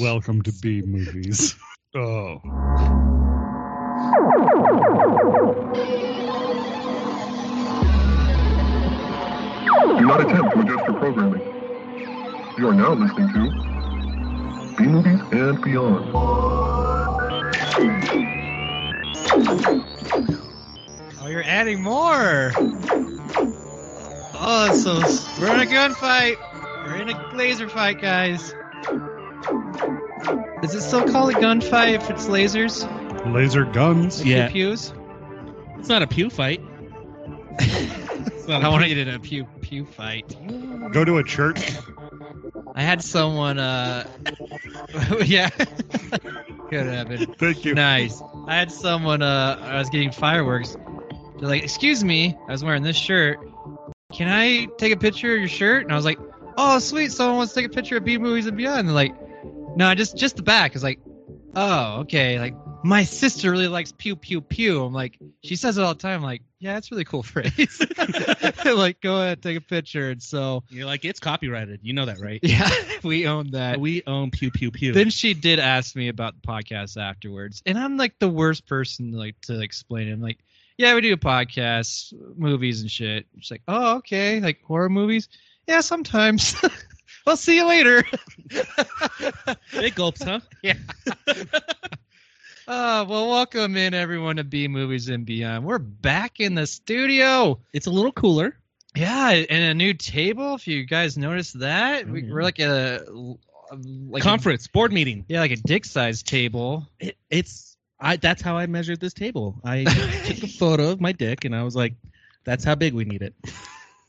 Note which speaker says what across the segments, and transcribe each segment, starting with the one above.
Speaker 1: Welcome to B movies. Oh.
Speaker 2: Do not attempt to adjust your programming. You are now listening to B Movies and Beyond.
Speaker 3: Oh, you're adding more. Oh, so we're in a gunfight. We're in a laser fight, guys. Is it still called a gunfight if it's lasers?
Speaker 1: Laser guns.
Speaker 3: With
Speaker 4: Yeah.
Speaker 3: Pews?
Speaker 4: It's not a pew fight.
Speaker 3: It's not I want to get in a pew pew fight.
Speaker 1: Go to a church.
Speaker 3: I had someone. uh Yeah. Could have been.
Speaker 1: Thank you.
Speaker 3: Nice. I had someone. Uh, I was getting fireworks. They're like, "Excuse me, I was wearing this shirt. Can I take a picture of your shirt?" And I was like, "Oh, sweet, someone wants to take a picture of B movies and beyond." And they're like, "No, just just the back." It's like, "Oh, okay." Like, my sister really likes pew pew pew. I'm like, she says it all the time. I'm like, yeah, that's a really cool phrase. like, go ahead, take a picture. And so,
Speaker 4: You're like, it's copyrighted. You know that, right?
Speaker 3: yeah, we own that.
Speaker 4: We own pew pew pew.
Speaker 3: Then she did ask me about the podcast afterwards, and I'm like the worst person like to explain it. I'm like, yeah, we do podcasts, movies and shit. She's like, oh, okay, like horror movies. Yeah, sometimes. I'll see you later.
Speaker 4: Big gulps, huh?
Speaker 3: Uh, well, welcome in everyone to B Movies and Beyond. We're back in the studio.
Speaker 4: It's a little cooler.
Speaker 3: Yeah, and a new table. If you guys noticed that,
Speaker 4: Oh,
Speaker 3: we,
Speaker 4: yeah.
Speaker 3: we're like a like a-
Speaker 4: Conference, board meeting.
Speaker 3: yeah, like a dick size table.
Speaker 4: It, it's I. That's how I measured this table. I took a photo of my dick, and I was like, "That's how big we need it."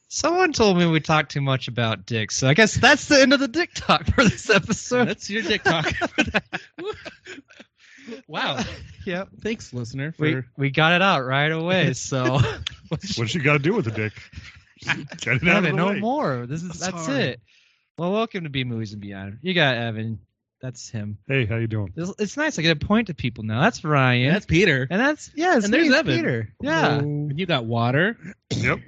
Speaker 3: Someone told me we talk too much about dicks, so I guess that's the end of the dick talk for this
Speaker 4: So
Speaker 3: episode.
Speaker 4: that's your dick talk. wow.
Speaker 3: yep.
Speaker 4: Thanks, listener. For
Speaker 3: We, we got it out right away, so
Speaker 1: What you got to do with a dick? Get it out of
Speaker 3: Evan,
Speaker 1: the
Speaker 3: no
Speaker 1: way.
Speaker 3: more. This is that's
Speaker 1: Sorry.
Speaker 3: it. Well, welcome to B Movies and Beyond. You got Evan. That's him.
Speaker 1: Hey, how you doing?
Speaker 3: It's, it's nice. I get to point to people now. That's Ryan.
Speaker 4: that's Peter.
Speaker 3: and that's yeah. It's
Speaker 4: And there's
Speaker 3: me, it's
Speaker 4: Evan.
Speaker 3: Peter. Yeah.
Speaker 4: And you got water.
Speaker 1: Yep.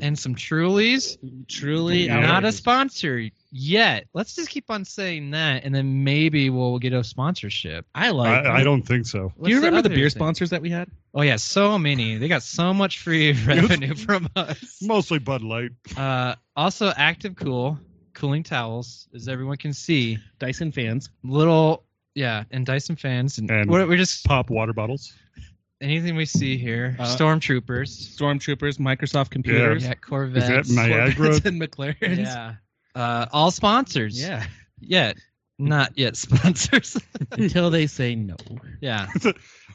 Speaker 3: And some Trulies.
Speaker 4: Truly,
Speaker 1: Yeah.
Speaker 3: Not a
Speaker 4: outrageous.
Speaker 3: sponsor yet. Let's just keep on saying that, and then maybe we'll get a sponsorship.
Speaker 4: I like.
Speaker 1: I, I don't think so.
Speaker 4: Do you
Speaker 3: What's
Speaker 4: remember the,
Speaker 3: other
Speaker 4: beer
Speaker 3: thing?
Speaker 4: sponsors that we had?
Speaker 3: Oh yeah, so many. They got so much free revenue from us.
Speaker 1: Mostly Bud Light.
Speaker 3: Uh, also, Active Cool cooling towels, as everyone can see.
Speaker 4: Dyson fans.
Speaker 3: Little yeah, and Dyson fans and,
Speaker 1: And-
Speaker 3: what, we're just
Speaker 1: Pop water bottles.
Speaker 3: anything we see here.
Speaker 4: Uh,
Speaker 3: Stormtroopers.
Speaker 4: stormtroopers, Microsoft computers,
Speaker 3: Yeah,
Speaker 1: Is
Speaker 3: Corvettes.
Speaker 1: that Niagara?
Speaker 4: Corvettes and McLarens.
Speaker 3: Yeah. Uh, all sponsors.
Speaker 4: Yeah.
Speaker 3: Yet. Not yet sponsors.
Speaker 4: Until they say no.
Speaker 3: yeah.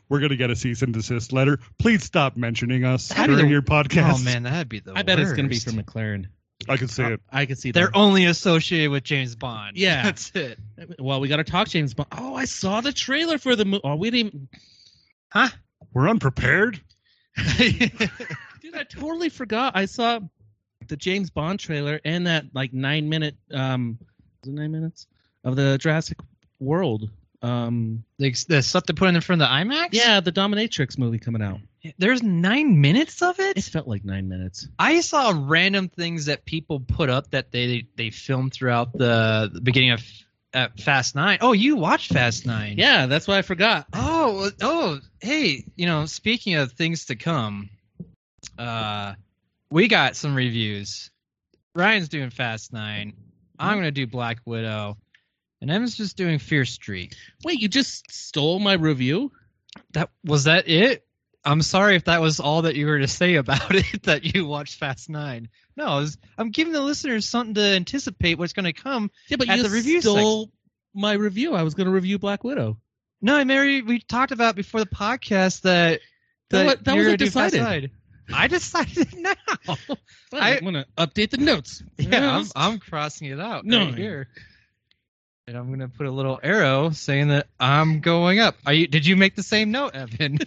Speaker 1: We're gonna get a cease and desist letter. Please stop mentioning us
Speaker 4: That'd be
Speaker 1: during
Speaker 4: the-
Speaker 1: your podcast.
Speaker 3: Oh man, that'd be the
Speaker 4: I bet it's gonna be
Speaker 3: worst.
Speaker 4: for McLaren.
Speaker 1: I can see
Speaker 4: I,
Speaker 1: it.
Speaker 4: I could see that.
Speaker 3: They're only associated with James Bond.
Speaker 4: Yeah.
Speaker 3: That's it.
Speaker 4: Well, we got to talk James Bond. Oh, I saw the trailer for the movie. Oh, we didn't.
Speaker 1: We're unprepared.
Speaker 4: Dude, I totally forgot. I saw the James Bond trailer and that like nine minute, um, was it nine minutes of the Jurassic World. Um,
Speaker 3: The, the stuff they put in front of the IMAX?
Speaker 4: yeah, the Dominatrix movie coming out.
Speaker 3: There's nine minutes of
Speaker 4: It
Speaker 3: it?
Speaker 4: felt like nine minutes.
Speaker 3: I saw random things that people put up that they they filmed throughout the, the beginning of uh, Fast Nine. Oh, you watched Fast Nine.
Speaker 4: Yeah, that's what I forgot.
Speaker 3: Oh, well, oh, hey, you know, speaking of things to come, uh, we got some reviews. Ryan's doing Fast Nine. I'm gonna do Black Widow, and Em's just doing Fear Street.
Speaker 4: Wait, you just stole my review?
Speaker 3: That was that it? I'm sorry if that was all that you were to say about it that you watched Fast Nine. No, I was, I'm giving the listeners something to anticipate what's going to come.
Speaker 4: Yeah, but
Speaker 3: At
Speaker 4: you
Speaker 3: the review
Speaker 4: stole my review. I was going to review Black Widow.
Speaker 3: No, Mary, we talked about before the podcast that
Speaker 4: That wa-
Speaker 3: that,
Speaker 4: that
Speaker 3: you were
Speaker 4: wasn't
Speaker 3: gonna do Fast
Speaker 4: decided.
Speaker 3: Nine. I decided now. I-
Speaker 4: I want to update the notes.
Speaker 3: Yeah, I'm, I'm crossing it out.
Speaker 4: No.
Speaker 3: right here. And I'm gonna put a little arrow saying that I'm going up. Are you? Did you make the same note, Evan?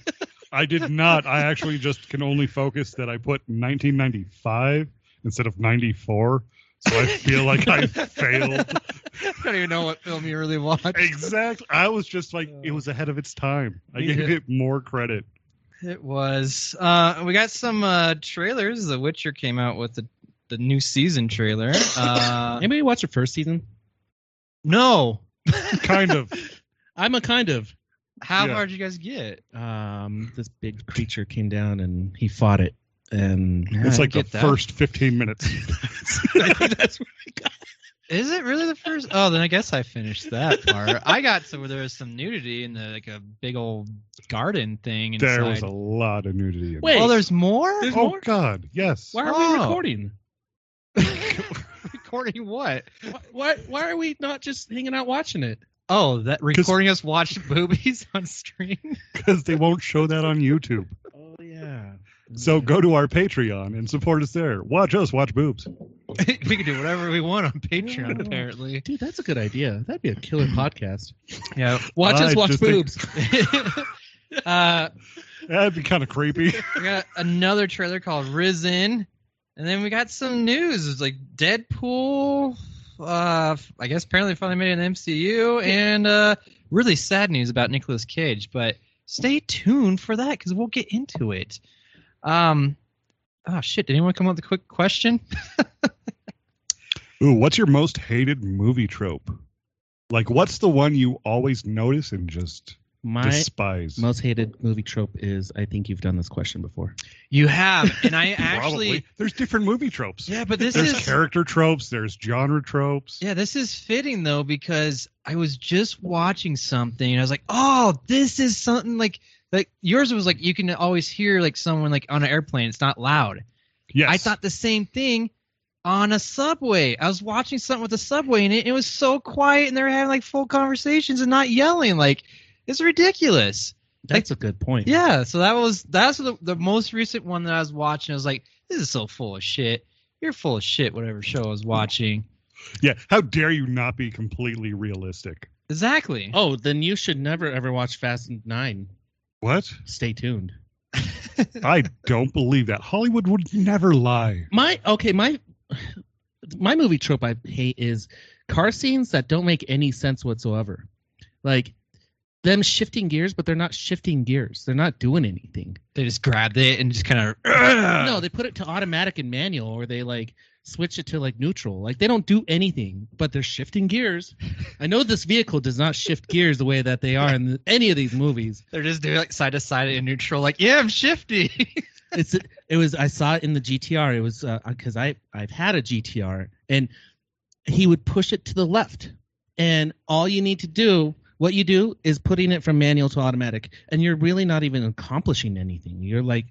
Speaker 1: I did not. I actually just can only focus that I put 1995 instead of 94. So I feel like I failed.
Speaker 3: I don't even know what film you really watched.
Speaker 1: Exactly. I was just like, it was ahead of its time. I
Speaker 3: Yeah.
Speaker 1: gave it more credit.
Speaker 3: It was. Uh, we got some uh, trailers. The Witcher came out with the, the new season trailer. Uh,
Speaker 4: Anybody watch the first season?
Speaker 3: no,
Speaker 1: kind of.
Speaker 4: I'm a kind of.
Speaker 3: How
Speaker 1: Yeah.
Speaker 3: far did you guys get?
Speaker 4: Um, this big creature came down and he fought it, and
Speaker 1: It's
Speaker 3: I
Speaker 1: like the
Speaker 3: get that.
Speaker 1: first 15 minutes.
Speaker 4: I think that's what I got.
Speaker 3: Is it really the first? Oh, then I guess I finished that part. I got to where there was some nudity in the like a big old garden thing inside.
Speaker 1: There was a lot of nudity. In
Speaker 4: Wait,
Speaker 3: oh, there's more.
Speaker 4: There's
Speaker 1: oh
Speaker 4: more?
Speaker 1: God, yes.
Speaker 4: Why are we
Speaker 3: Oh.
Speaker 4: recording?
Speaker 3: recording what?
Speaker 4: Why, why why are we not just hanging out watching it?
Speaker 3: Oh, that recording us watch boobies on stream.
Speaker 1: Because they won't show that on YouTube.
Speaker 4: Oh yeah.
Speaker 1: So go to our Patreon and support us there. Watch us watch boobs.
Speaker 3: we can do whatever we want on Patreon, apparently.
Speaker 4: Dude, that's a good idea. That'd be a killer podcast.
Speaker 3: Yeah.
Speaker 4: Watch
Speaker 1: I
Speaker 4: us watch
Speaker 1: just think-
Speaker 4: boobs.
Speaker 3: uh,
Speaker 1: That'd be kind of creepy.
Speaker 3: we got another trailer called Risen, and then we got some news. It's like Deadpool. Uh, I guess apparently finally made an MCU, and uh, really sad news about Nicolas Cage. But stay tuned for that because we'll get into it. Um, oh shit! Did anyone come up with a quick question?
Speaker 1: Ooh, what's your most hated movie trope? Like, what's the one you always notice and just
Speaker 4: My
Speaker 1: despise?
Speaker 4: most hated movie trope is I think you've done this question before.
Speaker 3: You have, and I
Speaker 1: Probably.
Speaker 3: actually,
Speaker 1: There's different movie tropes.
Speaker 3: yeah, but this
Speaker 1: there's
Speaker 3: is
Speaker 1: character tropes, there's genre tropes.
Speaker 3: Yeah, this is fitting though because I was just watching something and I was like, "Oh, this is something like like yours was like you can always hear like someone like on an airplane. It's not loud."
Speaker 1: Yes.
Speaker 3: I thought the same thing on a subway. I was watching something with a subway in it. And it was so quiet and they were having like full conversations and not yelling. Like it's ridiculous.
Speaker 4: That's a good point.
Speaker 3: Yeah, so that was that's the the most recent one that I was watching. I was like, "This is so full of shit." You're full of shit. Whatever show I was watching.
Speaker 1: Yeah. How dare you not be completely realistic?
Speaker 3: Exactly.
Speaker 4: Oh, then you should never ever watch Fast Nine.
Speaker 1: What?
Speaker 4: Stay tuned.
Speaker 1: I don't believe that. Hollywood would never lie.
Speaker 4: My okay, my my movie trope I hate is car scenes that don't make any sense whatsoever. Like them shifting gears, but they're not shifting gears. They're not doing anything.
Speaker 3: They just grabbed it and just kind of. Uh.
Speaker 4: no, they put it to automatic and manual, or they like switch it to like neutral. Like they don't do anything, but they're shifting gears. I know this vehicle does not shift gears the way that they are in the, any of these movies.
Speaker 3: They're just doing like side to side and neutral. Like, yeah, I'm shifty.
Speaker 4: It's it was I saw it in the GTR. It was because I I've had a GTR, and he would push it to the left, and all you need to do. What you do is putting it from manual to automatic, and you're really not even accomplishing anything. You're like,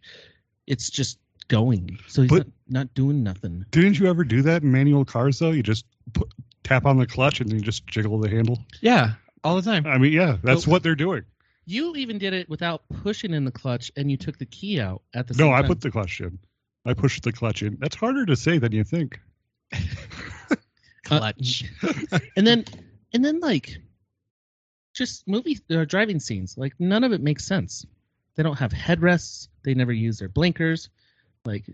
Speaker 4: it's just going. So he's
Speaker 1: But-
Speaker 4: not, not doing nothing.
Speaker 1: Didn't you ever do that in manual cars though? You just put, tap on the clutch and then you just jiggle the handle.
Speaker 3: yeah, all the time.
Speaker 1: I mean, yeah, that's
Speaker 4: Oh.
Speaker 1: what they're doing.
Speaker 4: You even did it without pushing in the clutch, and you took the key out at the.
Speaker 1: No,
Speaker 4: same
Speaker 1: I
Speaker 4: time.
Speaker 1: put the clutch in. I pushed the clutch in. That's harder to say than you think.
Speaker 3: Clutch.
Speaker 4: and then, and then like, just movie uh, driving scenes. Like none of it makes sense. They don't have headrests. They never use their blinkers. Like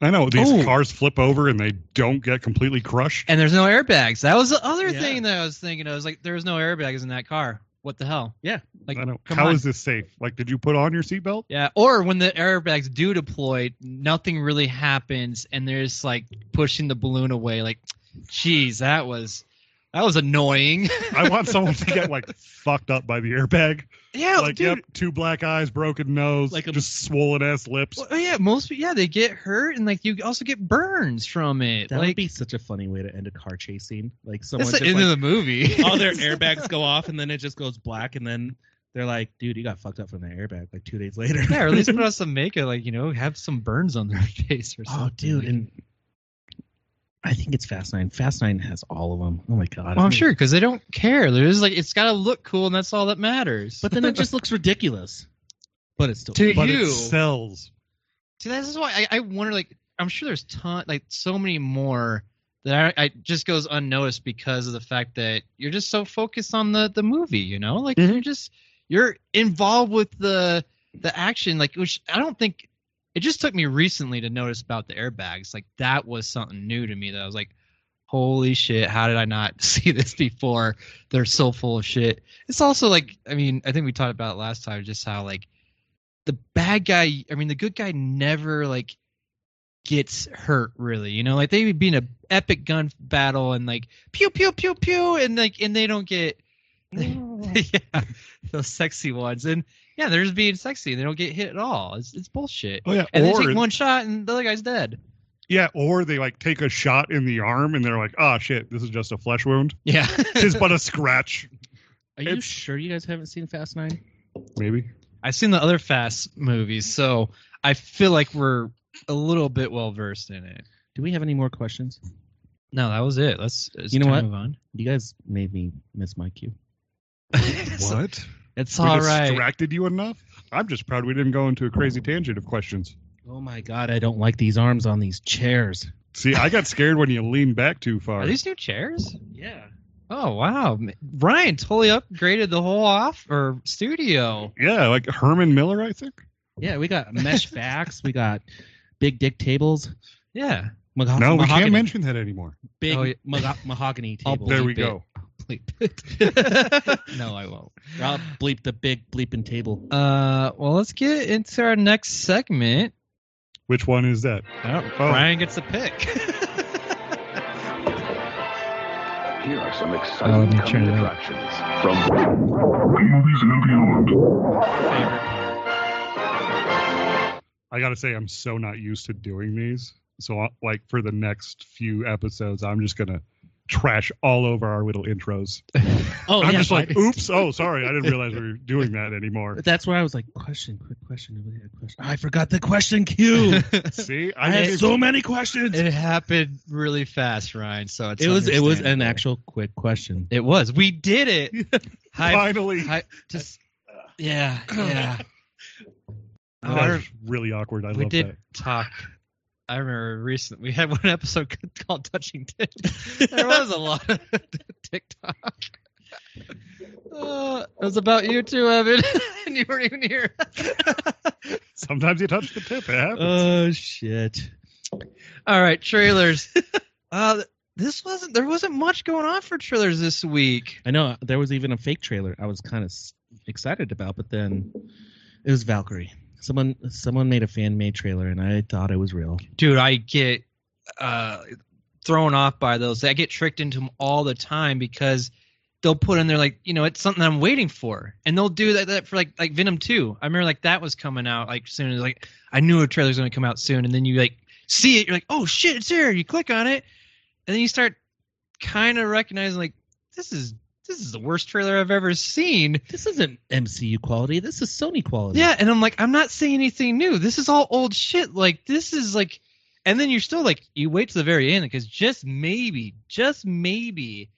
Speaker 1: I know these
Speaker 4: Oh.
Speaker 1: cars flip over and they don't get completely crushed.
Speaker 3: and there's no airbags. That was the other
Speaker 4: Yeah.
Speaker 3: thing that I was thinking. I was like, there was no airbags in that car. What the hell?
Speaker 4: Yeah.
Speaker 3: Like,
Speaker 1: I know.
Speaker 3: come
Speaker 1: How
Speaker 3: on.
Speaker 1: is this safe? Like, did you put on your seatbelt?
Speaker 3: yeah. Or when the airbags do deploy, nothing really happens, and they're just like pushing the balloon away. Like, geez, that was that was annoying.
Speaker 1: I want someone to get like fucked up by the airbag.
Speaker 3: yeah,
Speaker 1: like,
Speaker 3: dude.
Speaker 1: yep, two black eyes, broken nose,
Speaker 4: Like a-
Speaker 1: just swollen ass lips.
Speaker 3: Well, yeah, most yeah they get hurt and like you also get burns from it.
Speaker 4: that would
Speaker 3: like
Speaker 4: be such a funny way to end a car chase scene. Like someone
Speaker 3: that's
Speaker 4: just
Speaker 3: the end
Speaker 4: like,
Speaker 3: of the movie.
Speaker 4: all their airbags go off, and then it just goes black, and then they're like, "Dude, you got fucked up from the airbag." Like two days later.
Speaker 3: yeah, or at least put on some makeup, like you know, have some burns on their face or something.
Speaker 4: Oh, dude, and I think it's Fast Nine. Fast Nine has all of them. Oh my god!
Speaker 3: well, I'm
Speaker 4: It-
Speaker 3: sure because they don't care. They're just like it's got to look cool and that's all that matters.
Speaker 4: But then it just looks ridiculous. But it's still.
Speaker 3: To
Speaker 1: But
Speaker 3: you.
Speaker 1: it sells.
Speaker 3: See, this is why I, I wonder. Like, I'm sure there's ton, like, so many more that I, I just goes unnoticed because of the fact that you're just so focused on the the movie. You know, like
Speaker 1: Mhm.
Speaker 3: you're just you're involved with the the action. Like, which I don't think it just took me recently to notice about the airbags. Like, that was something new to me that I was like. Holy shit, how did I not see this before? They're so full of shit. It's also like, I mean, I think we talked about it last time just how, like, the bad guy i mean the good guy never like gets hurt really you know like they would be in a epic gun battle and like pew pew pew pew and like and they don't get yeah, those sexy ones, and yeah, they're just being sexy. They don't get hit at all. It's it's bullshit.
Speaker 1: Oh yeah,
Speaker 3: And
Speaker 1: or
Speaker 3: they take one shot, and the other guy's dead.
Speaker 1: yeah, or they like take a shot in the arm and they're like, "Ah, shit, this is just a flesh wound.
Speaker 3: Yeah,
Speaker 1: Tis but a scratch."
Speaker 4: Are you
Speaker 1: It's-
Speaker 4: sure you guys haven't seen Fast Nine?
Speaker 1: Maybe.
Speaker 3: I've seen the other Fast movies, so I feel like we're a little bit well versed in it.
Speaker 4: Do we have any more questions?
Speaker 3: No, that was it. Let's, let's
Speaker 4: You know
Speaker 3: kind of
Speaker 4: what?
Speaker 3: move on.
Speaker 4: You guys made me miss my cue.
Speaker 3: So-
Speaker 1: What?
Speaker 3: it's
Speaker 1: we
Speaker 3: all right.
Speaker 1: distracted you enough. I'm just proud we didn't go into a crazy tangent of questions.
Speaker 4: Oh my god, I don't like these arms on these chairs.
Speaker 1: See, I got scared when you leaned back too far.
Speaker 3: Are these new chairs?
Speaker 4: Yeah.
Speaker 3: Oh wow, M- Ryan totally upgraded the whole off or studio.
Speaker 1: yeah, like Herman Miller, I think.
Speaker 4: Yeah, we got mesh backs, we got big dick tables.
Speaker 3: Yeah,
Speaker 4: Maho-
Speaker 1: no, we
Speaker 4: mahogany-
Speaker 1: can't mention that anymore.
Speaker 4: big
Speaker 3: Oh, yeah.
Speaker 4: maho- mahogany
Speaker 3: I'll
Speaker 4: tables.
Speaker 1: there we
Speaker 3: bleep it.
Speaker 1: go.
Speaker 3: bleep it. no, I won't.
Speaker 4: I'll bleep the big bleeping table.
Speaker 3: Uh, well, let's get into our next segment.
Speaker 1: Which one is that? Oh.
Speaker 3: Ryan gets a pick.
Speaker 2: Here are some
Speaker 3: Oh, let
Speaker 2: exciting
Speaker 3: me turn
Speaker 2: coming
Speaker 3: it up.
Speaker 2: attractions from
Speaker 5: Movies and beyond.
Speaker 1: I gotta say, I'm so not used to doing these. So, I- like for the next few episodes, I'm just gonna trash all over our little intros.
Speaker 4: Oh,
Speaker 1: I'm
Speaker 4: yeah,
Speaker 1: just like,
Speaker 4: I-
Speaker 1: oops, oh, sorry, I didn't realize we were doing that anymore.
Speaker 4: That's where I was like, question, quick question, over here, question. I forgot the question queue.
Speaker 1: See,
Speaker 4: I had
Speaker 1: didn't
Speaker 4: so many questions.
Speaker 3: it happened really fast, Ryan. So it's
Speaker 4: it was it was an
Speaker 3: understandable.
Speaker 4: actual quick question.
Speaker 3: It was. We did it.
Speaker 1: even-
Speaker 3: High,
Speaker 1: finally.
Speaker 3: high, just yeah, yeah. Oh, I
Speaker 1: that
Speaker 3: rem-
Speaker 1: was really awkward. I
Speaker 3: we
Speaker 1: love
Speaker 3: did
Speaker 1: that.
Speaker 3: talk. I remember recent. We had one episode called "Touching Dick." There was a lot of TikTok. Uh, it was about you too, Evan, and you weren't even here.
Speaker 1: Sometimes you touch the tip. It happens.
Speaker 4: Oh shit.
Speaker 3: All right, trailers. uh, this wasn't. There wasn't much going on for trailers this week.
Speaker 4: I know uh, there was even a fake trailer I was kind of excited about, but then it was Valkyrie. Someone someone made a fan made trailer and I thought it was real.
Speaker 3: dude i get uh thrown off by those i get tricked into them all the time because they'll put in there like you know it's something i'm waiting for and they'll do that, that for like like venom 2 i remember like that was coming out like soon as like i knew a trailer's going to come out soon and then you like see it you're like oh shit it's here you click on it and then you start kind of recognizing like this is this is the worst trailer i've ever seen
Speaker 4: This isn't MCU quality. This is Sony quality.
Speaker 3: yeah, and I'm like, I'm not seeing anything new. This is all old shit. Like this is like, and then you're still like, you wait to the very end because just maybe, just maybe,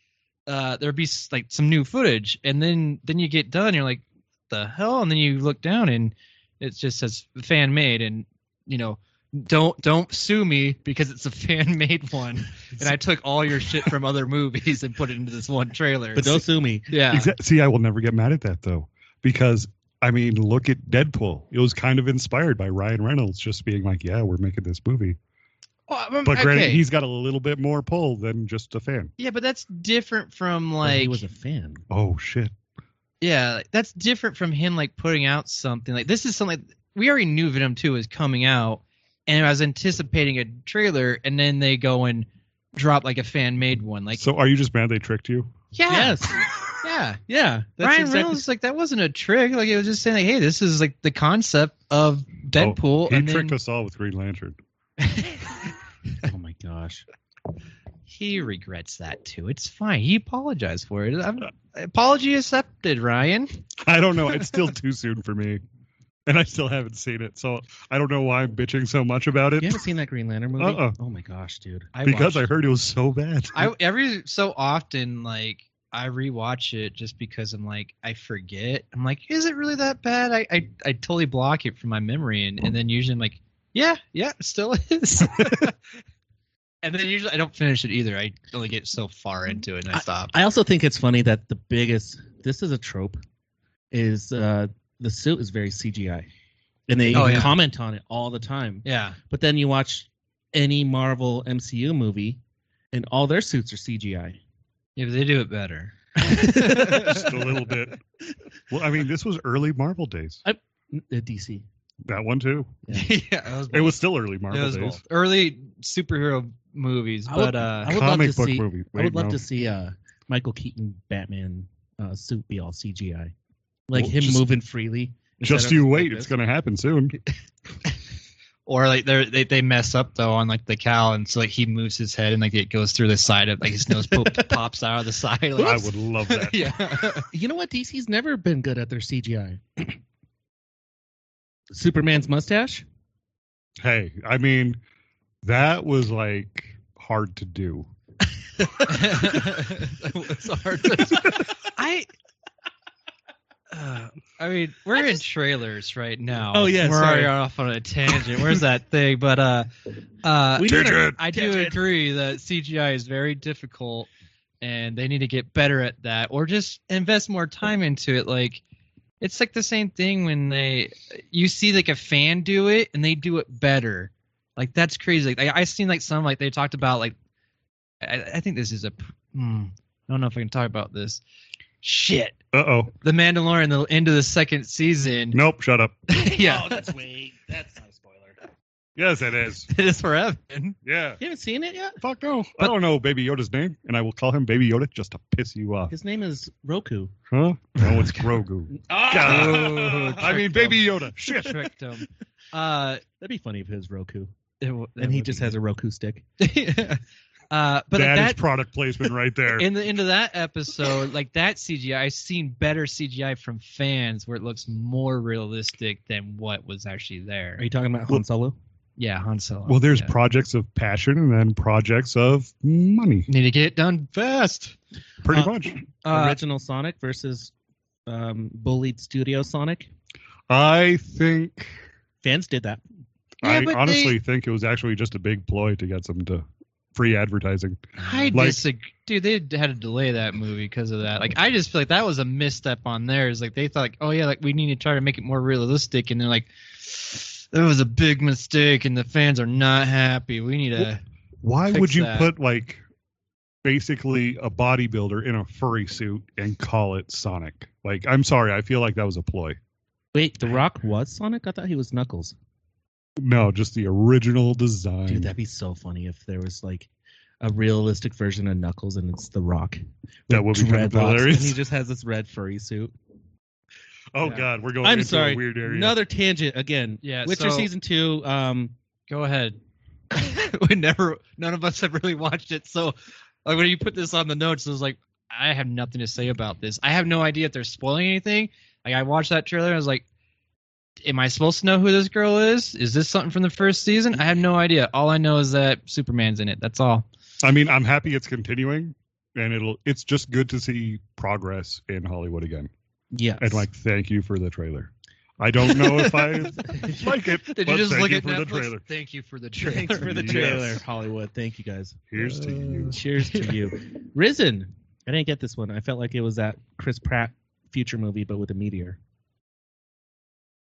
Speaker 3: uh, there'll be s- like some new footage, and then then you get done, you're like, the hell, and then you look down and it just says fan made, and you know, don't don't sue me because it's a fan made one, and I took all your shit from other movies and put it into this one trailer.
Speaker 4: But don't sue me.
Speaker 3: yeah,
Speaker 1: Exa- See, I will never get mad at that though, because I mean, look at Deadpool. It was kind of inspired by Ryan Reynolds just being like, "Yeah, we're making this movie."
Speaker 3: Oh, I'm-
Speaker 4: Mm,
Speaker 1: But granted,
Speaker 3: okay.
Speaker 1: he's got a little bit more pull than just a fan.
Speaker 3: yeah, but that's different from
Speaker 4: But
Speaker 3: like
Speaker 4: he was a fan.
Speaker 1: Oh shit!
Speaker 3: Yeah, like, that's different from him like putting out something. Like this is something we already knew Venom 2 was coming out and I was anticipating a trailer and then they go and drop like a fan made one. Like
Speaker 1: so, are you just mad they tricked you?
Speaker 3: yeah.
Speaker 4: Yes.
Speaker 3: Yeah.
Speaker 4: Yeah. that's
Speaker 3: Ryan
Speaker 4: exactly-
Speaker 3: Reynolds like that wasn't a trick. Like it was just saying like, hey, this is like the concept of Deadpool
Speaker 1: Oh, he
Speaker 3: and
Speaker 1: tricked
Speaker 3: then
Speaker 1: us all with Green Lantern.
Speaker 4: Oh my gosh.
Speaker 3: he regrets that too. It's fine. He apologized for it. I'm, apology accepted, Ryan.
Speaker 1: I don't know. It's still too soon for me, and I still haven't seen it. So I don't know why I'm bitching so much about it.
Speaker 4: You haven't seen that Green Lantern movie?
Speaker 1: Uh-uh.
Speaker 4: Oh my gosh, dude.
Speaker 3: I
Speaker 1: because
Speaker 3: watched-
Speaker 1: I heard it was so bad.
Speaker 3: I every so often like I rewatch it just because I'm like I forget. I'm like, is it really that bad? I I, I totally block it from my memory, and, and then usually I'm like, yeah, yeah, it still is. and then usually I don't finish it either. I only get so far into it and I stop.
Speaker 4: I also think it's funny that the biggest this is a trope is uh the suit is very CGI. And they
Speaker 3: Oh, yeah.
Speaker 4: comment on it all the time.
Speaker 3: yeah,
Speaker 4: But then you watch any Marvel MCU movie and all their suits are CGI.
Speaker 3: yeah, but they do it better.
Speaker 1: just a little bit. Well, I mean, this was early Marvel days.
Speaker 4: N- uh, DC.
Speaker 1: That one too.
Speaker 3: yeah, that was
Speaker 1: It was still early Marvel
Speaker 3: it was
Speaker 1: days.
Speaker 3: both. early superhero movies,
Speaker 4: I
Speaker 3: but
Speaker 4: would-
Speaker 3: uh,
Speaker 4: I would love
Speaker 1: Comic
Speaker 4: to
Speaker 1: book
Speaker 4: see-
Speaker 1: movie.
Speaker 4: I would
Speaker 1: Wait,
Speaker 4: love
Speaker 1: no.
Speaker 4: to see uh Michael Keaton Batman uh, suit be all CGI, like
Speaker 1: Well,
Speaker 4: him
Speaker 1: just-
Speaker 4: moving freely. instead
Speaker 1: Just
Speaker 4: of
Speaker 1: you
Speaker 4: like
Speaker 1: wait,
Speaker 4: this.
Speaker 1: it's gonna happen soon.
Speaker 3: Or like they they they mess up though on like the cow, and so like he moves his head and like it goes through the side of like his nose po- pops out of the side. Like,
Speaker 1: I would love that.
Speaker 3: yeah.
Speaker 4: You know what? DC's never been good at their CGI. Superman's mustache.
Speaker 1: Hey, I mean, that was like hard to do.
Speaker 3: it's hard. To... I. Uh, I mean, we're in trailers right now.
Speaker 4: Oh, yeah,
Speaker 3: we're
Speaker 4: sorry.
Speaker 3: already off on a tangent. Where's that thing? But uh, uh,
Speaker 4: We did
Speaker 1: Tangent.
Speaker 3: I do
Speaker 4: Tangent.
Speaker 3: agree that CGI is very difficult, and they need to get better at that, or just invest more time into it. Like, it's like the same thing when they you see like a fan do it, and they do it better. Like that's crazy. Like I, I seen like some like they talked about like I, I think this is a p- hmm, I don't know if I can talk about this. Shit,
Speaker 1: Uh oh.
Speaker 3: The Mandalorian, the end of the second season.
Speaker 1: Nope. Shut up.
Speaker 3: yeah,
Speaker 4: Oh, that's way. That's not a spoiler.
Speaker 1: Yes, it is.
Speaker 3: it is forever.
Speaker 1: Yeah.
Speaker 4: You haven't seen it yet?
Speaker 1: Fuck no. I don't know Baby Yoda's name, and I will call him Baby Yoda just to piss you off.
Speaker 4: His name is Roku.
Speaker 1: Huh? No, it's Grogu.
Speaker 4: Ah!
Speaker 3: Oh,
Speaker 1: I mean,
Speaker 3: tricked
Speaker 1: Baby Yoda.
Speaker 3: him.
Speaker 1: Shit.
Speaker 3: tricked him. Uh,
Speaker 4: That'd be funny if it was Roku,
Speaker 3: it w- that
Speaker 4: and he
Speaker 3: would
Speaker 4: just
Speaker 3: be-
Speaker 4: has a Roku stick.
Speaker 3: uh, but
Speaker 1: that is
Speaker 3: that,
Speaker 1: product placement right there.
Speaker 3: in the end of that episode, like that CGI, I've seen better CGI from fans where it looks more realistic than what was actually there.
Speaker 4: Are you talking about Han Solo?
Speaker 3: Yeah, Han Solo.
Speaker 1: well, there's
Speaker 3: yeah.
Speaker 1: projects of passion and then projects of money.
Speaker 3: need to get it done fast.
Speaker 1: Pretty
Speaker 4: Uh,
Speaker 1: much.
Speaker 3: Uh,
Speaker 4: Original Sonic versus um, bullied Studio Sonic.
Speaker 1: I think.
Speaker 4: Fans did that.
Speaker 3: Yeah,
Speaker 1: I
Speaker 3: but
Speaker 1: honestly think it was actually just a big ploy to get some to free advertising.
Speaker 3: I
Speaker 1: Like-
Speaker 3: disagree. Dude, they had to delay that movie because of that. Like, I just feel like that was a misstep on theirs. Like, they thought, like, oh, yeah, like, we need to try to make it more realistic. And they're like, that was a big mistake, and the fans are not happy. We need to.
Speaker 1: Why
Speaker 3: Fix
Speaker 1: would you
Speaker 3: that.
Speaker 1: put like basically a bodybuilder in a furry suit and call it Sonic? Like, I'm sorry, I feel like that was a ploy.
Speaker 4: Wait, The Rock was Sonic? I thought he was Knuckles.
Speaker 1: No, just the original design.
Speaker 4: Dude, that'd be so funny if there was like a realistic version of Knuckles and it's The Rock.
Speaker 1: That
Speaker 4: with
Speaker 1: would be kind of
Speaker 4: dreadlocks,
Speaker 1: hilarious.
Speaker 4: And he just has this red furry suit.
Speaker 1: oh
Speaker 3: yeah.
Speaker 1: God, we're going
Speaker 4: I'm
Speaker 1: into
Speaker 4: sorry,
Speaker 1: a weird area.
Speaker 4: Another tangent again.
Speaker 3: Yeah,
Speaker 4: Witcher
Speaker 3: so-
Speaker 4: season two. Um,
Speaker 3: Go ahead. we never, none of us have really watched it. So, like, when you put this on the notes, it was like, I have nothing to say about this. I have no idea if they're spoiling anything. Like, I watched that trailer and I was like, am I supposed to know who this girl is? Is this something from the first season? I have no idea. All I know is that Superman's in it. That's all.
Speaker 1: I mean, I'm happy it's continuing, and it'll. It's just good to see progress in Hollywood again.
Speaker 4: yeah.
Speaker 1: And like, thank you for the trailer. I don't know if I like it.
Speaker 3: Did
Speaker 1: but
Speaker 3: you just
Speaker 1: thank
Speaker 3: look
Speaker 1: you
Speaker 3: at
Speaker 1: for
Speaker 3: Netflix?
Speaker 1: the trailer?
Speaker 3: Thank you for the trailer.
Speaker 4: Thanks for the
Speaker 1: Yes.
Speaker 4: trailer, Hollywood. Thank you guys. Uh,
Speaker 1: Here's to you.
Speaker 4: Cheers to you. Risen. I didn't get this one. I felt like it was that Chris Pratt future movie, but with a meteor.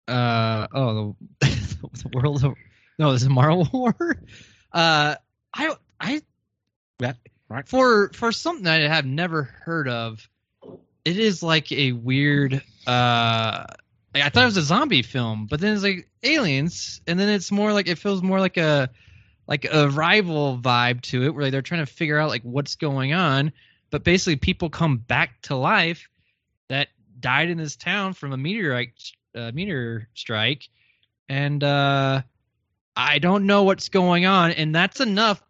Speaker 3: uh oh the, the world of no this is Marvel War. Uh I I
Speaker 4: That- right.
Speaker 3: for for something I have never heard of. It is like a weird uh I thought it was a zombie film, but then it's like aliens and then it's more like it feels more like a like a rival vibe to it where they're trying to figure out like what's going on, but basically people come back to life that died in this town from a meteorite uh, meteor strike, and uh, I don't know what's going on, and that's enough.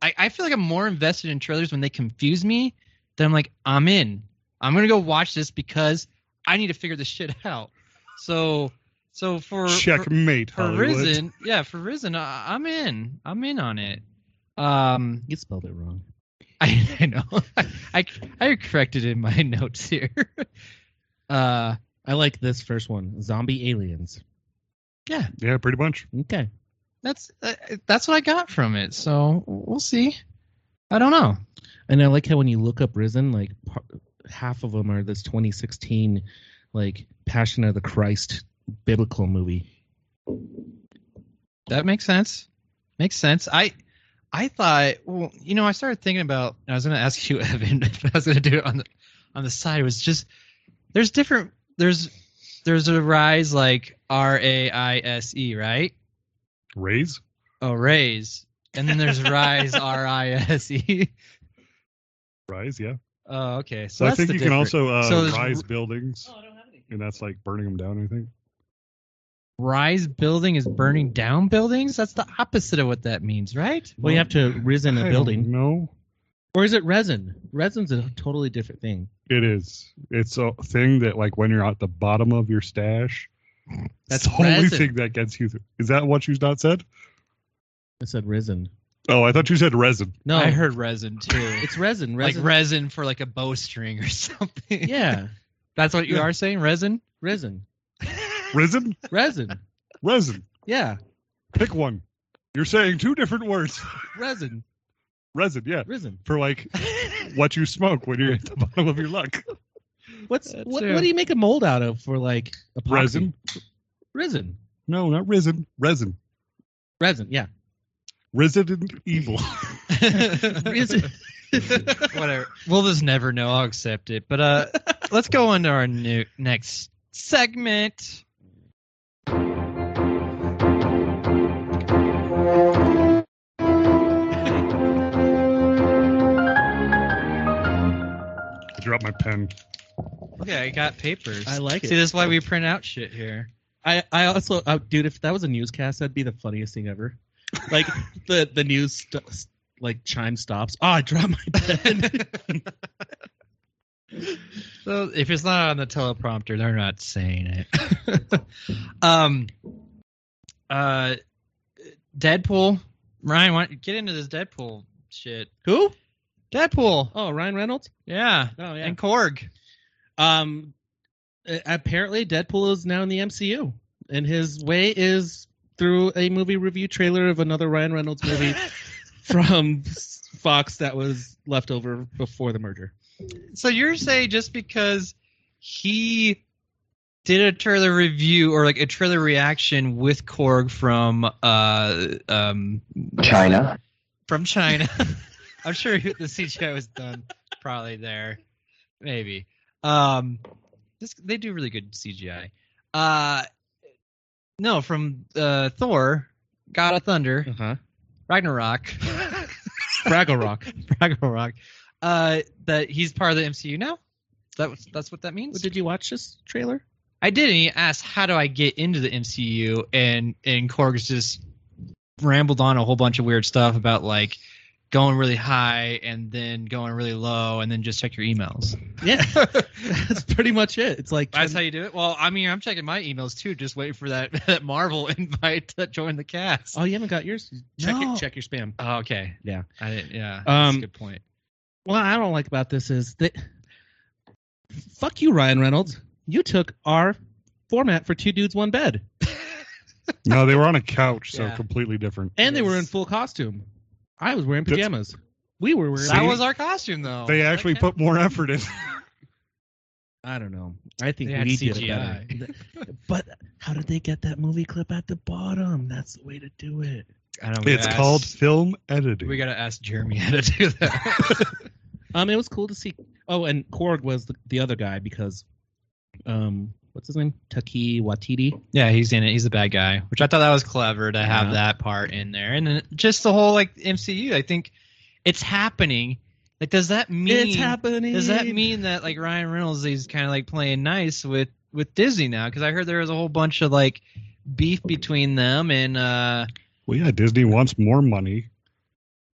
Speaker 3: I, I feel like I'm more invested in trailers when they confuse me than I'm like I'm in. I'm gonna go watch this because I need to figure this shit out. So so for for-
Speaker 1: Checkmate,
Speaker 3: for
Speaker 1: Hollywood.
Speaker 3: Risen, yeah, for Risen, I, I'm in. I'm in on it. Um,
Speaker 4: You spelled it wrong.
Speaker 3: I, I know. I I corrected in my notes here. Uh,
Speaker 4: I like this first one. Zombie aliens.
Speaker 3: yeah,
Speaker 1: Yeah, pretty much.
Speaker 4: Okay.
Speaker 3: that's uh, that's what I got from it. So we'll see. I don't know.
Speaker 4: And I like how when you look up Risen, like par- half of them are this 2016, like Passion of the Christ biblical movie.
Speaker 3: That makes sense. Makes sense. I I thought, well, you know, I started thinking about. I was going to ask you, Evan, if I was going to do it on the on the side. It was just there's different. There's there's a rise like R A I S E, right?
Speaker 1: Raise.
Speaker 3: Oh, raise. And then there's rise R I S E.
Speaker 1: Rise, yeah.
Speaker 3: Oh, okay.
Speaker 1: So
Speaker 3: So,
Speaker 1: I
Speaker 3: that's
Speaker 1: think
Speaker 3: the
Speaker 1: you can
Speaker 3: different-
Speaker 1: also uh,
Speaker 3: So there's-
Speaker 1: rise buildings,
Speaker 6: Oh, I don't have anything.
Speaker 1: and that's like burning them down. I think.
Speaker 3: rise building is burning down buildings. That's the opposite of what that means, right?
Speaker 4: Well, you have to risen a building,
Speaker 1: No,
Speaker 4: or is it resin? Resin's a totally different thing.
Speaker 1: it is. It's a thing that like when you're at the bottom of your stash.
Speaker 4: That's
Speaker 1: it's the only
Speaker 4: resin.
Speaker 1: thing that gets you. Through. Is that what you not said?
Speaker 4: I said resin.
Speaker 1: Oh, I thought you said resin.
Speaker 4: No,
Speaker 3: I heard resin too.
Speaker 4: it's resin.
Speaker 3: like
Speaker 4: Resin.
Speaker 3: resin for like a bowstring or something.
Speaker 4: yeah,
Speaker 3: that's what you are saying, resin.
Speaker 4: resin.
Speaker 1: Risen,
Speaker 4: Resin.
Speaker 1: resin.
Speaker 4: Yeah,
Speaker 1: Pick one. You're saying two different words.
Speaker 4: resin.
Speaker 1: Resin, yeah,
Speaker 4: Resin.
Speaker 1: for like what you smoke when you're at the bottom of your luck.
Speaker 4: What's
Speaker 3: That's
Speaker 4: what?
Speaker 3: true.
Speaker 4: What do you make a mold out of for like epoxy?
Speaker 1: Resin.
Speaker 4: Resin.
Speaker 1: No, not risen. Resin.
Speaker 4: Resin. Yeah.
Speaker 1: Resident Evil.
Speaker 4: Resin.
Speaker 3: Whatever. We'll just never know. I'll accept it. But uh, let's go on to our new next segment.
Speaker 1: I dropped my pen.
Speaker 3: Okay, I got papers.
Speaker 4: I like
Speaker 3: See,
Speaker 4: it.
Speaker 3: that's why we print out shit here.
Speaker 4: I I also uh, dude, if that was a newscast, that'd be the funniest thing ever. Like the the news st- s- like chime stops. Oh, I dropped my pen.
Speaker 3: So if it's not on the teleprompter, they're not saying it. um, uh, Deadpool. Ryan, why, don't you get into this Deadpool shit.
Speaker 4: Who?
Speaker 3: Deadpool.
Speaker 4: Oh, Ryan Reynolds.
Speaker 3: Yeah.
Speaker 4: Oh
Speaker 3: And Korg.
Speaker 4: Um, a- apparently Deadpool is now in the MCU, and his way is through a movie review trailer of another Ryan Reynolds movie from s- Fox that was left over before the merger.
Speaker 3: so you're saying just because he did a trailer review or like a trailer reaction with Korg from uh um
Speaker 2: China.
Speaker 3: from China. I'm sure the CGI was done probably there, maybe. Um, this, they do really good CGI. Uh, no, from uh, Thor, God of Thunder,
Speaker 4: Uh huh.
Speaker 3: Ragnarok,
Speaker 4: Fraggle Rock.
Speaker 3: Ragnarok. Uh, that he's part of the MCU now. That was- that's what that means.
Speaker 4: Did you watch this trailer?
Speaker 3: I did, and he asked, "How do I get into the MCU?" And and Korg's just rambled on a whole bunch of weird stuff about like going really high and then going really low, and then just check your emails.
Speaker 4: Yeah, that's pretty much it. It's like
Speaker 3: That's how you do it. Well, I mean, I'm checking my emails too, just waiting for that, that Marvel invite to join the cast.
Speaker 4: oh, you haven't got yours. Check
Speaker 3: No.
Speaker 4: it. Check your spam.
Speaker 3: Oh, okay,
Speaker 4: Yeah.
Speaker 3: I didn't. Yeah, that's
Speaker 4: Um,
Speaker 3: a good point.
Speaker 4: What I don't like about this is that fuck you, Ryan Reynolds. You took our format for two dudes, one bed,
Speaker 1: No, they were on a couch, so
Speaker 3: Yeah.
Speaker 1: completely different.
Speaker 4: and
Speaker 3: It
Speaker 4: they were in
Speaker 3: is.
Speaker 4: full costume. I was wearing
Speaker 1: That's-
Speaker 4: pajamas. we were wearing.
Speaker 3: That was our costume, though.
Speaker 1: They actually put more effort in.
Speaker 4: I don't know. I think
Speaker 3: They had
Speaker 4: we did it
Speaker 3: CGI.
Speaker 4: better. but how did they get that movie clip at the bottom? That's the way to do it.
Speaker 3: I don't know, we
Speaker 1: it's
Speaker 3: gotta
Speaker 1: called
Speaker 3: ask-
Speaker 1: film editing.
Speaker 3: We gotta ask Jeremy how to do that.
Speaker 4: Um, it was cool to see. Oh, and Korg was the, the other guy because, um, what's his name? Taki Watiti.
Speaker 3: Yeah, he's in it. He's the bad guy, which I thought that was clever to have
Speaker 4: Yeah.
Speaker 3: that part in there, and then just the whole like MCU. I think it's happening. Like, does that mean?
Speaker 4: It's happening.
Speaker 3: Does that mean that like Ryan Reynolds is kind of like playing nice with with Disney now? Because I heard there was a whole bunch of like beef between them and uh
Speaker 1: Well, yeah, Disney wants more money.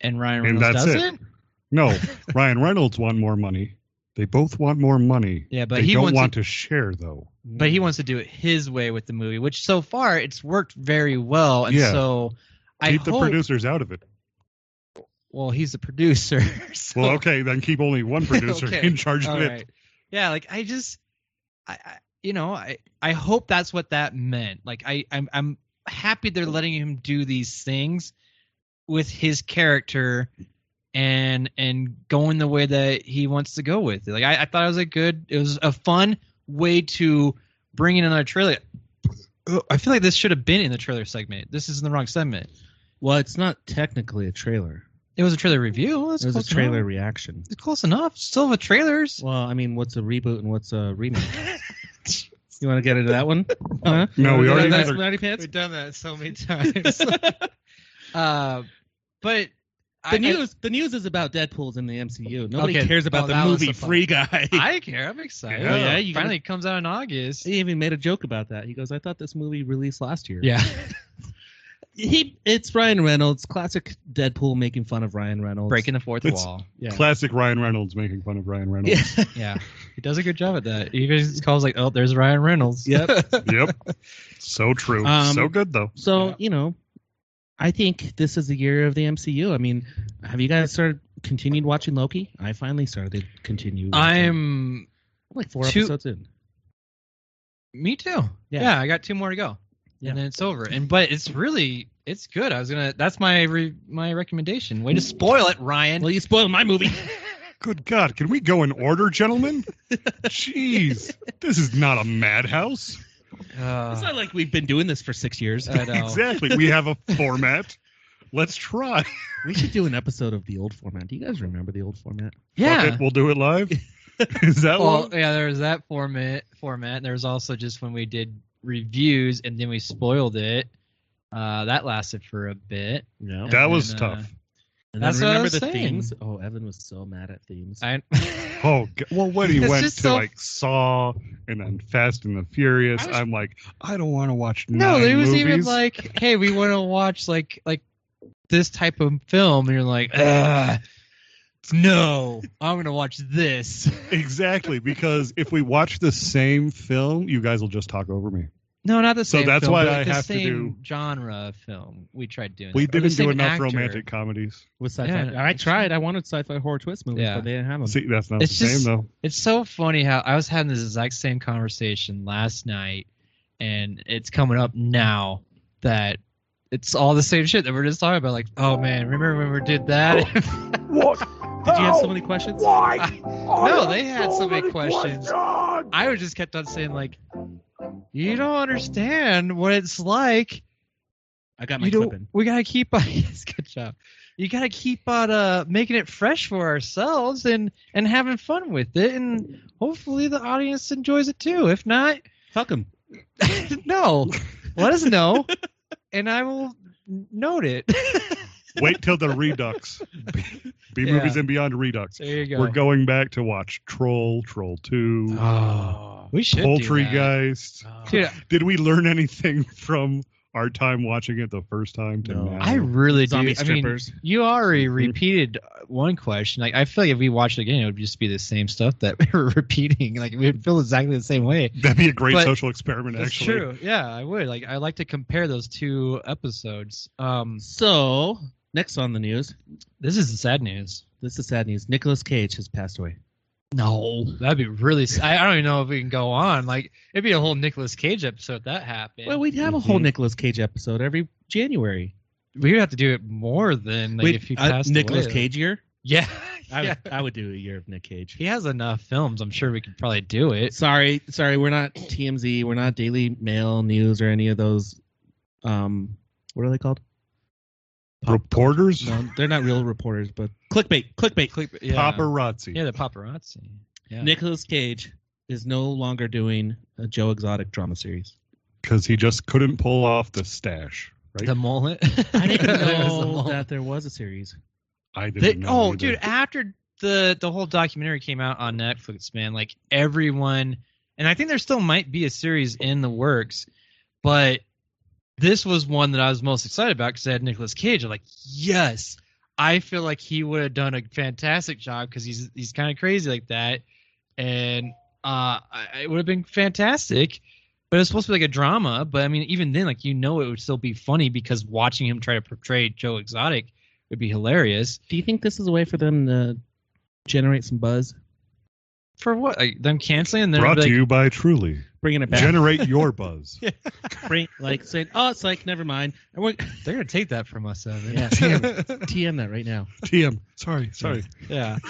Speaker 3: and Ryan
Speaker 1: And
Speaker 3: Reynolds
Speaker 1: that's it.
Speaker 3: doesn't.
Speaker 1: No, Ryan Reynolds want more money. They both want more money.
Speaker 3: Yeah, but
Speaker 1: they
Speaker 3: he
Speaker 1: don't
Speaker 3: wants
Speaker 1: want to share though.
Speaker 3: but he wants to do it his way with the movie, which so far it's worked very well, and
Speaker 1: Yeah.
Speaker 3: so I
Speaker 1: keep the
Speaker 3: hope-
Speaker 1: producers out of it.
Speaker 3: Well, he's the producer. so-
Speaker 1: Well, okay, then keep only one producer
Speaker 3: Okay,
Speaker 1: in charge of
Speaker 3: All
Speaker 1: it.
Speaker 3: right. Yeah, like I just, I, I, you know, I, I hope that's what that meant. Like I, I'm, I'm happy they're letting him do these things with his character, and and going the way that he wants to go with it. Like I, I thought it was a good, it was a fun way to bring in another trailer. Oh, I feel like this should have been in the trailer segment. This is in the wrong segment.
Speaker 4: Well, it's not technically a trailer.
Speaker 3: It was a trailer review. That's
Speaker 4: it was a
Speaker 3: close
Speaker 4: trailer
Speaker 3: Enough.
Speaker 4: reaction.
Speaker 3: It's close enough. Still with trailers.
Speaker 4: Well, I mean, what's a reboot and what's a remake? you want to get into that one? Uh-huh. Huh?
Speaker 1: No, we
Speaker 4: You wanna
Speaker 1: already
Speaker 4: get
Speaker 1: had
Speaker 4: into
Speaker 1: our-
Speaker 4: Smarty Pants?
Speaker 3: We've done that so many times. uh, but I,
Speaker 4: The
Speaker 3: I-
Speaker 4: news, the news is about Deadpool's in the MCU. Nobody
Speaker 3: Okay,
Speaker 4: cares about
Speaker 3: well,
Speaker 4: the
Speaker 3: Oh, that was
Speaker 4: movie
Speaker 3: the fun-
Speaker 4: Free Guy.
Speaker 3: I, I care. I'm excited.
Speaker 1: Yeah. Oh, yeah,
Speaker 3: It
Speaker 4: you
Speaker 3: finally comes out in August.
Speaker 4: he even made a joke about that. He goes, "I thought this movie released last year."
Speaker 3: Yeah.
Speaker 4: he it's Ryan Reynolds, classic Deadpool making fun of Ryan Reynolds,
Speaker 3: Breaking the fourth
Speaker 1: It's-
Speaker 3: wall.
Speaker 4: Yeah.
Speaker 1: Classic Ryan Reynolds making fun of Ryan Reynolds.
Speaker 4: Yeah.
Speaker 3: Yeah. He does a good job at that. He just calls like, oh, there's Ryan Reynolds.
Speaker 4: Yep.
Speaker 1: yep. So true.
Speaker 4: Um,
Speaker 1: so good though.
Speaker 4: So
Speaker 3: Yeah.
Speaker 4: you know, I think this is the year of the MCU. I mean, have you guys started continued watching Loki? I finally started to continue. watching-
Speaker 3: I'm
Speaker 4: like four
Speaker 3: two-
Speaker 4: episodes in.
Speaker 3: Me too. Yeah.
Speaker 4: Yeah.
Speaker 3: I got two more to go.
Speaker 4: Yeah.
Speaker 3: And then it's over. And but it's really it's good. I was gonna. That's my re, my recommendation. Way to spoil it, Ryan.
Speaker 4: Well, you spoiled my movie.
Speaker 1: Good God. Can we go in order, gentlemen? Jeez. This is not a madhouse.
Speaker 4: it's
Speaker 3: Uh,
Speaker 4: not like we've been doing this for six years.
Speaker 3: I know.
Speaker 1: Exactly. We have a format. Let's try.
Speaker 4: we should do an episode of the old format. Do you guys remember the old format?
Speaker 1: Fuck
Speaker 3: Yeah.
Speaker 1: it, we'll do it live. Is that
Speaker 3: Well,
Speaker 1: one?
Speaker 3: yeah. There was that format. Format. There was also just when we did reviews and then we spoiled it. Uh, that lasted for a bit.
Speaker 4: No.
Speaker 3: And
Speaker 1: That was
Speaker 3: then, uh,
Speaker 1: tough.
Speaker 4: and
Speaker 3: that's
Speaker 4: then
Speaker 3: what I
Speaker 4: remember
Speaker 3: was
Speaker 4: the
Speaker 3: saying.
Speaker 4: themes. Oh, Evan was so mad at themes.
Speaker 3: I,
Speaker 1: Oh g- well, when he
Speaker 3: It's
Speaker 1: went to
Speaker 3: just so-
Speaker 1: like Saw and then Fast and the Furious,
Speaker 3: I was-
Speaker 1: I'm like, I don't want to watch.
Speaker 3: No,
Speaker 1: nine
Speaker 3: there was
Speaker 1: movies.
Speaker 3: even like, hey, we want to watch like like this type of film, and you're like, Ugh, no, I'm gonna watch this.
Speaker 1: exactly because if we watch the same film, you guys will just talk over me.
Speaker 3: No, not the
Speaker 1: So
Speaker 3: same.
Speaker 1: that's
Speaker 3: film,
Speaker 1: why
Speaker 3: but, like,
Speaker 1: I
Speaker 3: the
Speaker 1: have to
Speaker 3: same
Speaker 1: do-
Speaker 3: genre of film. We tried doing.
Speaker 1: We
Speaker 3: that, or the
Speaker 1: didn't do
Speaker 3: same
Speaker 1: enough
Speaker 3: actor.
Speaker 1: romantic comedies.
Speaker 4: with sci-fi.
Speaker 3: Yeah,
Speaker 4: I tried. I wanted sci-fi horror twist movies,
Speaker 3: Yeah.
Speaker 4: but they didn't have them.
Speaker 1: See, that's not
Speaker 3: It's
Speaker 1: the
Speaker 3: just-
Speaker 1: same though.
Speaker 3: It's so funny how I was having this exact same conversation last night, and it's coming up now that. It's all the same shit that we're just talking about. Like, oh man, remember when we did that?
Speaker 2: What?
Speaker 4: Did you have
Speaker 3: Oh!
Speaker 4: so many questions?
Speaker 2: Why?
Speaker 3: No, they had so many questions. I was just kept on saying like, you don't understand what it's like.
Speaker 4: I got my
Speaker 3: You
Speaker 4: clip in.
Speaker 3: don't, we gotta keep on. Yes, good job. You gotta keep on uh, making it fresh for ourselves and and having fun with it, and hopefully the audience enjoys it too. If not,
Speaker 4: Fuck them.
Speaker 3: no, let us know, and I will note it.
Speaker 1: Wait till the Redux, B
Speaker 3: Yeah.
Speaker 1: movies and beyond Redux.
Speaker 3: there you go.
Speaker 1: We're going back to watch Troll, Troll Two,
Speaker 3: Oh, we should do
Speaker 1: Poultry
Speaker 3: that.
Speaker 1: Geist.
Speaker 3: Dude,
Speaker 1: Did we learn anything from our time watching it the first time to
Speaker 4: No.
Speaker 1: now?
Speaker 3: I really do.
Speaker 4: Zombie
Speaker 3: I mean,
Speaker 4: strippers.
Speaker 3: You already repeated one question. Like I feel like if we watched it again, it would just be the same stuff that we were repeating. Like we would feel exactly the same way.
Speaker 1: That'd be a great
Speaker 3: But-
Speaker 1: social experiment, actually.
Speaker 3: Yeah, I would. Like I like to compare those two episodes. Um,
Speaker 4: so next on the news,
Speaker 3: this is the sad news.
Speaker 4: this is sad news. Nicolas Cage has passed away.
Speaker 3: No, that'd be really. s- I, I don't even know if we can go on. Like it'd be a whole Nicolas Cage episode if that happened.
Speaker 4: Well, we'd have a whole Nicolas Cage episode every January.
Speaker 3: we would have to do it more than like
Speaker 4: Wait,
Speaker 3: if he
Speaker 4: uh,
Speaker 3: passed
Speaker 4: Nicolas
Speaker 3: away.
Speaker 4: Cage year?
Speaker 3: Yeah,
Speaker 4: I,
Speaker 3: yeah.
Speaker 4: would, I would do a year of Nick Cage.
Speaker 3: He has enough films. I'm sure we could probably do it.
Speaker 4: Sorry, sorry, we're not TMZ, we're not Daily Mail News or any of those. Um, what are they called?
Speaker 1: Reporters,
Speaker 4: No, they're not real reporters, but clickbait, clickbait.
Speaker 3: yeah.
Speaker 1: paparazzi.
Speaker 3: Yeah, the paparazzi. Yeah.
Speaker 4: Nicolas Cage is no longer doing a Joe Exotic drama series.
Speaker 1: because he just couldn't pull off the stash. Right?
Speaker 3: The mullet.
Speaker 4: I didn't
Speaker 3: There's the
Speaker 4: know
Speaker 3: mullet.
Speaker 4: that there was a series.
Speaker 1: I
Speaker 3: They-
Speaker 1: didn't know.
Speaker 3: oh,
Speaker 1: either.
Speaker 3: dude! After the the whole documentary came out on Netflix, man, like everyone, and I think there still might be a series in the works, but this was one that I was most excited about because it had Nicolas Cage. I'm like, yes, I feel like he would have done a fantastic job because he's he's kind of crazy like that, and uh, I- it would have been fantastic. But it was supposed to be like a drama. But I mean, even then, like you know, it would still be funny because watching him try to portray Joe Exotic would be hilarious.
Speaker 4: Do you think this is a way for them to generate some buzz?
Speaker 3: For what? Like them canceling and then
Speaker 1: Brought
Speaker 3: like,
Speaker 1: to you by Truly.
Speaker 4: Bringing it back,
Speaker 1: Generate your buzz.
Speaker 4: bring, like saying, "Oh, it's like never mind." I want
Speaker 3: they're gonna take that from us, Evan.
Speaker 4: Yeah.
Speaker 1: Damn
Speaker 4: TM that right now.
Speaker 1: TM. Sorry, sorry.
Speaker 3: yeah.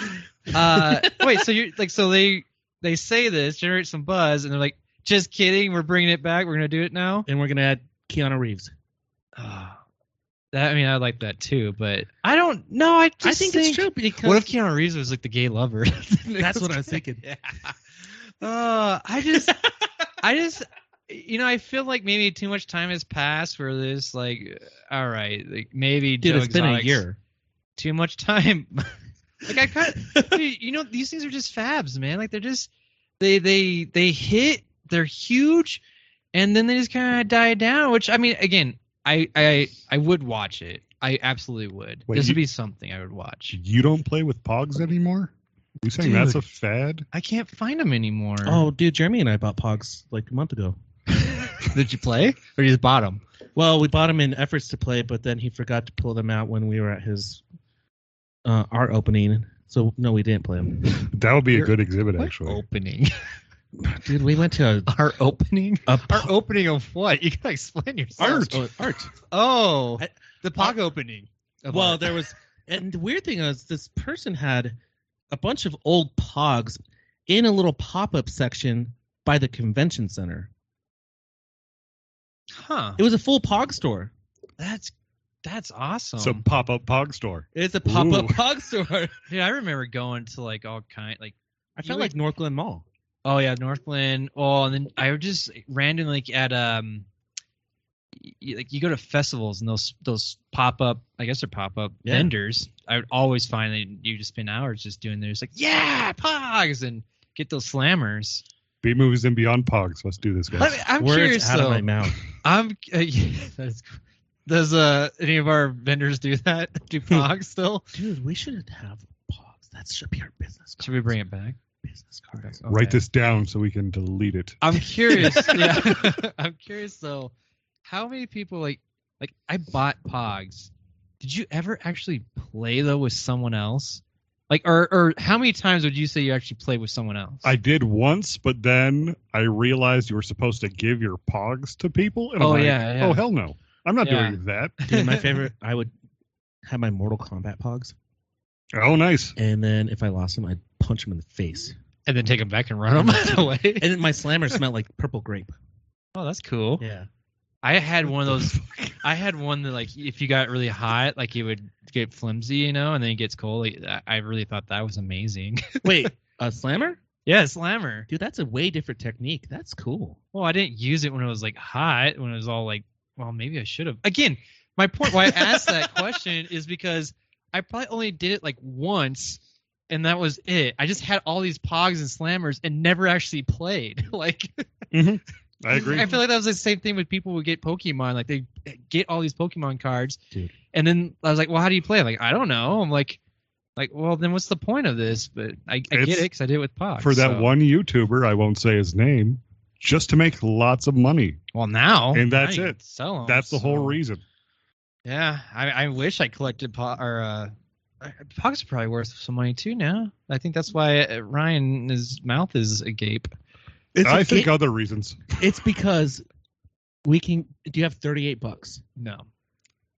Speaker 3: Uh, wait, so you like so they they say this generate some buzz and they're like, just kidding, we're bringing it back, we're gonna do it now.
Speaker 4: And we're gonna add Keanu Reeves.
Speaker 3: Ah, that I mean, I like that too, but I don't know. I just
Speaker 4: I think, it's true because
Speaker 3: What if Keanu Reeves was like the gay lover?
Speaker 4: that's what I was thinking.
Speaker 3: Yeah. Uh, I just, I just, you know, I feel like maybe too much time has passed for this. Like, all right, like maybe
Speaker 4: Dude,
Speaker 3: Joe
Speaker 4: it's been a
Speaker 3: Exotic's-
Speaker 4: year.
Speaker 3: too much time. like I kind of, you know, these things are just fabs, man. Like they're just they they they hit, they're huge, and then they just kind of die down. Which I mean, again, I I I would watch it. I absolutely would.
Speaker 1: Wait,
Speaker 3: this
Speaker 1: you-
Speaker 3: would be something I would watch.
Speaker 1: You don't play with Pogs anymore? You saying that's a fad?
Speaker 3: I can't find them anymore.
Speaker 4: Oh, dude, Jeremy and I bought Pogs like a month ago.
Speaker 3: did you play or you just bought them?
Speaker 4: Well, we bought him in efforts to play, but then he forgot to pull them out when we were at his uh, art opening. So no, we didn't play them.
Speaker 1: That would be a
Speaker 3: You're-
Speaker 1: good exhibit, actually.
Speaker 3: opening.
Speaker 4: Dude, we went to
Speaker 3: Our opening.
Speaker 4: a, a
Speaker 3: Our opening of what? You gotta explain yourself.
Speaker 4: art. Oh, art.
Speaker 3: Oh,
Speaker 4: I-
Speaker 3: the pog opening. of
Speaker 4: well,
Speaker 3: art.
Speaker 4: there was, and the weird thing is, this person had a bunch of old Pogs in a little pop-up section by the convention center.
Speaker 3: huh?
Speaker 4: It was a full Pog store.
Speaker 3: That's that's awesome.
Speaker 1: So pop up Pog store.
Speaker 4: It's a pop-up
Speaker 1: Ooh.
Speaker 4: Pog store.
Speaker 3: Dude, I remember going to like all kind like
Speaker 4: I felt
Speaker 3: would-
Speaker 4: like Northland Mall.
Speaker 3: oh yeah Northland oh and then I would just randomly like, at um y- y- like you go to festivals and those those pop up I guess they're pop up
Speaker 4: Yeah.
Speaker 3: vendors I would always find that you just spend hours just doing those like yeah pogs and get those slammers.
Speaker 1: B movies and beyond Pogs. Let's do this, guys.
Speaker 3: I, I'm
Speaker 4: Words
Speaker 3: curious
Speaker 4: out of
Speaker 3: though.
Speaker 4: my mouth.
Speaker 3: I'm uh, yeah, that's cool. does uh any of our vendors do that do pogs still?
Speaker 4: Dude, we should have Pogs. That should be our business.
Speaker 3: Should we bring it back?
Speaker 4: business cards?
Speaker 1: Write this down so we can delete it.
Speaker 3: I'm curious. yeah. I'm curious though. How many people like like I bought Pogs? Did you ever actually play though with someone else? Like or or how many times would you say you actually played with someone else?
Speaker 1: I did once, but then I realized you were supposed to give your Pogs to people. And I'm
Speaker 3: Oh,
Speaker 1: like,
Speaker 3: yeah, yeah.
Speaker 1: Oh, hell no. I'm not
Speaker 3: Yeah.
Speaker 1: doing that.
Speaker 4: Dude, my favorite. I would have my Mortal Kombat Pogs,
Speaker 1: Oh, nice.
Speaker 4: and then if I lost them, I'd punch them in the face.
Speaker 3: and then take them back and run them away.
Speaker 4: And then my slammer smelled like purple grape.
Speaker 3: oh, that's cool.
Speaker 4: Yeah.
Speaker 3: I had one of those. I had one that like if you got really hot, like it would get flimsy, you know, and then it gets cold. Like, I- I really thought that was amazing.
Speaker 4: Wait, a slammer?
Speaker 3: yeah, slammer.
Speaker 4: Dude, that's a way different technique. That's cool.
Speaker 3: Well, I didn't use it when it was like hot, when it was all like, well, maybe I should have. Again, my point why I asked that question is because I probably only did it like once, and that was it. I just had all these pogs and slammers and never actually played. like,
Speaker 1: I agree.
Speaker 3: I feel like that was the same thing with people who get Pokemon. Like, they get all these Pokemon cards,
Speaker 4: Dude.
Speaker 3: and then I was like, well, how do you play? I'm like, I don't know. I'm like, like, well, then what's the point of this? But I, I get
Speaker 1: It's-
Speaker 3: it because I did it with pogs.
Speaker 1: For that
Speaker 3: so-
Speaker 1: one YouTuber, I won't say his name, just to make lots of money.
Speaker 3: Well, now
Speaker 1: And
Speaker 3: now
Speaker 1: that's
Speaker 3: you
Speaker 1: it.
Speaker 3: can Sell 'em,
Speaker 1: That's the whole
Speaker 3: so-
Speaker 1: reason.
Speaker 3: Yeah, I, I wish I collected po- or uh, I- pogs are probably worth some money too now. I think that's why uh, Ryan his mouth is agape.
Speaker 4: It's
Speaker 1: I think other reasons.
Speaker 4: it's because we can. Do you have 38 bucks?
Speaker 3: No.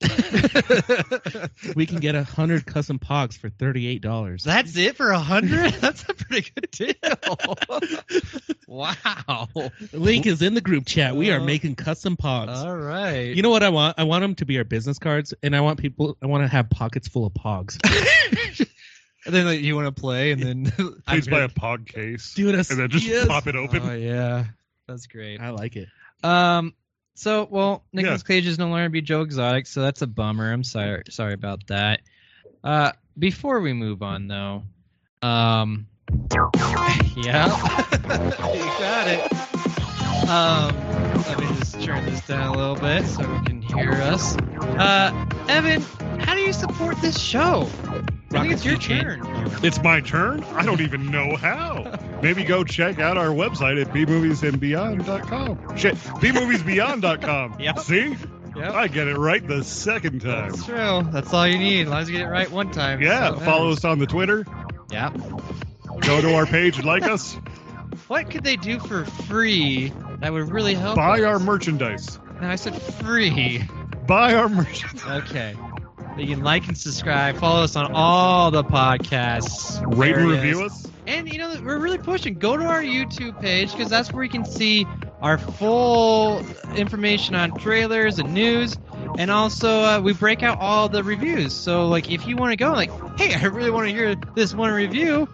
Speaker 4: We can get 100 custom pogs for $38.
Speaker 3: that's it for a hundred. That's a pretty good deal. wow.
Speaker 4: Link is in the group chat. We are
Speaker 3: Uh,
Speaker 4: making custom pogs.
Speaker 3: All right.
Speaker 4: you know what I want? I want them to be our business cards, and I want people. I want to have pockets full of pogs.
Speaker 3: and then like, you want to play, and then
Speaker 1: Please buy a Pog case
Speaker 4: Dude, that's,
Speaker 1: and then just
Speaker 4: yes.
Speaker 1: pop it open.
Speaker 3: Oh yeah, that's great.
Speaker 4: I like it.
Speaker 3: Um. So, well, Nicholas Cage is no longer be Joe Exotic, so that's a bummer. I'm sorry, sorry about that. Uh, before we move on, though, um, yeah, you got it. Um, let me just turn this down a little bit so we can hear us. Uh, Evan, how do you support this show? I think it's your turn.
Speaker 1: It's my turn? I don't even know how. Maybe go check out our website at bmoviesandbeyond.com. Shit, bmoviesbeyond.com.
Speaker 3: Yep.
Speaker 1: See?
Speaker 3: Yep.
Speaker 1: I get it right the second time.
Speaker 3: That's true. That's all you need. As long as you get it right one time.
Speaker 1: Yeah,
Speaker 3: so it
Speaker 1: follow
Speaker 3: matters.
Speaker 1: us on the Twitter.
Speaker 3: Yeah.
Speaker 1: Go to our page and like us.
Speaker 3: What could they do for free that would really help?
Speaker 1: Buy
Speaker 3: us?
Speaker 1: our merchandise.
Speaker 3: No, I said free.
Speaker 1: Buy our merchandise.
Speaker 3: Okay. You can like and subscribe. Follow us on all the podcasts.
Speaker 1: Rate and
Speaker 3: areas.
Speaker 1: review us.
Speaker 3: And you know we're really pushing. Go to our YouTube page because that's where you can see our full information on trailers and news, and also uh, we break out all the reviews. So like if you want to go, like hey, I really want to hear this one review.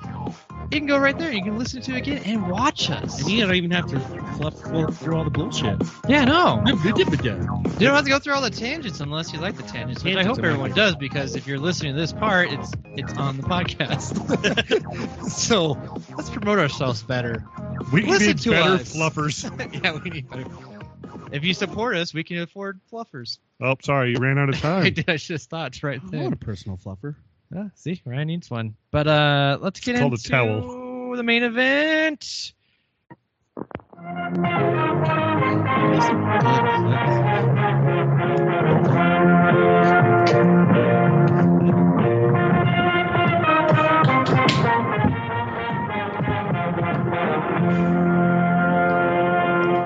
Speaker 3: it can go right there. You can listen to it again and watch us.
Speaker 4: And you don't even have to fluff, fluff through all the bullshit.
Speaker 3: yeah, no.
Speaker 4: Dip-a-dip-a-dip.
Speaker 3: You don't have to go through all the tangents unless you like the tangents, which I
Speaker 4: Tangents
Speaker 3: hope
Speaker 4: are
Speaker 3: everyone
Speaker 4: amazing.
Speaker 3: does because if you're listening to this part, it's it's on the podcast. so let's promote ourselves better.
Speaker 1: We
Speaker 3: Listen
Speaker 1: need
Speaker 3: to
Speaker 1: better
Speaker 3: us.
Speaker 1: fluffers.
Speaker 3: yeah, we need better. If you support us, we can afford fluffers.
Speaker 1: Oh, sorry, you ran out of
Speaker 3: I
Speaker 1: time.
Speaker 3: did. I should have stopped right
Speaker 4: I'm
Speaker 3: there.
Speaker 4: not a personal fluffer.
Speaker 3: Ah, see, Ryan needs one. But uh, let's get
Speaker 1: It's called a
Speaker 3: into the main event.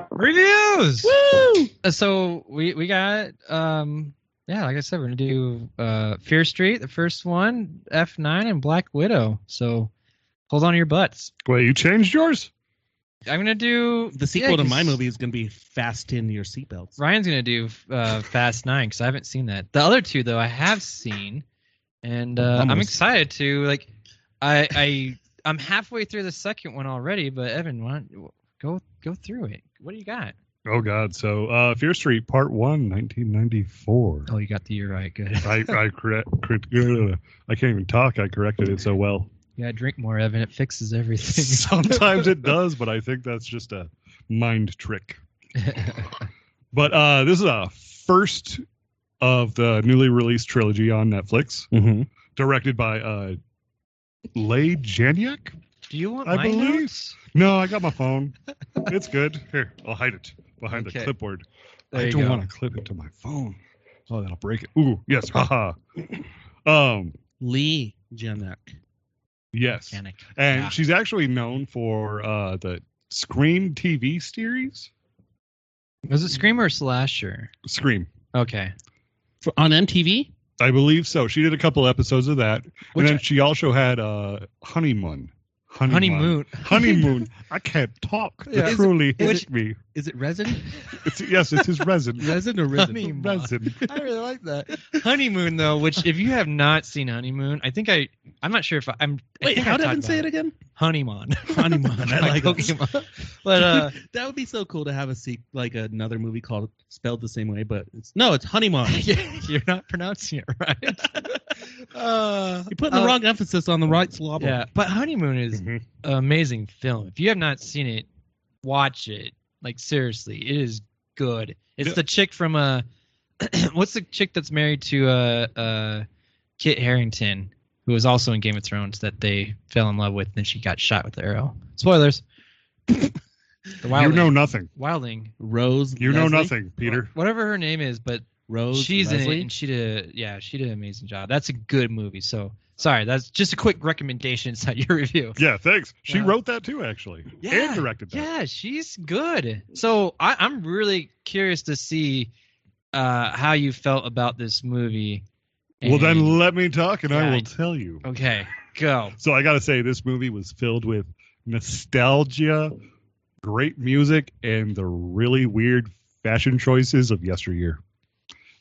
Speaker 3: Reviews.
Speaker 4: Woo!
Speaker 3: Uh, so we we got um yeah like i said we're gonna do uh fear street the first one f9 and black widow so hold on to your butts
Speaker 1: Wait, you changed yours?
Speaker 3: i'm gonna do
Speaker 4: The sequel
Speaker 3: yeah,
Speaker 4: to
Speaker 3: 'cause
Speaker 4: my movie is going to be Fasten Your Seatbelts.
Speaker 3: ryan's gonna do uh fast nine because i haven't seen that the other two though i have seen and uh, i'm
Speaker 4: Almost.
Speaker 3: excited to like i i i'm halfway through the second one already but evan why don't, go go through it what do you got
Speaker 1: Oh God! So uh, Fear Street Part One, 1994.
Speaker 3: oh you got the year right good
Speaker 1: I I correct, correct I can't even talk. I corrected it so well.
Speaker 3: yeah drink more evan it fixes everything
Speaker 1: Sometimes it does, but I think that's just a mind trick. But uh, this is a first of the newly released trilogy on Netflix,
Speaker 4: Mm-hmm.
Speaker 1: directed by uh, Leigh Janiak.
Speaker 3: Do you want
Speaker 1: I
Speaker 3: my
Speaker 1: believe-
Speaker 3: notes?
Speaker 1: No, I got my phone. It's good. Here, I'll hide it behind the
Speaker 3: Okay.
Speaker 1: clipboard.
Speaker 3: There
Speaker 1: I
Speaker 3: you
Speaker 1: don't
Speaker 3: go.
Speaker 1: want to clip it to my phone. Oh, that'll break it. Ooh, yes, haha. Um,
Speaker 4: Lee Janek.
Speaker 1: yes,
Speaker 3: Panic.
Speaker 1: and
Speaker 3: Yeah.
Speaker 1: she's actually known for uh, the Scream TV series.
Speaker 3: Was it Screamer or Slasher?
Speaker 1: Scream,
Speaker 3: Okay.
Speaker 4: For, on MTV?
Speaker 1: I believe so. She did a couple episodes of that,
Speaker 4: Which
Speaker 1: and then she also had uh, Honeymoon.
Speaker 3: Honeymoon.
Speaker 1: honeymoon. I can't talk. It
Speaker 4: Yeah. Is-
Speaker 1: truly
Speaker 4: is
Speaker 1: hit me.
Speaker 4: Is it resin?
Speaker 1: It's, yes, it's his resin.
Speaker 4: resin or resin?
Speaker 3: Honey.
Speaker 1: resin.
Speaker 3: I really like that. honeymoon, though, which if you have not seen Honeymoon, I think I, I'm not sure if I, I'm. I
Speaker 4: Wait,
Speaker 3: think
Speaker 4: how
Speaker 3: I've
Speaker 4: did
Speaker 3: talked
Speaker 4: Evan say it
Speaker 3: about
Speaker 4: again?
Speaker 3: Honeymoon.
Speaker 4: Honeymoon. I like that.
Speaker 3: Pokemon. But uh,
Speaker 4: that would be so cool to have a sequ- like another movie called spelled the same way, but it's no, it's Honeymoon.
Speaker 3: yeah, you're not pronouncing it right. uh,
Speaker 4: You're putting the
Speaker 3: uh,
Speaker 4: wrong emphasis on the right syllable.
Speaker 3: Yeah, but Honeymoon is
Speaker 1: Mhm.
Speaker 3: an amazing film. If you have not seen it, watch it. Like seriously, it is good. It's
Speaker 1: Yeah.
Speaker 3: the chick from uh what's the chick that's married to uh uh Kit Harrington, who was also in Game of Thrones that they fell in love with and she got shot with the arrow. Spoilers. the wildling.
Speaker 1: You know nothing.
Speaker 3: wildling.
Speaker 4: Rose.
Speaker 1: You know
Speaker 4: Leslie?
Speaker 1: nothing, Peter.
Speaker 3: Whatever her name is, but
Speaker 4: Rose.
Speaker 3: she's in
Speaker 4: Leslie?
Speaker 3: it and she did yeah, she did an amazing job. That's a good movie. So sorry, that's just a quick recommendation. It's not your review.
Speaker 1: Yeah, thanks. She
Speaker 3: Yeah.
Speaker 1: wrote that too, actually, and directed that.
Speaker 3: Yeah, she's good. So I, I'm really curious to see uh, how you felt about this movie.
Speaker 1: Well,
Speaker 3: And-
Speaker 1: then let me talk, and
Speaker 3: Yeah, Oh.
Speaker 1: I
Speaker 3: I-
Speaker 1: will tell you.
Speaker 3: okay, go.
Speaker 1: So I got to say, this movie was filled with nostalgia, great music, and the really weird fashion choices of yesteryear.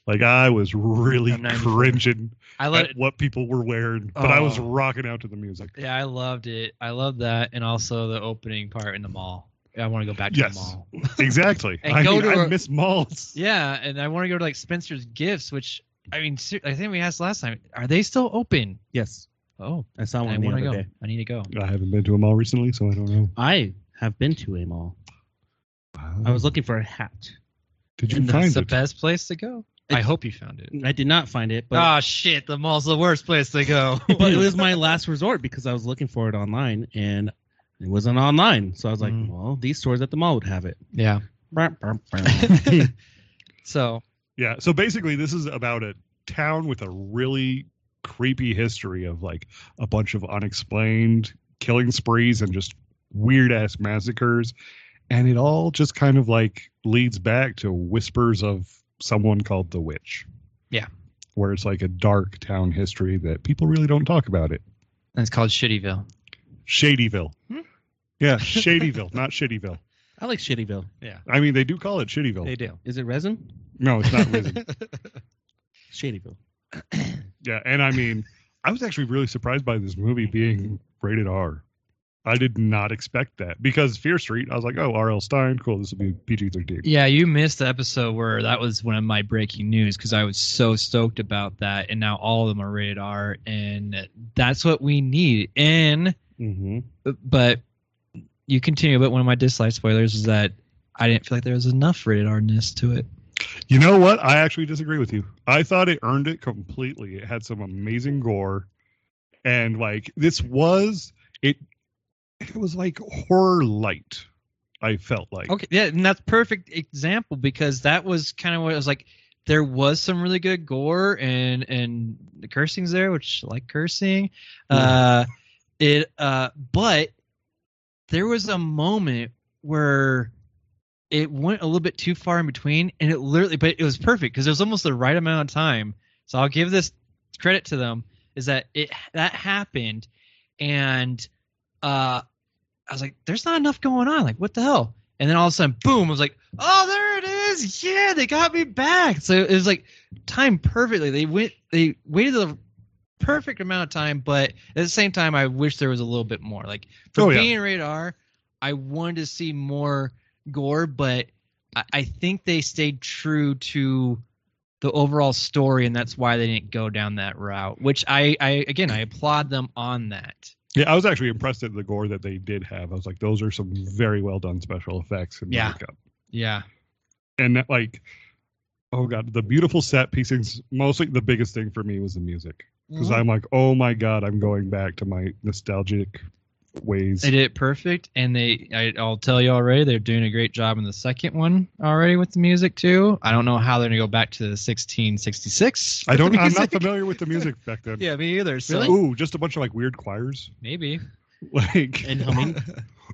Speaker 1: Like I was really
Speaker 3: Of 94.
Speaker 1: cringing
Speaker 3: I
Speaker 1: at
Speaker 3: let.
Speaker 1: what people were wearing, but I was
Speaker 3: Oh.
Speaker 1: rocking out to the music.
Speaker 3: Yeah, I loved it. I loved that, and also the opening part in the mall. I want to go back to
Speaker 1: Yes.
Speaker 3: the mall.
Speaker 1: Exactly.
Speaker 3: And
Speaker 1: I,
Speaker 3: go
Speaker 1: mean,
Speaker 3: to
Speaker 1: I
Speaker 3: a-
Speaker 1: miss malls.
Speaker 3: Yeah, and I want to go to like Spencer's Gifts, which I mean, ser- I think we asked last time. Are they still open?
Speaker 4: Yes,
Speaker 3: Oh,
Speaker 4: I saw one
Speaker 3: I
Speaker 4: the
Speaker 3: want
Speaker 4: other
Speaker 3: to go.
Speaker 4: day.
Speaker 3: I need to go.
Speaker 1: I haven't been to a mall recently, so I don't know.
Speaker 4: I have been to a mall. I
Speaker 3: Oh.
Speaker 4: was looking for a hat.
Speaker 1: Did you
Speaker 3: And that's
Speaker 1: find
Speaker 3: the
Speaker 1: it?
Speaker 3: best place to go. I
Speaker 4: It's-
Speaker 3: hope you found it.
Speaker 4: I did not find it, but
Speaker 3: Ah, shit! The mall's the worst place to go.
Speaker 4: but it was my last resort because I was looking for it online and it wasn't online. So I was like,
Speaker 3: Mm.
Speaker 4: well, these stores at the mall would have it.
Speaker 3: yeah.
Speaker 4: Brr, brr, brr.
Speaker 3: so
Speaker 1: Yeah. So basically, this is about a town with a really creepy history of like a bunch of unexplained killing sprees and just weird ass massacres. And it all just kind of like leads back to whispers of someone called the witch.
Speaker 3: Yeah.
Speaker 1: Where it's like a dark town history that people really don't talk about it.
Speaker 3: it's called Shittyville.
Speaker 1: Shadyville.
Speaker 3: Hmm?
Speaker 1: Yeah, Shadyville, not Shittyville.
Speaker 4: I like Shittyville.
Speaker 1: I mean, they do call it Shittyville.
Speaker 3: do.
Speaker 4: Is it resin?
Speaker 1: no, it's not risen.
Speaker 4: Shadyville.
Speaker 1: Yeah, and I mean, I was actually really surprised by this movie being rated R. I did not expect that because Fear Street. I was like, oh, R.L. Stein, cool. This will be PG thirteen.
Speaker 3: Yeah, you missed the episode where that was one of my breaking news because I was so stoked about that, and now all of them are rated R, and that's what we need. And
Speaker 1: Mm-hmm.
Speaker 3: but you continue. But one of my dislike spoilers is that I didn't feel like there was enough rated R-ness to it.
Speaker 1: You know what? I actually disagree with you. I thought it earned it completely. It had some amazing gore, and like this was it. It was like horror light. I felt like
Speaker 3: Okay, yeah, and that's perfect example because that was kind of what it was like. There was some really good gore and and the cursing's there, which I like cursing. Uh, it uh, but there was a moment where it went a little bit too far in between, and it literally, but it was perfect because it was almost the right amount of time. So I'll give this credit to them is that it that happened, and uh, I was like, there's not enough going on. Like, what the hell? And then all of a sudden, boom, I was like, oh, there it is. Yeah, they got me back. So it was like timed perfectly. They went, they waited the perfect amount of time, but at the same time, I wish there was a little bit more. Like, for
Speaker 1: Oh, yeah.
Speaker 3: being radar, I wanted to see more gore, but I, I think they stayed true to the overall story, and that's why they didn't go down that route, which I, I again, I applaud them on that.
Speaker 1: yeah, I was actually impressed at the gore that they did have. I was like, those are some very well done special effects and
Speaker 3: Yeah.
Speaker 1: makeup.
Speaker 3: Yeah.
Speaker 1: and that like oh god the beautiful set pieces mostly the biggest thing for me was the music because
Speaker 3: Mm-hmm.
Speaker 1: i'm like oh my god i'm going back to my nostalgic ways
Speaker 3: They did it perfect, and they. I, I'll tell you already, they're doing a great job in the second one already with the music too. I don't know how they're gonna go back to the sixteen sixty six.
Speaker 1: i don't i'm not familiar with the music back then
Speaker 3: Yeah, me either. So
Speaker 1: ooh just a bunch of like weird choirs
Speaker 3: maybe.
Speaker 1: like
Speaker 4: And humming.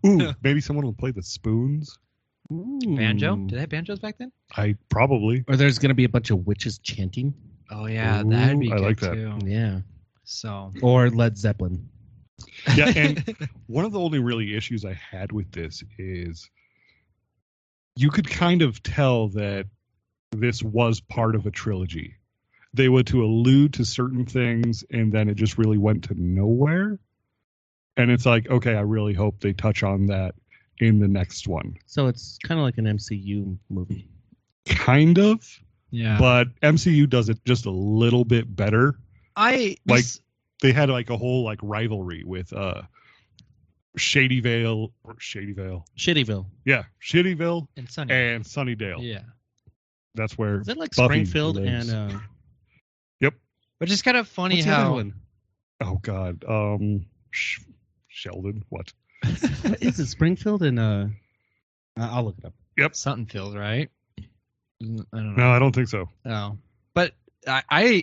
Speaker 1: ooh maybe someone will play the spoons
Speaker 3: Banjo? Did they have banjos back then?
Speaker 1: i probably
Speaker 4: Or there's gonna be a bunch of witches chanting.
Speaker 3: Oh yeah, that'd be
Speaker 1: Ooh, I
Speaker 3: good
Speaker 1: like that.
Speaker 3: too.
Speaker 4: Yeah.
Speaker 3: So
Speaker 4: Or Led Zeppelin.
Speaker 1: yeah and one of the only really issues i had with this is you could kind of tell that this was part of a trilogy they were to allude to certain things and then it just really went to nowhere and it's like okay i really hope they touch on that in the next one
Speaker 4: So it's kind of like an MCU movie.
Speaker 1: kind of
Speaker 3: yeah,
Speaker 1: but mcu does it just a little bit better
Speaker 3: I
Speaker 1: Like-
Speaker 3: this-
Speaker 1: they had like a whole like rivalry with uh shady vale or shady vale
Speaker 4: Shittyville.
Speaker 1: yeah shityville
Speaker 3: and Sunny.
Speaker 1: and Sunnydale.
Speaker 3: Hmm. yeah,
Speaker 1: That's where.
Speaker 4: Is it like
Speaker 1: Buffy
Speaker 4: Springfield
Speaker 1: lives.
Speaker 4: and uh,
Speaker 3: which is kind of funny
Speaker 4: what's the other
Speaker 3: how
Speaker 4: one?
Speaker 1: Oh God. Um, sh- Sheldon. What?
Speaker 4: What is it? Springfield and uh, I- I'll look it up.
Speaker 3: something feels right. Mm, I don't know.
Speaker 1: No, I don't think so.
Speaker 3: Oh, but I, I do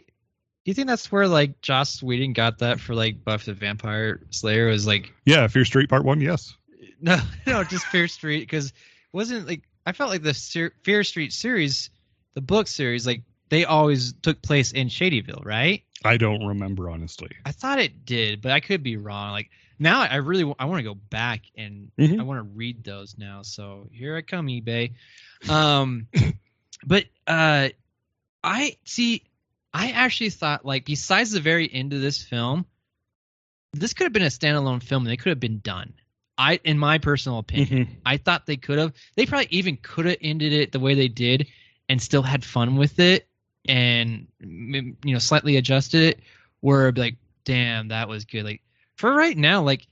Speaker 3: you think that's where like Joss Whedon got that for like Buff the Vampire Slayer was like
Speaker 1: Yeah, Fear Street Part One. Yes.
Speaker 3: no no just Fear Street because wasn't like I felt like the ser- Fear Street series, the book series like they always took place in Shadyville, right?
Speaker 1: I don't remember honestly.
Speaker 3: I thought it did, but I could be wrong. Like now, I really wa- I want to go back and
Speaker 1: Mhm.
Speaker 3: I want to read those now. So here I come, eBay. Um, but uh, I see. I actually thought like besides the very end of this film, this could have been a standalone film. and They could have been done. I, in my personal opinion, I thought they could have. They probably even could have ended it the way they did and still had fun with it and m- you know slightly adjusted it. Where I'd be like, damn, that was good. Like for right now, like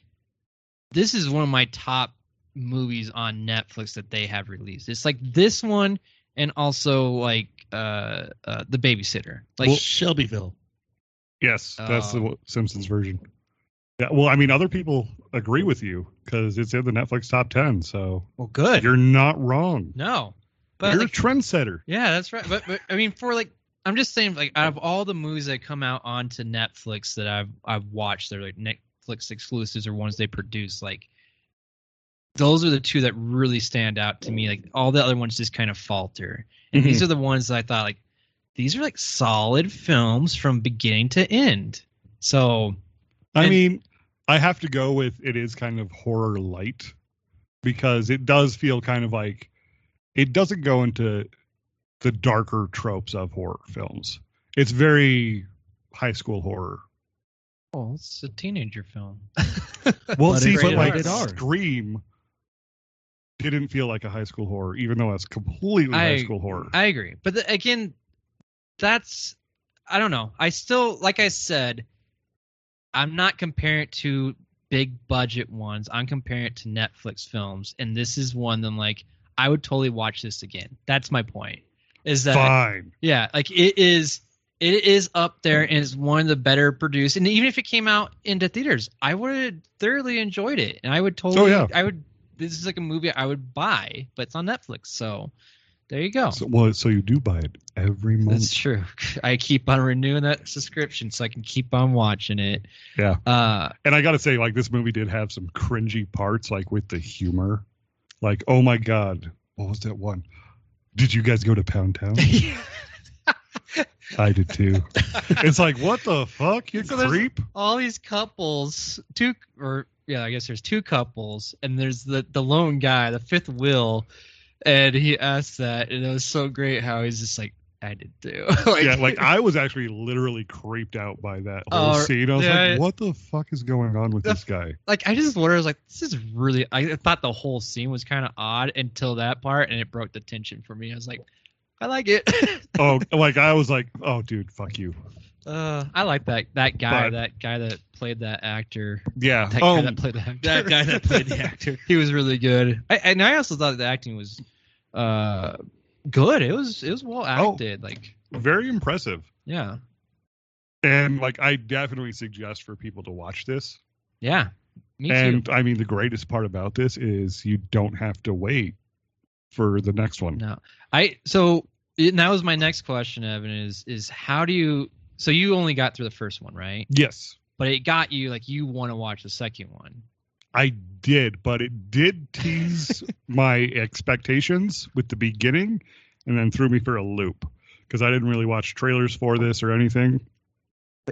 Speaker 3: this is one of my top movies on Netflix that they have released. It's like this one and also like uh, uh the babysitter. Like
Speaker 4: Like Shelbyville.
Speaker 1: Yes, that's
Speaker 3: Oh.
Speaker 1: the Simpsons version. Yeah. Well, I mean, other people agree with you because it's in the Netflix top ten. So
Speaker 3: well, good.
Speaker 1: you're not wrong.
Speaker 3: No, but
Speaker 1: you're
Speaker 3: like,
Speaker 1: a trendsetter.
Speaker 3: Yeah, that's right. But, but I mean, for like, I'm just saying, like, out of all the movies that come out onto Netflix that I've I've watched, they're like Netflix exclusives or ones they produce. Like, those are the two that really stand out to me. Like, all the other ones just kind of falter. And these are the ones that I thought like these are like solid films from beginning to end. So
Speaker 1: I
Speaker 3: And-
Speaker 1: mean, I have to go with it is kind of horror light because it does feel kind of like it doesn't go into the darker tropes of horror films. It's very high school horror.
Speaker 3: Well, it's a teenager film.
Speaker 1: Well,
Speaker 4: But
Speaker 1: see,
Speaker 4: it's
Speaker 1: but like
Speaker 4: rated R.
Speaker 1: Scream didn't feel like a high school horror, even though it's completely
Speaker 3: I-
Speaker 1: high school horror.
Speaker 3: I agree, but the, again, that's I don't know. I still, like I said, I'm not comparing it to big budget ones. I'm comparing it to Netflix films, and this is one that I'm like I would totally watch this again. That's my point. Is that
Speaker 1: Fine.
Speaker 3: yeah, like it is it is up there and it's one of the better produced and even if it came out into theaters, I would have thoroughly enjoyed it. And I would totally
Speaker 1: Oh, yeah.
Speaker 3: I would this is like a movie I would buy, but it's on Netflix, so there you go.
Speaker 1: So, well, so you do buy it every month.
Speaker 3: Oh. That's true. I keep on renewing that subscription so I can keep on watching it.
Speaker 1: Yeah.
Speaker 3: Uh
Speaker 1: and I gotta say, like this movie did have some cringy parts, like with the humor. Like, oh my god, what was that one? Did you guys go to Pound Town? I did too. it's like, what the fuck, you
Speaker 3: So there's-
Speaker 1: creep?
Speaker 3: all these couples, two or yeah, I guess there's two couples, and there's the the lone guy, the fifth will, and he asked that, and it was so great how he's just like, I did too. like,
Speaker 1: yeah, like I was actually literally creeped out by that whole
Speaker 3: Oh,
Speaker 1: scene. I was
Speaker 3: yeah.
Speaker 1: like, what the fuck is going on with
Speaker 3: The-
Speaker 1: this guy?
Speaker 3: like I just wondered, I was like, this is really. I thought the whole scene was kind of odd until that part, and it broke the tension for me. I was like, I like it.
Speaker 1: Oh, like I was like, oh, dude, fuck you.
Speaker 3: uh, I like that that guy,
Speaker 1: But-
Speaker 3: that guy that played that actor.
Speaker 1: Yeah.
Speaker 3: That guy
Speaker 1: Oh,
Speaker 3: that played the actor.
Speaker 4: That guy that played the actor.
Speaker 3: he was really good. I, and I also thought the acting was uh, good. It was it was well
Speaker 1: Oh.
Speaker 3: acted. Like
Speaker 1: very impressive.
Speaker 3: yeah,
Speaker 1: And like, I definitely suggest for people to watch this.
Speaker 3: yeah. Me
Speaker 1: and I mean, the greatest part about this is you don't have to wait for the next one.
Speaker 3: too. No, I so and that was my next question, Evan. Is is how do you? So you only got through the first one, right?
Speaker 1: Yes,
Speaker 3: But it got you like you want to watch the second one.
Speaker 1: I did, but it did tease my expectations with the beginning and then threw me for a loop because I didn't really watch trailers for this or anything.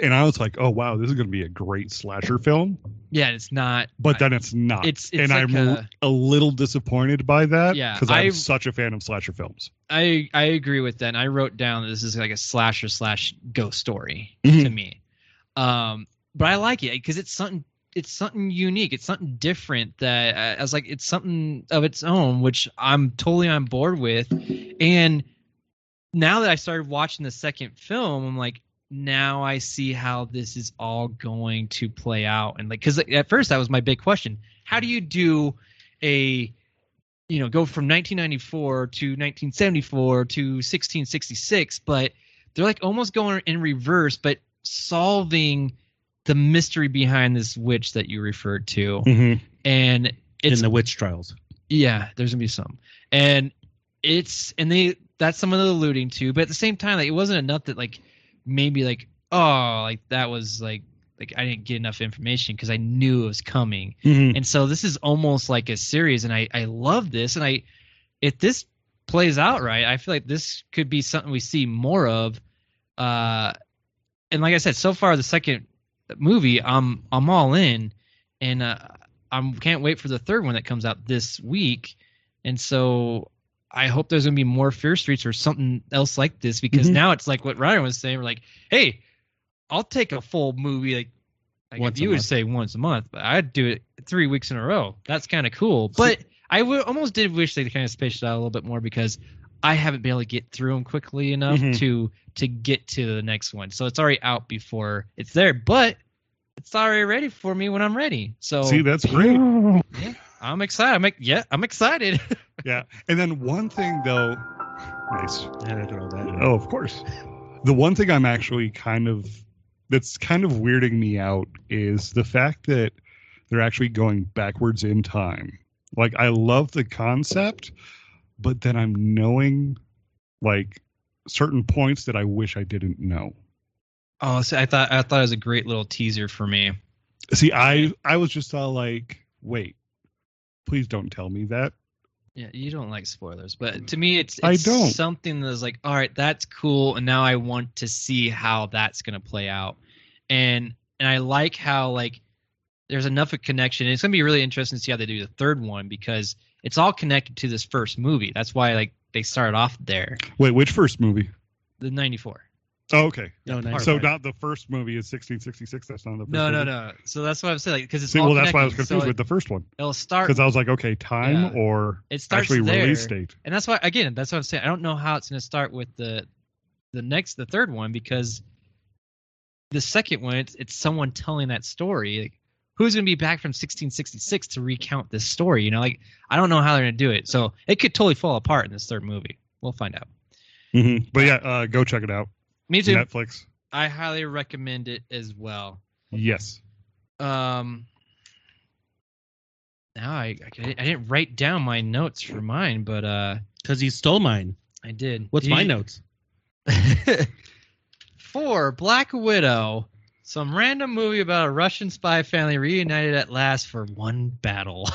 Speaker 1: And I was like, oh, wow, this is going to be a great slasher film.
Speaker 3: Yeah, and it's not.
Speaker 1: But then it's not.
Speaker 3: It's- it's
Speaker 1: and
Speaker 3: like
Speaker 1: I'm a,
Speaker 3: a-
Speaker 1: little disappointed by that
Speaker 3: Yeah,
Speaker 1: because I'm
Speaker 3: I-
Speaker 1: such a fan of slasher films.
Speaker 3: I I agree with that. And I wrote down that this is like a slasher slash ghost story to me. Um, but I like it because it's something it's something unique. It's something different that uh, I, I was like it's something of its own, which I'm totally on board with. And now that I started watching the second film, I'm like now I see how this is all going to play out. And like because at first that was my big question: How do you do a you know go from 1994 to 1974 to 1666 but they're like almost going in reverse but solving the mystery behind this witch that you referred to
Speaker 1: Mm-hmm.
Speaker 3: and it's
Speaker 4: in the witch trials.
Speaker 3: yeah there's gonna be some and it's and they that's some of the alluding to but at the same time like it wasn't enough that like maybe like oh like that was like like i didn't get enough information because i knew it was coming
Speaker 1: mm-hmm.
Speaker 3: and so this is almost like a series and i i love this and i if this plays out right i feel like this could be something we see more of uh and like i said so far the second movie i'm i'm all in and uh i can't wait for the third one that comes out this week and so i hope there's gonna be more fear streets or something else like this because
Speaker 4: Mm-hmm.
Speaker 1: Mhm.
Speaker 3: now it's like what ryan was saying we're like hey i'll take a full movie like like
Speaker 4: Once
Speaker 3: if
Speaker 4: a
Speaker 3: you would
Speaker 4: month.
Speaker 3: say once a month, but I'd do it three weeks in a row. That's kind of cool. But I would almost did wish they kind of spaced it out a little bit more because I haven't been able to get through them quickly enough
Speaker 4: Mm-hmm.
Speaker 1: Mhm.
Speaker 3: to to get to the next one. So it's already out before it's there, but it's already ready for me when I'm ready. So
Speaker 1: See, that's great.
Speaker 3: I'm excited. I'm like, yeah, I'm excited.
Speaker 1: Yeah. And then one thing though, nice.
Speaker 4: I don't know that.
Speaker 1: Oh, of course. The one thing I'm actually kind of that's kind of weirding me out is the fact that they're actually going backwards in time. Like I love the concept, but then I'm knowing like certain points that I wish I didn't know.
Speaker 3: oh, so I thought I thought it was a great little teaser for me.
Speaker 1: See, I I was just all like, wait, please don't tell me that.
Speaker 3: Yeah, you don't like spoilers, but to me, it's,
Speaker 1: I
Speaker 3: it's
Speaker 1: don't.
Speaker 3: something that's like, all right, that's cool, and now I want to see how that's gonna play out, and and I like how like there's enough of connection. It's gonna be really interesting to see how they do the third one because it's all connected to this first movie. That's why like they started off there,
Speaker 1: Wait, which first movie?
Speaker 3: the '94.
Speaker 1: Oh, okay.
Speaker 4: No,
Speaker 7: part.
Speaker 1: So not the first movie is 1666. That's not the first
Speaker 3: No, no,
Speaker 1: movie.
Speaker 3: no. So that's what I'm saying, because it's
Speaker 1: See,
Speaker 3: all
Speaker 1: well, that's why I was
Speaker 3: connected, so
Speaker 1: confused
Speaker 3: it-
Speaker 1: with the first one
Speaker 3: It'll start.
Speaker 1: because I was like, okay, time
Speaker 3: Yeah.
Speaker 1: or
Speaker 3: It starts
Speaker 1: actually
Speaker 3: there,
Speaker 1: release date.
Speaker 3: and that's why again, that's what I'm saying. I don't know how it's going to start with the the next, the third one, because the second one, it's, it's someone telling that story. Like, who's going to be back from 1666 to recount this story? You know, like I don't know how they're going to do it. So it could totally fall apart in this third movie. We'll find out.
Speaker 1: Mhm. But yeah, uh, go check it out.
Speaker 3: Me too.
Speaker 1: Netflix.
Speaker 3: I highly recommend it as well.
Speaker 1: Yes.
Speaker 3: Um, now I I, can- I didn't write down my notes for mine, but uh,
Speaker 4: Because he stole mine.
Speaker 3: I did.
Speaker 4: What's
Speaker 3: Do
Speaker 4: my
Speaker 3: you-
Speaker 4: notes?
Speaker 3: Four Black Widow, some random movie about a Russian spy family reunited at last for one battle.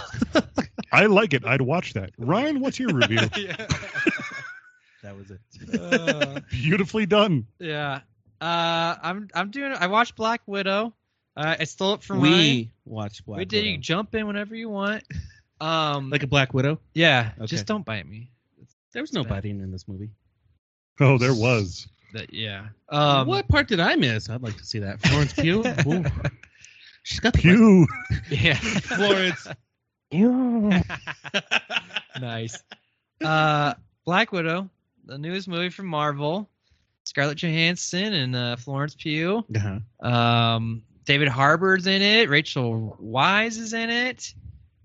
Speaker 1: I like it. I'd watch that. Ryan, what's your review?
Speaker 4: That was it.
Speaker 3: Uh,
Speaker 1: Beautifully done.
Speaker 3: yeah. Uh, I'm I'm doing. I watched Black Widow. Uh, I stole it from Ryan.
Speaker 4: we watched Black
Speaker 3: we did. You
Speaker 4: Widow.
Speaker 3: jump in whenever you want. Um,
Speaker 4: Like a Black Widow?
Speaker 3: yeah.
Speaker 4: Okay.
Speaker 3: Just don't bite me.
Speaker 4: There was no
Speaker 3: Bad.
Speaker 4: biting in this movie.
Speaker 1: Oh, there was.
Speaker 3: That yeah. Um,
Speaker 4: what part did I miss? I'd like to see that. Florence Pugh? Ooh. She's got the
Speaker 1: Pew.
Speaker 3: Yeah.
Speaker 4: Florence.
Speaker 3: nice. Uh, Black Widow, the newest movie from Marvel. Scarlett Johansson and uh, Florence Pugh.
Speaker 4: Uh-huh.
Speaker 3: Um, David Harbour's in it. Rachel Wise is in it.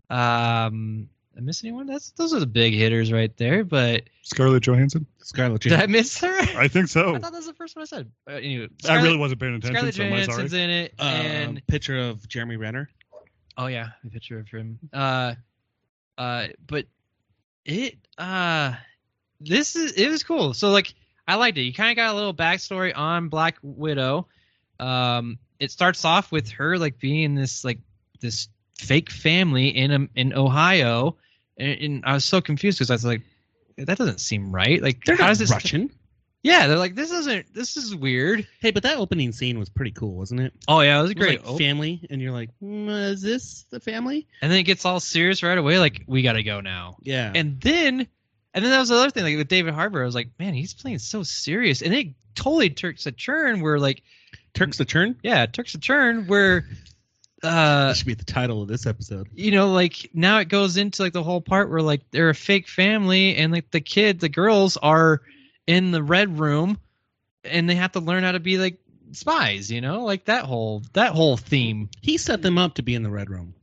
Speaker 3: Um, I miss anyone? That's those are the big hitters right there. But
Speaker 1: Scarlett Johansson?
Speaker 4: Scarlett
Speaker 3: did I
Speaker 4: Johansson.
Speaker 3: miss her? I
Speaker 1: I think so.
Speaker 3: thought that was the first one I said. Uh, anyway,
Speaker 1: Oh. I
Speaker 3: Scarlett,
Speaker 1: really wasn't paying attention,
Speaker 3: Scarlett
Speaker 1: so am I
Speaker 3: Johansson's
Speaker 1: sorry. Um,
Speaker 3: in it,
Speaker 4: Uh,
Speaker 3: and
Speaker 4: picture of Jeremy Renner.
Speaker 3: Oh yeah, a picture of him. Uh, uh, but it uh, this is it was cool. So like, I liked it. You kind of got a little backstory on Black Widow. Um, it starts off with her like being this like this fake family in um, in Ohio, and, and I was so confused because I was like, that doesn't seem right. Like,
Speaker 4: They're
Speaker 3: how
Speaker 4: not
Speaker 3: does this?
Speaker 4: Russian.
Speaker 3: Yeah, they're like, this isn't. This is weird.
Speaker 4: Hey, but that opening scene was pretty cool, wasn't it?
Speaker 3: Oh yeah, it was a
Speaker 4: It was
Speaker 3: great.
Speaker 4: like family, and you're like, mm, is this the family?
Speaker 3: and then it gets all serious right away. Like, we gotta go now.
Speaker 4: Yeah.
Speaker 3: And then, and then that was the other thing. Like with David Harbour, I was like, man, he's playing so serious, and it totally turks a turn where, like,
Speaker 4: Turks the Turn.
Speaker 3: yeah, turks a turn where, uh,
Speaker 4: that should be the title of this episode.
Speaker 3: you know, like now it goes into like the whole part where like they're a fake family, and like the kid, the girls are in the red room, and they have to learn how to be like spies. You know, like that whole that whole theme.
Speaker 4: He set them up to be in the Red Room.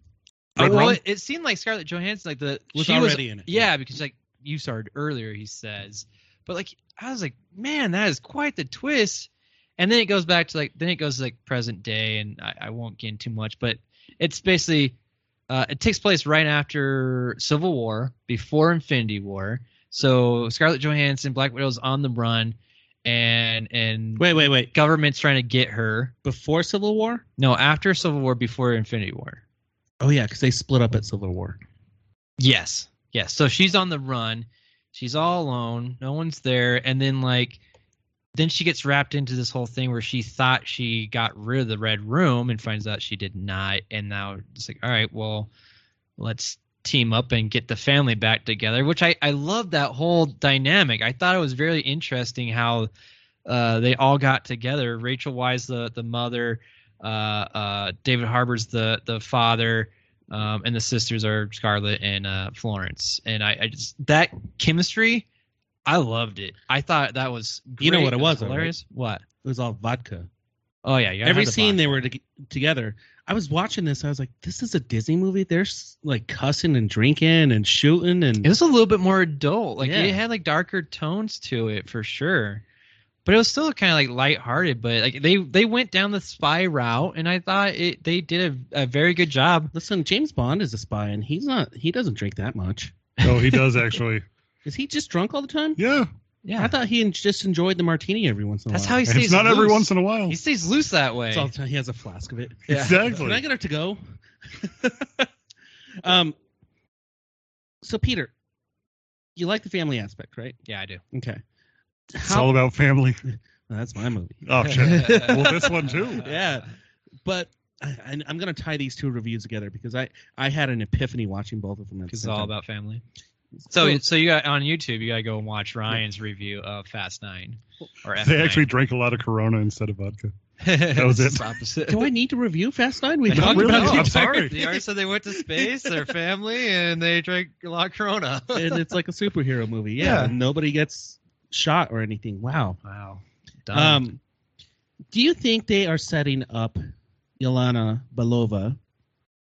Speaker 3: Oh,
Speaker 4: Red
Speaker 3: well,
Speaker 4: Room
Speaker 3: it, it seemed like Scarlett Johansson, like the
Speaker 4: was
Speaker 3: she was
Speaker 4: already in it.
Speaker 3: Yeah, because like you started earlier, he says. But like I was like, man, that is quite the twist. And then it goes back to like then it goes to, like present day, and I, I won't get into too much, but it's basically uh, it takes place right after Civil War, before Infinity War. So Scarlett Johansson, Black Widow's on the run, and and
Speaker 4: Wait, wait, wait.
Speaker 3: government's trying to get her.
Speaker 4: Before Civil War?
Speaker 3: No, after Civil War, before Infinity War.
Speaker 4: Oh yeah, because they split up at Civil War.
Speaker 3: Yes. Yes. So she's on the run. She's all alone. No one's there. And then like then she gets wrapped into this whole thing where she thought she got rid of the red room and finds out she did not. And now it's like, all right, well, let's team up and get the family back together, which I, I love that whole dynamic. I thought it was very interesting how uh, they all got together. Rachel Wise, the, the mother, uh, uh, David Harbour's the, the father, um, and the sisters are Scarlett and uh, Florence. And I, I just, that chemistry, I loved it. I thought that was great.
Speaker 4: You know what it was, though, right?
Speaker 3: hilarious. What?
Speaker 4: It was all vodka.
Speaker 3: Oh yeah, you gotta
Speaker 4: Every
Speaker 3: have the
Speaker 4: scene
Speaker 3: bond.
Speaker 4: they were to- together. I was watching this. I was like, this is a Disney movie. They're s- like cussing and drinking and shooting and
Speaker 3: It was a little bit more adult. Like
Speaker 4: Yeah.
Speaker 3: it had like darker tones to it for sure. But it was still kind of like lighthearted, but like they they went down the spy route and I thought it they did a, a very good job.
Speaker 4: listen. James Bond is a spy and he's not. He doesn't drink that much.
Speaker 1: Oh, he does actually.
Speaker 4: Is he just drunk all the time?
Speaker 1: Yeah.
Speaker 3: Yeah.
Speaker 4: I thought he en- just enjoyed the martini every once in a
Speaker 3: That's how
Speaker 4: while.
Speaker 3: he stays
Speaker 1: It's not every
Speaker 3: loose.
Speaker 1: once in a while.
Speaker 3: He stays loose that way.
Speaker 4: It's all the time. He has a flask of it.
Speaker 3: Yeah.
Speaker 1: Exactly.
Speaker 4: Can I get her to go? um. So Peter, you like the family aspect, right?
Speaker 3: yeah, I do.
Speaker 4: Okay.
Speaker 1: It's all about family.
Speaker 4: that's my movie.
Speaker 1: Oh shit. well, this one too.
Speaker 4: Yeah. But uh, I, I- I'm going to tie these two reviews together because I I had an epiphany watching both of them. at the
Speaker 3: Because it's
Speaker 4: same
Speaker 3: all
Speaker 4: time.
Speaker 3: about family. So so you got on YouTube, you gotta go and watch Ryan's review of Fast Nine or F9.
Speaker 1: They actually drank a lot of Corona instead of vodka. that was it.
Speaker 3: It's opposite.
Speaker 4: Do I need to review Fast Nine? We
Speaker 1: Not
Speaker 4: talked
Speaker 1: really.
Speaker 4: about
Speaker 1: I'm
Speaker 4: it,
Speaker 1: sorry.
Speaker 3: They already said they went to space, their family, and they drank a lot of Corona.
Speaker 4: and it's like a superhero movie. Yeah,
Speaker 3: Yeah.
Speaker 4: nobody gets shot or anything. Wow.
Speaker 3: wow. Um,
Speaker 4: Um, do you think they are setting up Yelana Belova,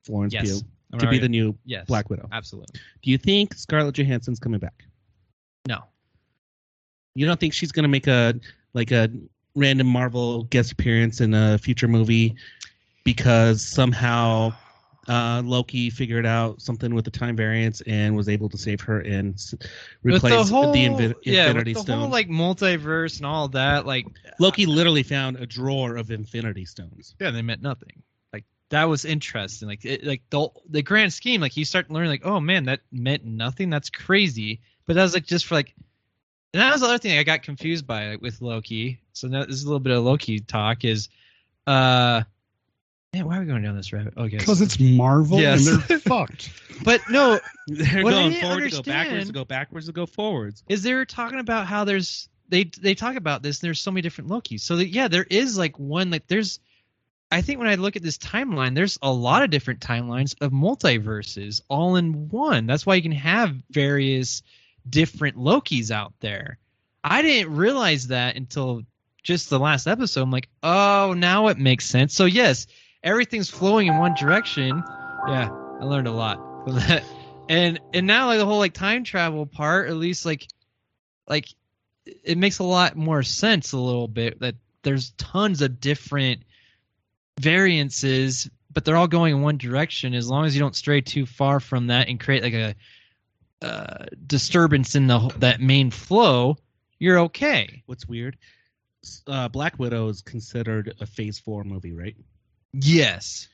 Speaker 4: Florence
Speaker 3: Yes.
Speaker 4: Pugh,
Speaker 3: I'm
Speaker 4: to be
Speaker 3: already-
Speaker 4: the new
Speaker 3: yes,
Speaker 4: Black Widow?
Speaker 3: Absolutely.
Speaker 4: Do you think Scarlett Johansson's coming back?
Speaker 3: No.
Speaker 4: You don't think she's gonna make a like a random Marvel guest appearance in a future movie because somehow uh, Loki figured out something with the time variance and was able to save her and s-
Speaker 3: With
Speaker 4: replace the,
Speaker 3: whole-
Speaker 4: Invi-
Speaker 3: yeah, with
Speaker 4: Infinity
Speaker 3: the
Speaker 4: Stone.
Speaker 3: whole like multiverse and all that, like
Speaker 4: Loki literally found a drawer of Infinity Stones.
Speaker 3: yeah, they meant nothing. Like that was interesting. Like it, like the the grand scheme, like you start learning, like oh man, that meant nothing. That's crazy. But that was like just for like. And that was the other thing I got confused by like, with Loki. So now this is a little bit of Loki talk. Is, uh, man, why are we going down this rabbit? Okay,
Speaker 1: Because it's Marvel
Speaker 3: Yes.
Speaker 1: and they're fucked.
Speaker 3: but no,
Speaker 4: They're
Speaker 3: What I
Speaker 4: going
Speaker 3: didn't
Speaker 4: forward to go backwards to
Speaker 3: understand-
Speaker 4: go backwards to go forwards.
Speaker 3: is they were talking about how there's they they talk about this. And there's so many different Lokis. So that, yeah, there is like one like there's. I think when I look at this timeline, there's a lot of different timelines of multiverses all in one. That's why you can have various different Lokis out there. I didn't realize that until just the last episode. I'm like, oh, now it makes sense. So yes, everything's flowing in one direction. Yeah, I learned a lot from that. And and now like the whole like time travel part, at least like like it makes a lot more sense a little bit that there's tons of different variances, but they're all going in one direction. As long as you don't stray too far from that and create like a uh, disturbance in the that main flow, you're okay.
Speaker 4: What's weird? s- Uh, Black Widow is considered a Phase Four movie, right?
Speaker 3: Yes.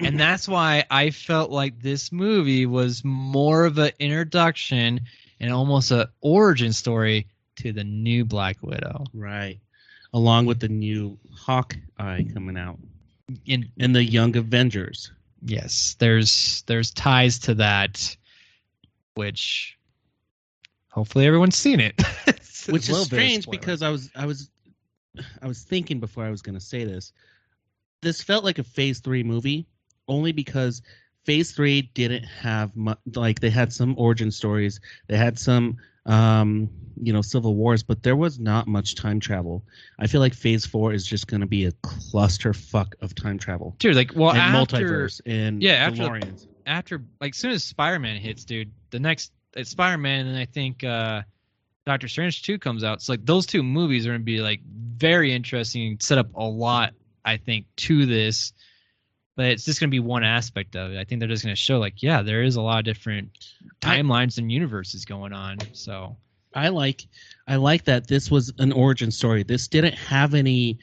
Speaker 3: And that's why I felt like this movie was more of an introduction and almost an origin story to the new Black Widow.
Speaker 4: Right. Along with the new Hawkeye coming out
Speaker 3: And
Speaker 4: and the Young Avengers.
Speaker 3: yes, there's there's ties to that, which hopefully everyone's seen it. It's a
Speaker 4: which is
Speaker 3: little bit of
Speaker 4: strange
Speaker 3: spoiler.
Speaker 4: because I was I was I was thinking before I was going to say this. This felt like a Phase Three movie, only because Phase Three didn't have mu- like they had some origin stories, they had some um, you know civil wars, but there was not much time travel. I feel like Phase Four is just going to be a clusterfuck of time travel
Speaker 3: dude, like, well,
Speaker 4: and
Speaker 3: after,
Speaker 4: multiverse and
Speaker 3: yeah, after-
Speaker 4: DeLoreans.
Speaker 3: after like soon as Spider-Man hits, dude, the next it's Spider-Man and I think uh Doctor Strange 2 comes out. So like those two movies are going to be like very interesting and set up a lot I think to this. But it's just going to be one aspect of it. I think they're just going to show like yeah, there is a lot of different
Speaker 4: I-
Speaker 3: timelines and universes going on. So
Speaker 4: I like I like that this was an origin story. This didn't have any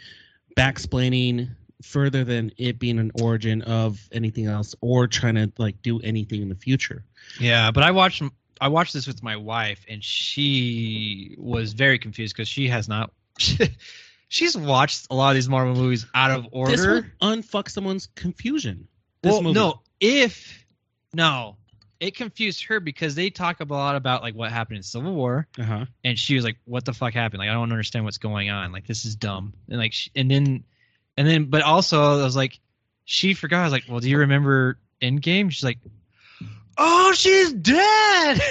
Speaker 4: backsplaining further than it being an origin of anything else or trying to like do anything in the future.
Speaker 3: Yeah, but I watched I watched this with my wife, and she was very confused because she has not. she's watched a lot of these Marvel movies out of order.
Speaker 4: This would unfuck someone's confusion. This
Speaker 3: well,
Speaker 4: movie.
Speaker 3: no, if no, it confused her because they talk a lot about like what happened in Civil War,
Speaker 4: Uh-huh.
Speaker 3: and she was like, "What the fuck happened? Like, I don't understand what's going on. Like, this is dumb." And like, she, and then, and then, but also, I was like, she forgot. I was like, "Well, do you remember Endgame?" She's like, "Oh, she's dead."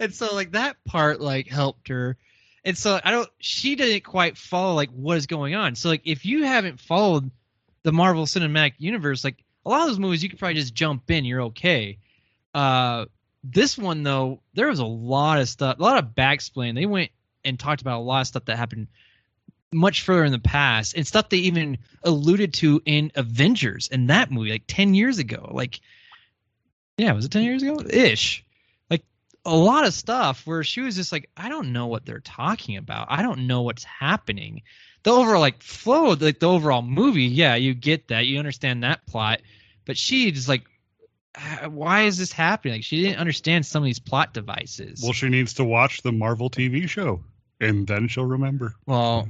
Speaker 3: and so, like that part, like helped her. And so I don't. She didn't quite follow like what is going on. So like, if you haven't followed the Marvel Cinematic Universe, like a lot of those movies, you could probably just jump in. You're okay. Uh, this one though, there was a lot of stuff, a lot of backsplain. They went and talked about a lot of stuff that happened much further in the past, and stuff they even alluded to in Avengers in that movie, like ten years ago. Like, yeah, was it ten years ago? Ish. Like a lot of stuff where she was just like, I don't know what they're talking about. I don't know what's happening. The overall like flow, like the overall movie, yeah, you get that, you understand that plot, but she just like "Ah, why is this happening? Like she didn't understand some of these plot devices.
Speaker 1: Well, she needs to watch the Marvel TV show and then she'll remember.
Speaker 3: Well,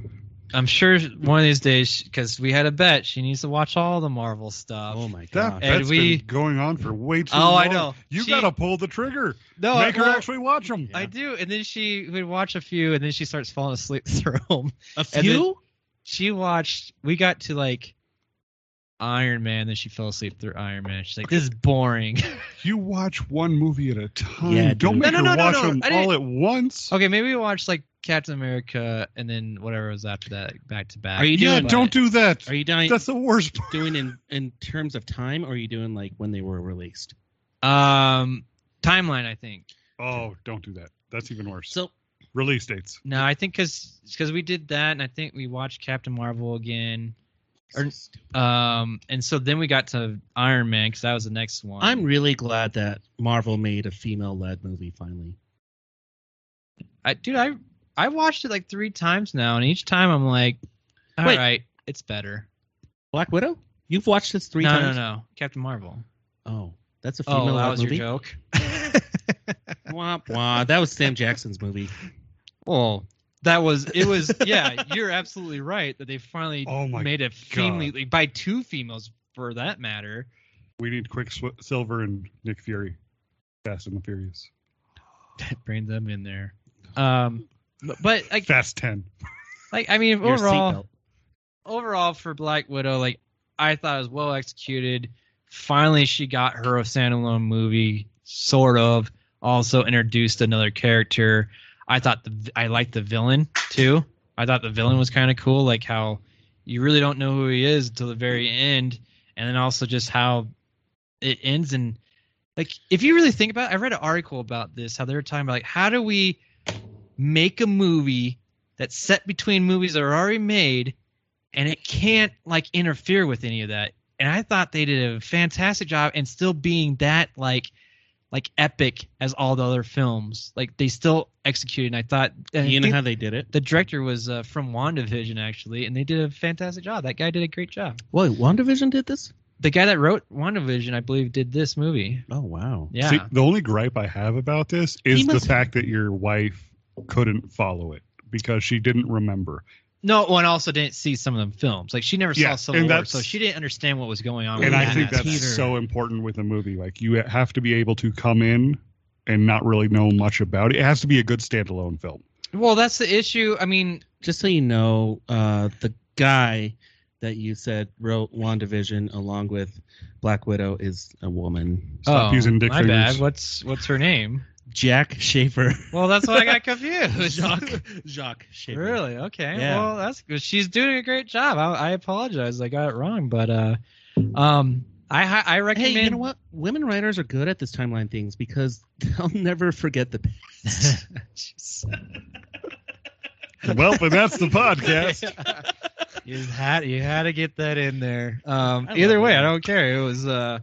Speaker 3: I'm sure one of these days, because we had a bet, she needs to watch all the Marvel stuff.
Speaker 4: Oh my
Speaker 1: That
Speaker 4: god.
Speaker 3: And
Speaker 1: has
Speaker 3: we-
Speaker 1: been going on for way too long.
Speaker 3: Oh, I know.
Speaker 1: You
Speaker 3: She-
Speaker 1: gotta pull the trigger.
Speaker 3: no,
Speaker 1: Make
Speaker 3: I'm
Speaker 1: her
Speaker 3: not-
Speaker 1: actually watch them.
Speaker 3: I do, and then she would watch a few, and then she starts falling asleep through 'em.
Speaker 4: A
Speaker 3: and
Speaker 4: few?
Speaker 3: She watched. We got to like Iron Man, then she fell asleep through Iron Man. She's like, "This is boring."
Speaker 1: You watch one movie at a time.
Speaker 4: Yeah,
Speaker 1: Don't
Speaker 4: dude.
Speaker 1: make
Speaker 3: No,
Speaker 1: her
Speaker 3: no, no,
Speaker 1: watch
Speaker 3: no,
Speaker 1: them
Speaker 3: I Oh,
Speaker 1: all at once.
Speaker 3: okay, maybe we watched like Captain America, and then whatever was after that, like, back to back.
Speaker 4: Are you
Speaker 1: yeah,
Speaker 4: doing
Speaker 1: don't do that.
Speaker 4: Are you doing
Speaker 1: That's the worst part.
Speaker 4: doing in in terms of time or are you doing like when they were released?
Speaker 3: Um, timeline, I think.
Speaker 1: Oh, don't do that. That's even worse.
Speaker 4: So
Speaker 1: Release dates.
Speaker 3: No, I think because we did that, and I think we watched Captain Marvel again. Or- Um, and so then we got to Iron Man because that was the next one.
Speaker 4: I'm really glad that Marvel made a female led movie finally.
Speaker 3: I, dude, I I watched it like three times now, and each time I'm like, all right,
Speaker 4: Wait.
Speaker 3: it's better.
Speaker 4: Black Widow? You've watched this three
Speaker 3: no,
Speaker 4: times?
Speaker 3: no, no, Captain Marvel.
Speaker 4: no. Oh, that's a
Speaker 3: Oh,
Speaker 4: female
Speaker 3: that
Speaker 4: led
Speaker 3: was
Speaker 4: movie.
Speaker 3: your joke.
Speaker 4: Womp womp. That was Sam Jackson's movie.
Speaker 3: well, that was it. Was yeah, you're absolutely right that they finally
Speaker 1: Oh my
Speaker 3: made a female like, by two females for that matter.
Speaker 1: We need Quick Sw- Silver and Nick Fury. Fast and the Furious.
Speaker 3: Bring them in there. Um, but, but like
Speaker 1: Fast 10.
Speaker 3: like I mean
Speaker 4: Your
Speaker 3: overall.
Speaker 4: seatbelt.
Speaker 3: overall for Black Widow, like I thought it was well executed. Finally, she got her a standalone movie, sort of. Also introduced another character. I thought the I liked the villain too. I thought the villain was kind of cool, like how you really don't know who he is until the very end, and then also just how it ends and like if you really think about it, I read an article about this, how they were talking about like how do we make a movie that's set between movies that are already made and it can't like interfere with any of that. And I thought they did a fantastic job and still being that like like epic as all the other films. Like they still executed and I thought uh, and I
Speaker 4: You know
Speaker 3: think
Speaker 4: how they did it?
Speaker 3: the director was uh, from WandaVision actually and they did a fantastic job. That guy did a great job.
Speaker 4: Wait, WandaVision did this?
Speaker 3: The guy that wrote WandaVision I believe did this movie.
Speaker 4: Oh wow.
Speaker 3: Yeah.
Speaker 1: See, the only gripe I have about this
Speaker 4: He
Speaker 1: is the
Speaker 4: must-
Speaker 1: fact that your wife couldn't follow it because she didn't remember.
Speaker 3: No, well, and also didn't see some of the films. Like she never
Speaker 1: Yeah,
Speaker 3: saw Civil
Speaker 1: and
Speaker 3: War,
Speaker 1: that's-
Speaker 3: so she didn't understand what was going on.
Speaker 1: and
Speaker 3: with
Speaker 1: I
Speaker 3: that.
Speaker 1: think that's
Speaker 4: Peter.
Speaker 1: so important with a movie. Like you have to be able to come in and not really know much about it. It has to be a good standalone film.
Speaker 3: well, that's the issue. I mean,
Speaker 4: Just so you know, uh, the guy that you said wrote WandaVision along with Black Widow is a woman.
Speaker 1: Stop
Speaker 3: oh,
Speaker 1: using dick
Speaker 3: my
Speaker 1: fingers.
Speaker 3: bad. What's what's her name?
Speaker 4: Jack Schaefer.
Speaker 3: Well, that's why I got confused.
Speaker 4: Jacques, Jacques Schaefer.
Speaker 3: really? Okay.
Speaker 4: Yeah.
Speaker 3: Well, that's good. She's doing a great job. I, I apologize. I got it wrong, but uh, um, I hi- I recommend.
Speaker 4: Hey, you know what? Women writers are good at this timeline things because they'll never forget the past.
Speaker 1: well, but that's the podcast.
Speaker 3: you had you had to get that in there. Um,
Speaker 4: I
Speaker 3: either
Speaker 4: love
Speaker 3: way,
Speaker 4: it.
Speaker 3: I don't care. It was uh,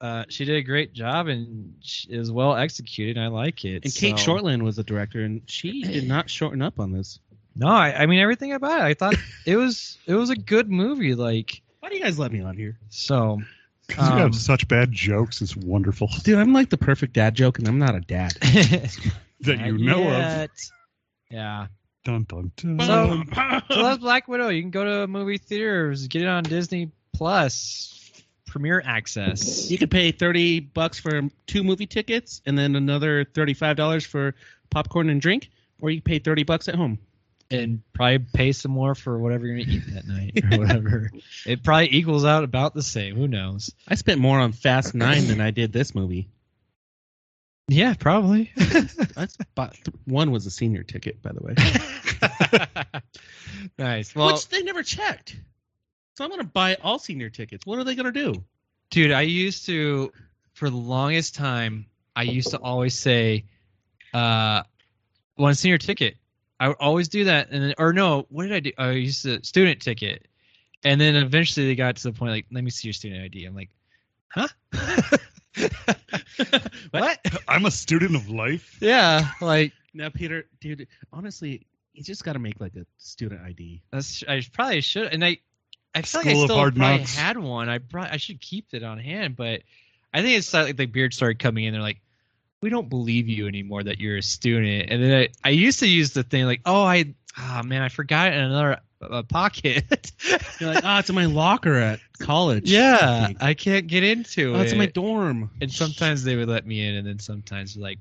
Speaker 3: uh, she did a great job and she is well executed. And I like it.
Speaker 4: and Kate
Speaker 3: so-
Speaker 4: Shortland was the director, and she did not shorten up on this.
Speaker 3: No, I, I mean everything about it. I thought it was it was a good movie. Like
Speaker 4: Why do you guys let me on here,
Speaker 3: so.
Speaker 1: 'Cause you
Speaker 3: Um,
Speaker 1: have such bad jokes. It's wonderful
Speaker 4: dude? I'm like the perfect dad joke, and I'm not a dad.
Speaker 1: that you know of.
Speaker 3: Yeah.
Speaker 1: Dun, dun, dun.
Speaker 3: So- So that's Black Widow. You can go to movie theaters, get it on Disney Plus, premiere access.
Speaker 4: You could pay thirty bucks for two movie tickets, and then another thirty-five dollars for popcorn and drink, or you pay thirty bucks at home.
Speaker 3: and probably pay some more for whatever you're gonna eat that night or whatever. it probably equals out about the same. Who knows?
Speaker 4: I spent more on Fast Nine than I did this movie.
Speaker 3: Yeah, probably.
Speaker 4: That's about th- one was a senior ticket, by the way,
Speaker 3: nice. Well,
Speaker 4: which they never checked. So I'm gonna buy all senior tickets. What are they gonna do?
Speaker 3: dude, I used to for the longest time. I used to always say, uh, "One senior ticket." I would always do that, and then, or no, what did I do? I used to student ticket, and then eventually they got to the point like, "Let me see your student ID." I'm like, "Huh? what?
Speaker 1: I'm a student of life.
Speaker 3: Yeah, like."
Speaker 4: Now, Peter, dude, honestly, you just got to make like a student ID.
Speaker 3: That's I sh- probably should, and I, I feel like I
Speaker 1: School of
Speaker 3: still
Speaker 1: Hard
Speaker 3: probably
Speaker 1: Knocks.
Speaker 3: had one. I probably I should keep it on hand, but I think it's like the beard started coming in. They're like, we don't believe you anymore that you're a student. And then I, I used to use the thing like, oh I, ah man, I forgot another uh, pocket.
Speaker 4: You're like, ah, it's in my locker at college.
Speaker 3: yeah, I can't get into
Speaker 4: Oh,
Speaker 3: it.
Speaker 4: it's in my dorm.
Speaker 3: and sometimes they would let me in, and then sometimes you're like,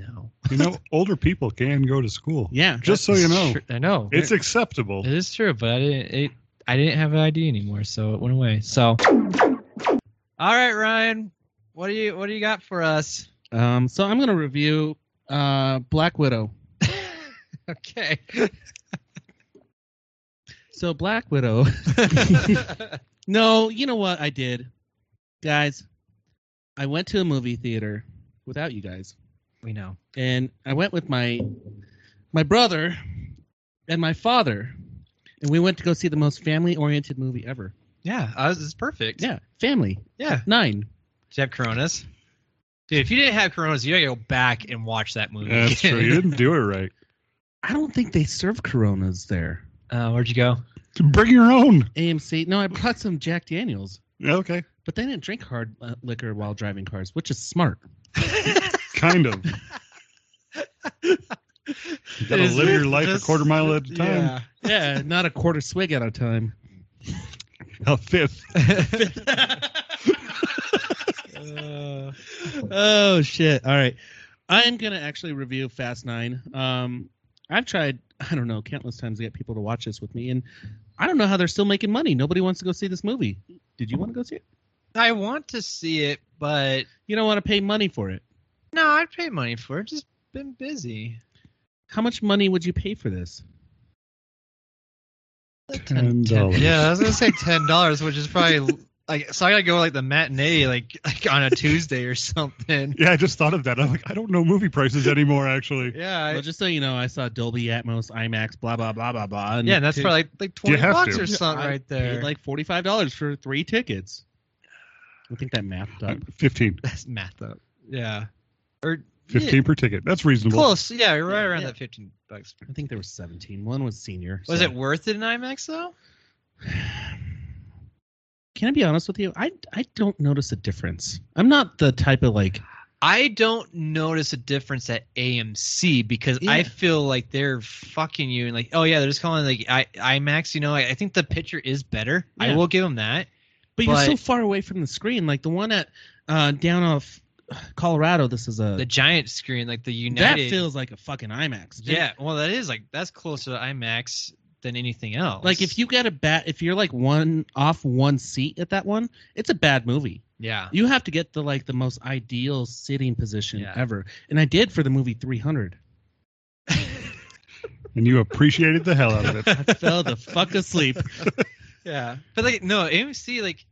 Speaker 3: no.
Speaker 1: You know, older people can go to school.
Speaker 4: Yeah.
Speaker 1: Just so you know,
Speaker 3: Sure- I know
Speaker 1: it's acceptable.
Speaker 3: It is true, but I didn't. It, I didn't have an ID anymore, so it went away. So, all right, Ryan, what do you what do you got for us?
Speaker 4: Um, so I'm gonna review uh, Black Widow.
Speaker 3: okay.
Speaker 4: So Black Widow. no, you know what I did, guys. I went to a movie theater without you guys,
Speaker 3: we know.
Speaker 4: and I went with my my brother and my father, and we went to go see the most family-oriented movie ever.
Speaker 3: Yeah, I was, it's perfect.
Speaker 4: Yeah, family
Speaker 3: yeah.
Speaker 4: nine.
Speaker 3: Did you have Coronas? Dude, if you didn't have Coronas, you gotta go back and watch that movie.
Speaker 1: Yeah, that's true. You didn't do it right.
Speaker 4: I don't think they serve Coronas there.
Speaker 3: uh, where'd you go?
Speaker 1: Bring your own.
Speaker 4: AMC. No, I brought some Jack Daniels,
Speaker 1: Okay.
Speaker 4: but they didn't drink hard uh, liquor while driving cars, which is smart.
Speaker 1: Kind of. You gotta
Speaker 3: Is
Speaker 1: live
Speaker 3: it
Speaker 1: your life
Speaker 3: just-
Speaker 1: a quarter mile at a time.
Speaker 4: Yeah, not a quarter swig at a time.
Speaker 1: A fifth.
Speaker 3: Uh,
Speaker 4: oh shit! All right, I am gonna actually review Fast Nine. Um, I've tried I don't know countless times to get people to watch this with me, and I don't know how they're still making money. Nobody wants to go see this movie. Did you want to go see it?
Speaker 3: I want to see it, but
Speaker 4: You don't want to pay money for it.
Speaker 3: no, I'd pay money for it. Just been busy.
Speaker 4: How much money would you pay for this?
Speaker 1: Ten dollars.
Speaker 3: Yeah, I was gonna say ten dollars, which is probably like so. I gotta go like the matinee, like like on a Tuesday or something.
Speaker 1: Yeah, I just thought of that. I'm like, I don't know movie prices anymore. Actually,
Speaker 3: Yeah, I-
Speaker 4: well, just so you know, I saw Dolby Atmos, IMAX, blah blah blah blah blah.
Speaker 3: yeah, and that's probably like, like
Speaker 1: You
Speaker 3: twenty
Speaker 1: have
Speaker 3: bucks
Speaker 1: to.
Speaker 3: or something
Speaker 4: I
Speaker 3: right
Speaker 4: paid
Speaker 3: there.
Speaker 4: like forty five dollars for three tickets. I think that mapped up.
Speaker 1: fifteen.
Speaker 3: that's math up. Yeah,
Speaker 1: Fifteen per ticket. That's reasonable.
Speaker 3: close. Yeah, right around
Speaker 4: yeah.
Speaker 3: that fifteen bucks.
Speaker 4: I think there were seventeen. One was senior.
Speaker 3: Was
Speaker 4: so-
Speaker 3: it worth it in IMAX though?
Speaker 4: Can I be honest with you? I I don't notice a difference. I'm not the type of like
Speaker 3: I don't notice a difference at AMC because I
Speaker 4: Yeah.
Speaker 3: feel like they're fucking you and like, oh yeah, they're just calling like I, IMAX. You know, I, I think the picture is better. I
Speaker 4: Yeah.
Speaker 3: will give them that.
Speaker 4: but, you're so
Speaker 3: But-
Speaker 4: far away from the screen. Like the one at uh down off Colorado, this is a
Speaker 3: The giant screen, like the
Speaker 4: that
Speaker 3: United.
Speaker 4: feels like a fucking IMAX. dude.
Speaker 3: Yeah, well, that is like that's closer to IMAX than anything else.
Speaker 4: Like if you got a bat if you're like one off one seat at that one, it's a bad movie.
Speaker 3: yeah,
Speaker 4: You have to get the like the most ideal sitting position
Speaker 3: Yeah.
Speaker 4: ever. And I did for the movie 300.
Speaker 1: and you appreciated the hell out of it.
Speaker 4: I fell the fuck asleep.
Speaker 3: yeah, but like no AMC, like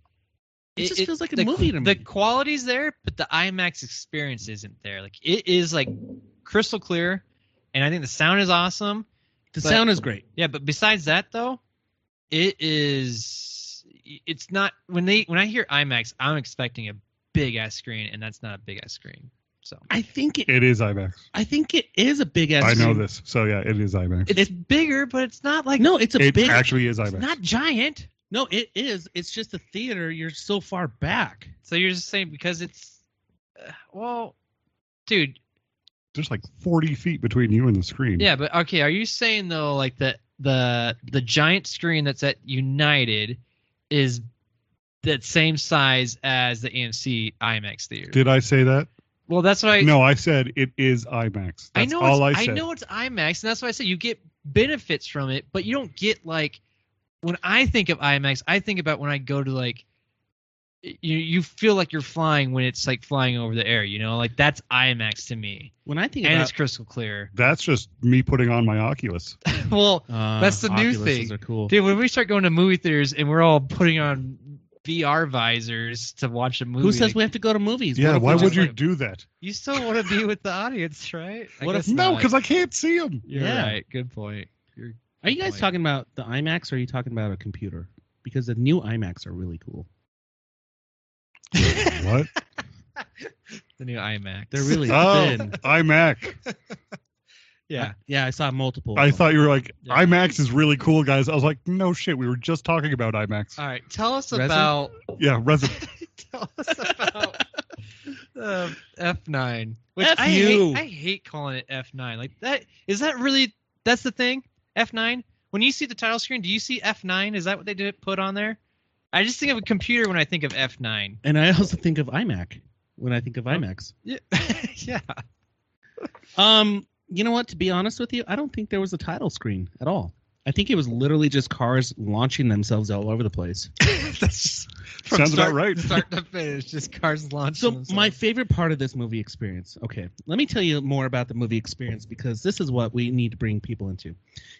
Speaker 4: It just feels like a
Speaker 3: the,
Speaker 4: movie to
Speaker 3: The
Speaker 4: me.
Speaker 3: quality's there, but the IMAX experience isn't there. Like it is like crystal clear, and I think the sound is awesome.
Speaker 4: The
Speaker 3: But-
Speaker 4: sound is great.
Speaker 3: Yeah, but besides that though, it is it's not when they when I hear IMAX, I'm expecting a big ass screen, and that's not a big ass screen. So
Speaker 4: I think it
Speaker 1: It is IMAX.
Speaker 4: I think it is a big ass
Speaker 1: I know
Speaker 4: screen.
Speaker 1: this. So yeah, it is IMAX.
Speaker 3: it's, bigger, but it's not like
Speaker 4: No, it's a
Speaker 1: It
Speaker 4: big
Speaker 1: actually is IMAX.
Speaker 3: not giant.
Speaker 4: No, it is. It's just the theater. You're so far back.
Speaker 3: So you're just saying because it's, uh, well, dude,
Speaker 1: There's like 40 feet between you and the screen.
Speaker 3: yeah, but okay. Are you saying though, like the the the giant screen that's at United is that same size as the AMC IMAX theater?
Speaker 1: Did I say that?
Speaker 3: well, that's what I
Speaker 1: no, I said it is IMAX. That's
Speaker 3: I know
Speaker 1: all I
Speaker 3: it's,
Speaker 1: said.
Speaker 3: know it's IMAX, and that's why I said you get benefits from it, but you don't get like when I think of IMAX, I think about when I go to like y- you you feel like you're flying when it's like flying over the air, you know, like that's IMAX to me,
Speaker 4: When I think
Speaker 3: and
Speaker 4: about
Speaker 3: it's crystal clear.
Speaker 1: That's just me putting on my Oculus.
Speaker 3: well,
Speaker 4: uh,
Speaker 3: that's the new
Speaker 4: Oculuses
Speaker 3: thing.
Speaker 4: Are cool.
Speaker 3: dude, when we start going to movie theaters and we're all putting on VR visors to watch a movie,
Speaker 4: Who says
Speaker 3: like,
Speaker 4: we have to go to movies?
Speaker 1: yeah,
Speaker 4: What if
Speaker 1: why
Speaker 4: we
Speaker 1: would
Speaker 4: just-
Speaker 1: you
Speaker 3: like-
Speaker 1: do that?
Speaker 3: you still want to be with the audience, right? I
Speaker 4: What if-
Speaker 3: guess
Speaker 1: No,
Speaker 3: not.
Speaker 1: because I can't see them.
Speaker 3: you're
Speaker 4: Yeah.
Speaker 3: right. Good point. You're
Speaker 4: Are you guys
Speaker 3: Like-
Speaker 4: talking about the IMAX? or Are you talking about a computer? Because the new IMAX are really cool.
Speaker 1: What?
Speaker 3: the new IMAX.
Speaker 4: They're really
Speaker 1: oh,
Speaker 4: thin.
Speaker 1: iMac.
Speaker 3: yeah.
Speaker 4: Yeah, I saw multiple. of
Speaker 1: I
Speaker 4: them.
Speaker 1: thought you were like
Speaker 3: Yeah.
Speaker 1: IMAX is really cool, guys. I was like, no shit, we were just talking about IMAX.
Speaker 3: All right, tell us
Speaker 4: Resin?
Speaker 3: about
Speaker 1: yeah, resin.
Speaker 3: tell us about uh, F nine. Which
Speaker 4: F
Speaker 3: I
Speaker 4: you.
Speaker 3: hate. I hate calling it F nine. Like that is that really that's the thing? F nine. when you see the title screen, do you see F9? Is that what they did put on there? I just think of a computer when I think of F9.
Speaker 4: And I also think of iMac when I think of IMAX.
Speaker 3: Yeah. yeah.
Speaker 4: Um, you know what? To be honest with you, I don't think there was a title screen at all. I think it was literally just cars launching themselves all over the place.
Speaker 3: That's just, from
Speaker 1: Sounds
Speaker 3: start,
Speaker 1: about right.
Speaker 3: Start to finish, just cars launching.
Speaker 4: So
Speaker 3: themselves.
Speaker 4: my favorite part of this movie experience. Okay, let me tell you more about the movie experience because this is what we need to bring people into.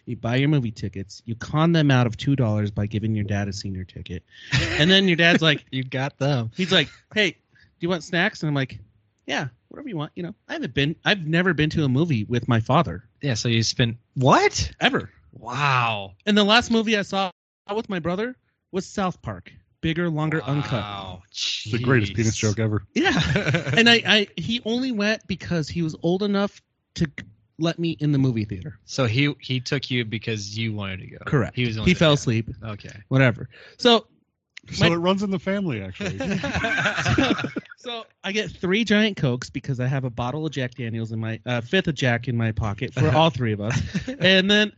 Speaker 4: You buy your movie tickets, you con them out of two dollars by giving your dad a senior ticket, and then your dad's like,
Speaker 3: you got them.
Speaker 4: he's like, hey, do you want snacks? And I'm like, yeah, whatever you want. You know, I haven't been, I've never been to a movie with my father
Speaker 3: Yeah. So you spent what?
Speaker 4: ever.
Speaker 3: Wow.
Speaker 4: And the last movie I saw with my brother was South Park, bigger, longer, uncut.
Speaker 3: Wow.
Speaker 1: It's the greatest
Speaker 3: Jeez.
Speaker 1: penis joke ever.
Speaker 4: Yeah.
Speaker 3: and
Speaker 4: and I, I he only went because he was old enough to let me in the movie theater.
Speaker 3: so he he took you because you wanted to go.
Speaker 4: Correct.
Speaker 3: He was the only
Speaker 4: He
Speaker 3: that-
Speaker 4: fell
Speaker 3: yeah.
Speaker 4: asleep.
Speaker 3: Okay.
Speaker 4: Whatever. So
Speaker 1: So
Speaker 4: My-
Speaker 1: it runs in the family, actually.
Speaker 4: so I get three giant cokes because I have a bottle of Jack Daniels in my uh, fifth of Jack in my pocket for all three of us. and then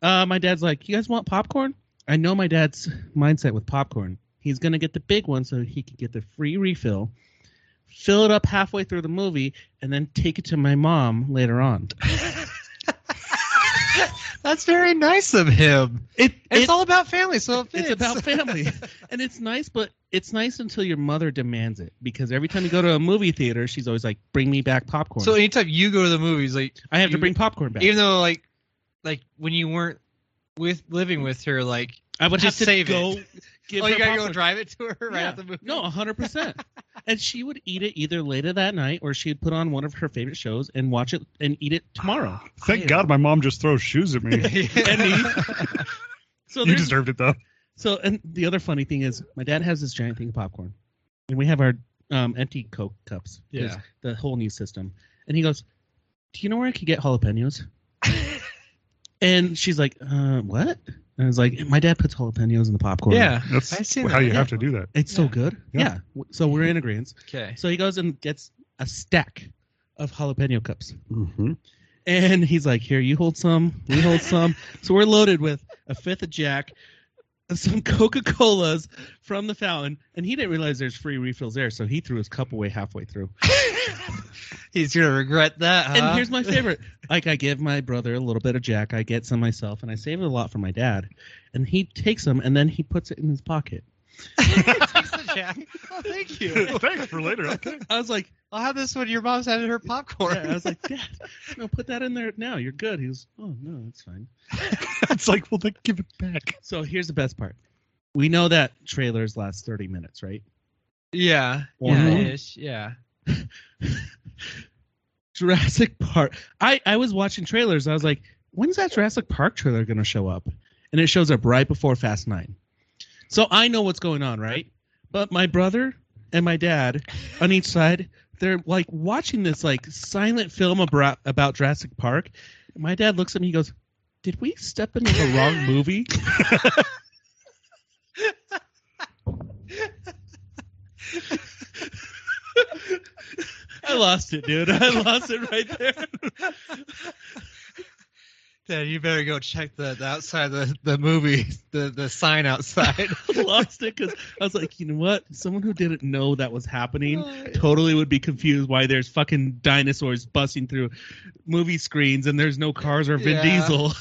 Speaker 4: uh, my dad's like, "You guys want popcorn?" I know my dad's mindset with popcorn. He's gonna get the big one so he could get the free refill, fill it up halfway through the movie, and then take it to my mom later on.
Speaker 3: That's very nice of him.
Speaker 4: It,
Speaker 3: It's
Speaker 4: it-
Speaker 3: all about family, so it
Speaker 4: it's
Speaker 3: fits.
Speaker 4: about family, and it's nice, but it's nice until your mother demands it because every time you go to a movie theater, she's always like, "Bring me back popcorn."
Speaker 3: so anytime you go to the movies, like
Speaker 4: I have to
Speaker 3: you-
Speaker 4: bring popcorn back.
Speaker 3: even though like like when you weren't with living with her, like
Speaker 4: I would
Speaker 3: Just
Speaker 4: have to
Speaker 3: save it.
Speaker 4: go. Give
Speaker 3: oh, you
Speaker 4: her
Speaker 3: gotta go
Speaker 4: popcorn.
Speaker 3: drive it to her right
Speaker 4: Yeah.
Speaker 3: at the movie.
Speaker 4: No, hundred percent. And she would eat it either later that night, or she'd put on one of her favorite shows and watch it and eat it tomorrow.
Speaker 1: Thank God my mom just throws shoes at me.
Speaker 4: So
Speaker 1: you
Speaker 4: there's-
Speaker 1: deserved it, though.
Speaker 4: so and the other funny thing is, my dad has this giant thing of popcorn, and we have our um, empty Coke cups. 'cause
Speaker 3: Yeah.
Speaker 4: the whole new system. And he goes, "Do you know where I could get jalapenos?" and she's like, uh, "What?" And I was like, "My dad puts jalapenos in the popcorn."
Speaker 3: yeah.
Speaker 1: That's
Speaker 3: I've seen
Speaker 1: how
Speaker 3: that,
Speaker 1: you
Speaker 3: yeah.
Speaker 1: have to do that.
Speaker 4: It's so
Speaker 3: Yeah.
Speaker 4: good.
Speaker 1: Yeah.
Speaker 4: Yeah. W- So we're in agreement.
Speaker 3: Okay.
Speaker 4: So he goes and gets a stack of jalapeno cups.
Speaker 1: Mm-hmm.
Speaker 4: And he's like, here, you hold some, we hold some. so we're loaded with a fifth of Jack, some Coca Cola's from the fountain. And he didn't realize there's free refills there. So he threw his cup away halfway through.
Speaker 3: He's gonna regret that. Huh?
Speaker 4: And here's my favorite. Like I give my brother a little bit of Jack, I get some myself, and I save a lot for my dad. And he takes them and then he puts it in his pocket.
Speaker 3: Jack. Oh, thank you.
Speaker 1: Thanks for later. Okay.
Speaker 4: I was like,
Speaker 3: I'll have this when your mom's having her popcorn.
Speaker 4: yeah. I was like, Dad, no, put that in there now. You're good. He was, oh no, that's fine.
Speaker 1: It's like, well, then give it back.
Speaker 4: So here's the best part. We know that trailers last 30 minutes, right?
Speaker 3: yeah.
Speaker 4: Or
Speaker 3: Yeah.
Speaker 4: more.
Speaker 3: Ish. Yeah.
Speaker 4: Jurassic Park. I, I was watching trailers. I was like, when's that Jurassic Park trailer going to show up? And it shows up right before Fast Nine. So I know what's going on, right? But my brother and my dad on each side, they're like watching this like silent film about, about Jurassic Park. My dad looks at me, he goes, Did we step into the wrong movie? I lost it, dude. I lost it right there.
Speaker 3: Dad, you better go check the, the outside of the, the movie, the, the sign outside.
Speaker 4: lost it because I was like, you know what? Someone who didn't know that was happening totally would be confused why there's fucking dinosaurs busting through movie screens and there's no cars or Vin
Speaker 3: Yeah.
Speaker 4: Diesel.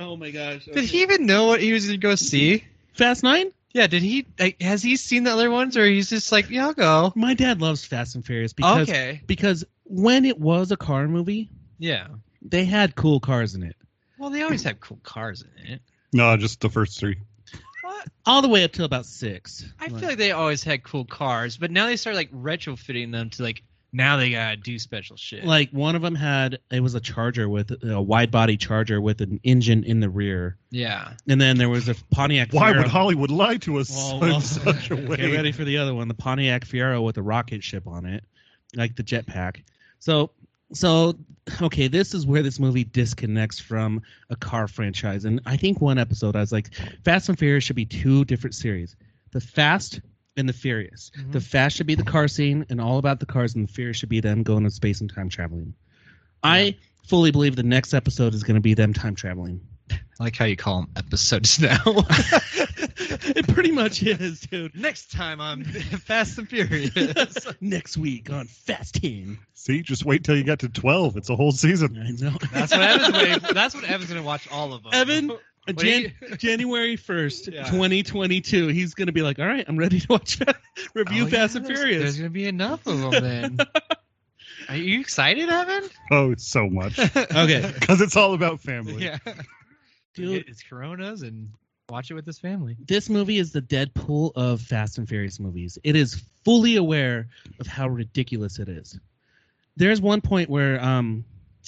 Speaker 4: Oh my gosh!
Speaker 3: did he even know what he was gonna go see?
Speaker 4: Fast Nine?
Speaker 3: Yeah, did he? Like, has he seen the other ones, or he's just like, yeah, I'll go.
Speaker 4: My dad loves Fast and Furious because
Speaker 3: okay.
Speaker 4: because when it was a car movie,
Speaker 3: Yeah.
Speaker 4: they had cool cars in it,
Speaker 3: Well, they always have cool cars in it.
Speaker 1: No, just the first three.
Speaker 4: all the way up till about six.
Speaker 3: I feel like they always had cool cars, but now they start like retrofitting them to like now they gotta do special shit.
Speaker 4: like one of them had it was a Charger with a wide body Charger with an engine in the rear.
Speaker 3: yeah,
Speaker 4: And then there was a Pontiac.
Speaker 1: Why would
Speaker 4: Fiero.
Speaker 1: Hollywood lie to us
Speaker 4: Well,
Speaker 1: in
Speaker 4: well,
Speaker 1: such a way?
Speaker 4: Get ready for the other one, the Pontiac Fiero with the rocket ship on it, like the jetpack. So, so okay, this is where this movie disconnects from a car franchise. And I think one episode I was like, Fast and Furious should be two different series: the Fast and the Furious.
Speaker 1: Mm-hmm.
Speaker 3: Mhm.
Speaker 4: The Fast should be the car scene and all about the cars, and the Furious should be them going to space and time traveling. I fully believe the next episode is going to be them time traveling.
Speaker 3: I like how you call them episodes now.
Speaker 4: it pretty much is, dude.
Speaker 3: Next time on Fast and Furious.
Speaker 4: Next week on Fasting.
Speaker 1: See, just wait till you get to twelve. It's a whole season.
Speaker 4: I know.
Speaker 3: That's what Evan's waiting. That's what Evan's gonna watch all of them.
Speaker 4: Evan,
Speaker 3: What do
Speaker 4: Jan-
Speaker 3: you-
Speaker 4: January 1st,
Speaker 3: Yeah.
Speaker 4: 2022. He's going to be like, all right, I'm ready to watch review
Speaker 3: Oh,
Speaker 4: Fast and
Speaker 3: yeah, there's- There's
Speaker 4: Furious.
Speaker 3: gonna be enough of them then. Are you excited, Evan?
Speaker 1: Oh, it's so much
Speaker 4: Okay.
Speaker 1: because it's all about family.
Speaker 3: yeah.
Speaker 4: Dude.
Speaker 3: It's Coronas and watch it with his family.
Speaker 4: This movie is the Deadpool of Fast and Furious movies. It is fully aware of how ridiculous it is. There's one point where, um,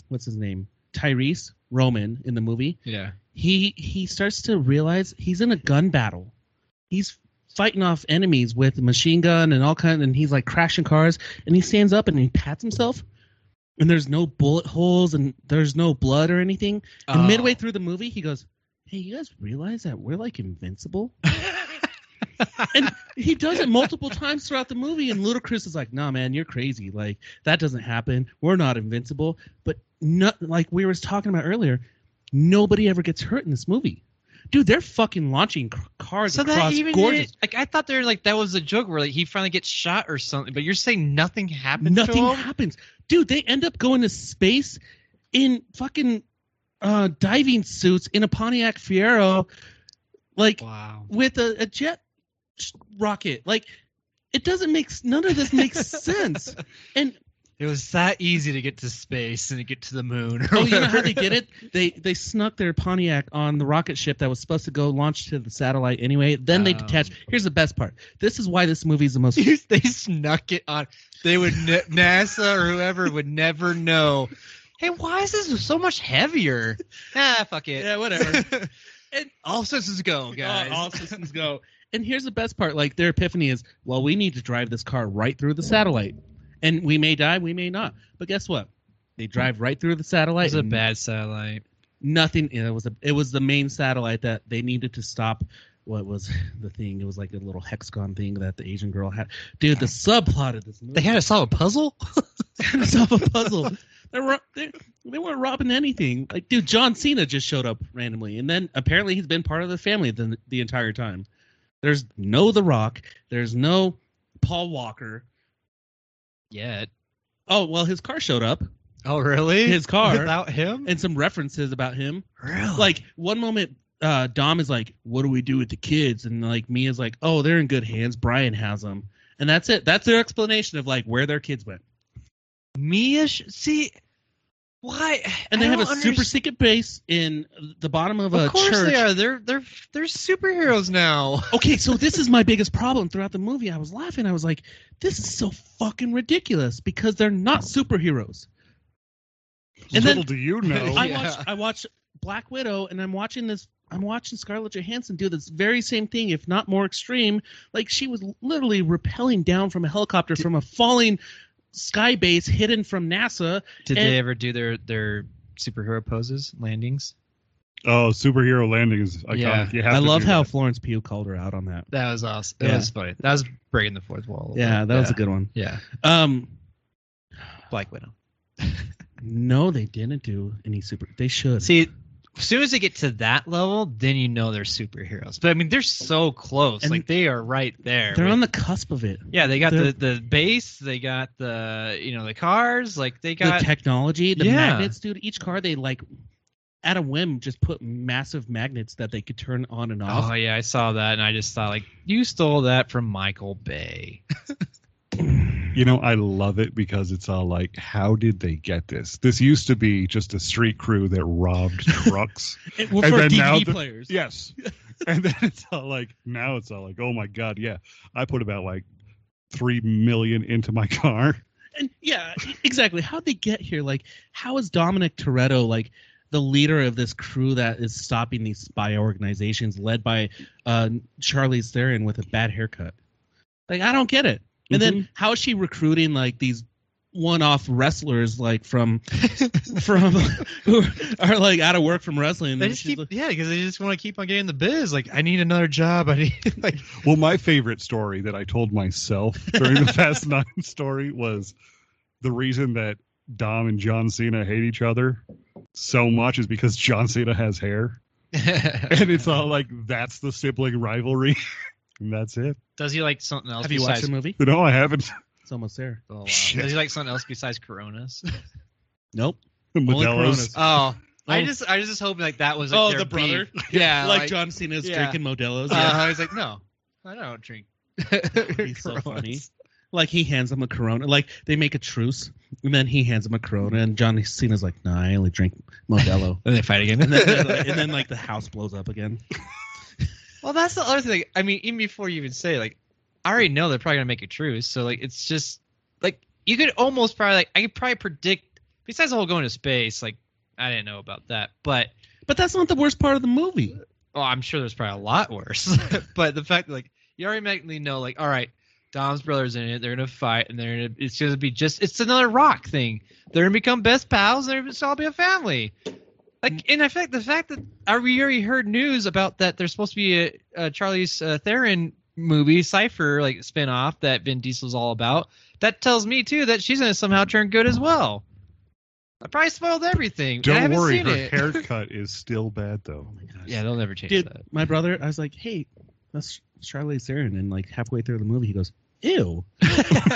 Speaker 4: what's his name? Tyrese Roman in the movie.
Speaker 3: Yeah.
Speaker 4: he he starts to realize he's in a gun battle. He's fighting off enemies with a machine gun and all kind, and he's like crashing cars. And he stands up and he pats himself, and there's no bullet holes and there's no blood or anything.
Speaker 3: Uh,
Speaker 4: And
Speaker 3: Oh.
Speaker 4: midway through the movie, he goes, "Hey, you guys realize that we're like invincible?" and he does it multiple times throughout the movie. And Ludacris is like, "Nah, man, you're crazy. Like that doesn't happen. We're not invincible." But not like we were talking about earlier. Nobody ever gets hurt in this movie, dude. They're fucking launching c- cars
Speaker 3: so that
Speaker 4: across
Speaker 3: even
Speaker 4: gorges.
Speaker 3: did- like I thought they were like that was a joke where like he finally gets shot or something, but you're saying nothing happened
Speaker 4: Nothing
Speaker 3: to him.
Speaker 4: happens, dude. They end up going to space in fucking uh, diving suits in a Pontiac Fiero, like
Speaker 3: Wow.
Speaker 4: with a, a jet sh- rocket. Like it doesn't make s- none of this makes sense. And
Speaker 3: It was that easy to get to space and to get to the moon. or
Speaker 4: oh, you know how
Speaker 3: whatever.
Speaker 4: they did it? They they snuck their Pontiac on the rocket ship that was supposed to go launch to the satellite anyway. Then they
Speaker 3: Um.
Speaker 4: detached. Here's the best part. This is why this movie is the most.
Speaker 3: You- they snuck it on. They would ne- NASA or whoever would never know. Hey, why is this so much heavier? Ah, fuck it.
Speaker 4: Yeah, whatever.
Speaker 3: and all systems go, guys.
Speaker 4: Uh, all systems go. And here's the best part. Like their epiphany is, well, we need to drive this car right through the satellite, and we may die, we may not. But guess what? They drive right through the satellite.
Speaker 3: It's a
Speaker 4: and
Speaker 3: bad satellite.
Speaker 4: nothing it was a, it was the main satellite that they needed to stop what was the thing it was like a little hexagon thing that the asian girl had dude the subplot of this movie
Speaker 3: They had to solve a puzzle.
Speaker 4: to solve a puzzle they, were, they, they weren't robbing anything like dude john cena just showed up randomly and then apparently he's been part of the family the, the entire time there's no the rock there's no paul walker
Speaker 3: Yet.
Speaker 4: oh well his car showed up
Speaker 3: Oh, really?
Speaker 4: His car.
Speaker 3: without him?
Speaker 4: and some references about him
Speaker 3: really?
Speaker 4: like one moment uh dom is like what do we do with the kids and like mia's like oh they're in good hands brian has them and that's it that's their explanation of like where their kids went
Speaker 3: Mia? sh- See, why?
Speaker 4: and they
Speaker 3: I
Speaker 4: have a
Speaker 3: don't
Speaker 4: super
Speaker 3: understand.
Speaker 4: secret base in the bottom of, a
Speaker 3: Of course
Speaker 4: church
Speaker 3: they are. They're they're they're superheroes now.
Speaker 4: okay so this is my biggest problem throughout the movie i was laughing i was like this is so fucking ridiculous because they're not superheroes And
Speaker 1: Little do
Speaker 4: then-
Speaker 1: you know.
Speaker 4: I
Speaker 3: Yeah.
Speaker 4: watch I watch Black Widow and I'm watching this I'm watching Scarlett Johansson do this very same thing, if not more extreme. Like she was literally rappelling down from a helicopter from a falling sky base hidden from NASA.
Speaker 3: Did
Speaker 4: And-
Speaker 3: they ever do their their superhero poses landings?
Speaker 1: Oh, superhero landing is iconic.
Speaker 3: Yeah.
Speaker 1: You have
Speaker 4: I
Speaker 1: to
Speaker 4: love
Speaker 1: do
Speaker 4: how
Speaker 1: that.
Speaker 4: Florence Pugh called her out on that.
Speaker 3: That was awesome. That
Speaker 4: Yeah.
Speaker 3: was funny. That was breaking the fourth wall. a little
Speaker 4: Yeah,
Speaker 3: bit.
Speaker 4: that was a good one.
Speaker 3: yeah.
Speaker 4: Um
Speaker 3: Black Widow.
Speaker 4: no, they didn't do any super they should.
Speaker 3: See, as soon as they get to that level, then you know they're superheroes. But I mean, they're so close.
Speaker 4: And-
Speaker 3: like they are right there.
Speaker 4: they're
Speaker 3: with-
Speaker 4: on the cusp of it.
Speaker 3: yeah, they got
Speaker 4: they're-
Speaker 3: the the base. They got the you know the cars. Like they
Speaker 4: the
Speaker 3: got
Speaker 4: technology, the
Speaker 3: Yeah.
Speaker 4: magnets, dude. Each car they like at a whim just put massive magnets that they could turn on and off.
Speaker 3: Oh yeah, I saw that, and I just thought like you stole that from Michael Bay.
Speaker 1: You know, I love it because it's all like, how did they get this? This used to be just a street crew that robbed trucks.
Speaker 4: And, well,
Speaker 1: Oh, And
Speaker 4: for
Speaker 1: then now
Speaker 4: DVD
Speaker 1: the-
Speaker 4: players.
Speaker 1: Yes. and then it's all like now it's all like, oh my god, yeah. I put about like three million into my car.
Speaker 4: And yeah, e, exactly. How'd they get here? Like, how is Dominic Toretto like the leader of this crew that is stopping these spy organizations led by uh Charlie Theron with a bad haircut? Like, I don't get it. And then
Speaker 3: Mm-hmm.
Speaker 4: how is she recruiting like these one-off wrestlers like from from who are like out of work from wrestling?
Speaker 3: They
Speaker 4: And
Speaker 3: just
Speaker 4: she's
Speaker 3: keep,
Speaker 4: like-
Speaker 3: yeah, because they just want to keep on getting the biz. Like, I need another job. I need like,
Speaker 1: Well, my favorite story that I told myself during the Fast Nine story was the reason that Dom and John Cena hate each other so much is because John Cena has hair. and it's all like that's the sibling rivalry. and that's it.
Speaker 3: Does he like something else
Speaker 4: Have you watched
Speaker 3: besides?
Speaker 4: the movie?
Speaker 1: You know, I haven't.
Speaker 4: It's almost there.
Speaker 3: Oh, wow.
Speaker 1: Shit.
Speaker 3: Does he like something else besides Coronas?
Speaker 4: Nope.
Speaker 1: Modelo's.
Speaker 4: Coronas.
Speaker 3: oh, I
Speaker 4: Oh.
Speaker 3: just I was just hoping like that was like,
Speaker 4: Oh,
Speaker 3: their
Speaker 4: the brother.
Speaker 3: beef. Yeah,
Speaker 4: like, John Cena's
Speaker 3: yeah.
Speaker 4: drinking Modelo's.
Speaker 3: Uh,
Speaker 4: Yeah.
Speaker 3: I was like, no, I don't drink.
Speaker 4: He's so
Speaker 3: Coronas.
Speaker 4: funny. Like he hands him a Corona. Like they make a truce, and then he hands him a Corona, and John Cena's like, "Nah, I only drink Modelo."
Speaker 3: And they fight again.
Speaker 4: and, then, they're like- and then like the house blows up again.
Speaker 3: well, that's the other thing. I mean, even before you even say like, I already know they're probably gonna make a truce. So like, it's just like you could almost probably like I could probably predict. Besides the whole going to space, like I didn't know about that, but
Speaker 4: But that's not the worst part of the movie.
Speaker 3: oh, I'm sure there's probably a lot worse. but the fact that like you already magically know, like, all right, Dom's brother's in it, they're gonna fight, and they're gonna it's gonna be just it's another rock thing. They're gonna become best pals, and they're gonna all be a family.
Speaker 1: Mm.
Speaker 3: Like, and I fact, the fact that I we already heard news about that there's supposed to be a, a Charlie's uh, Theron movie Cipher like spinoff that Vin Diesel's all about. That tells me too that she's gonna somehow turn good as well. I probably spoiled everything. and I
Speaker 1: Don't
Speaker 3: haven't
Speaker 1: worry,
Speaker 3: seen
Speaker 1: her
Speaker 3: it.
Speaker 1: haircut is still bad though.
Speaker 3: Yeah, they'll never change
Speaker 4: Dude,
Speaker 3: that.
Speaker 4: my brother, I was like, "Hey, that's Charlize Theron," and like halfway through the movie, he goes, "Ew."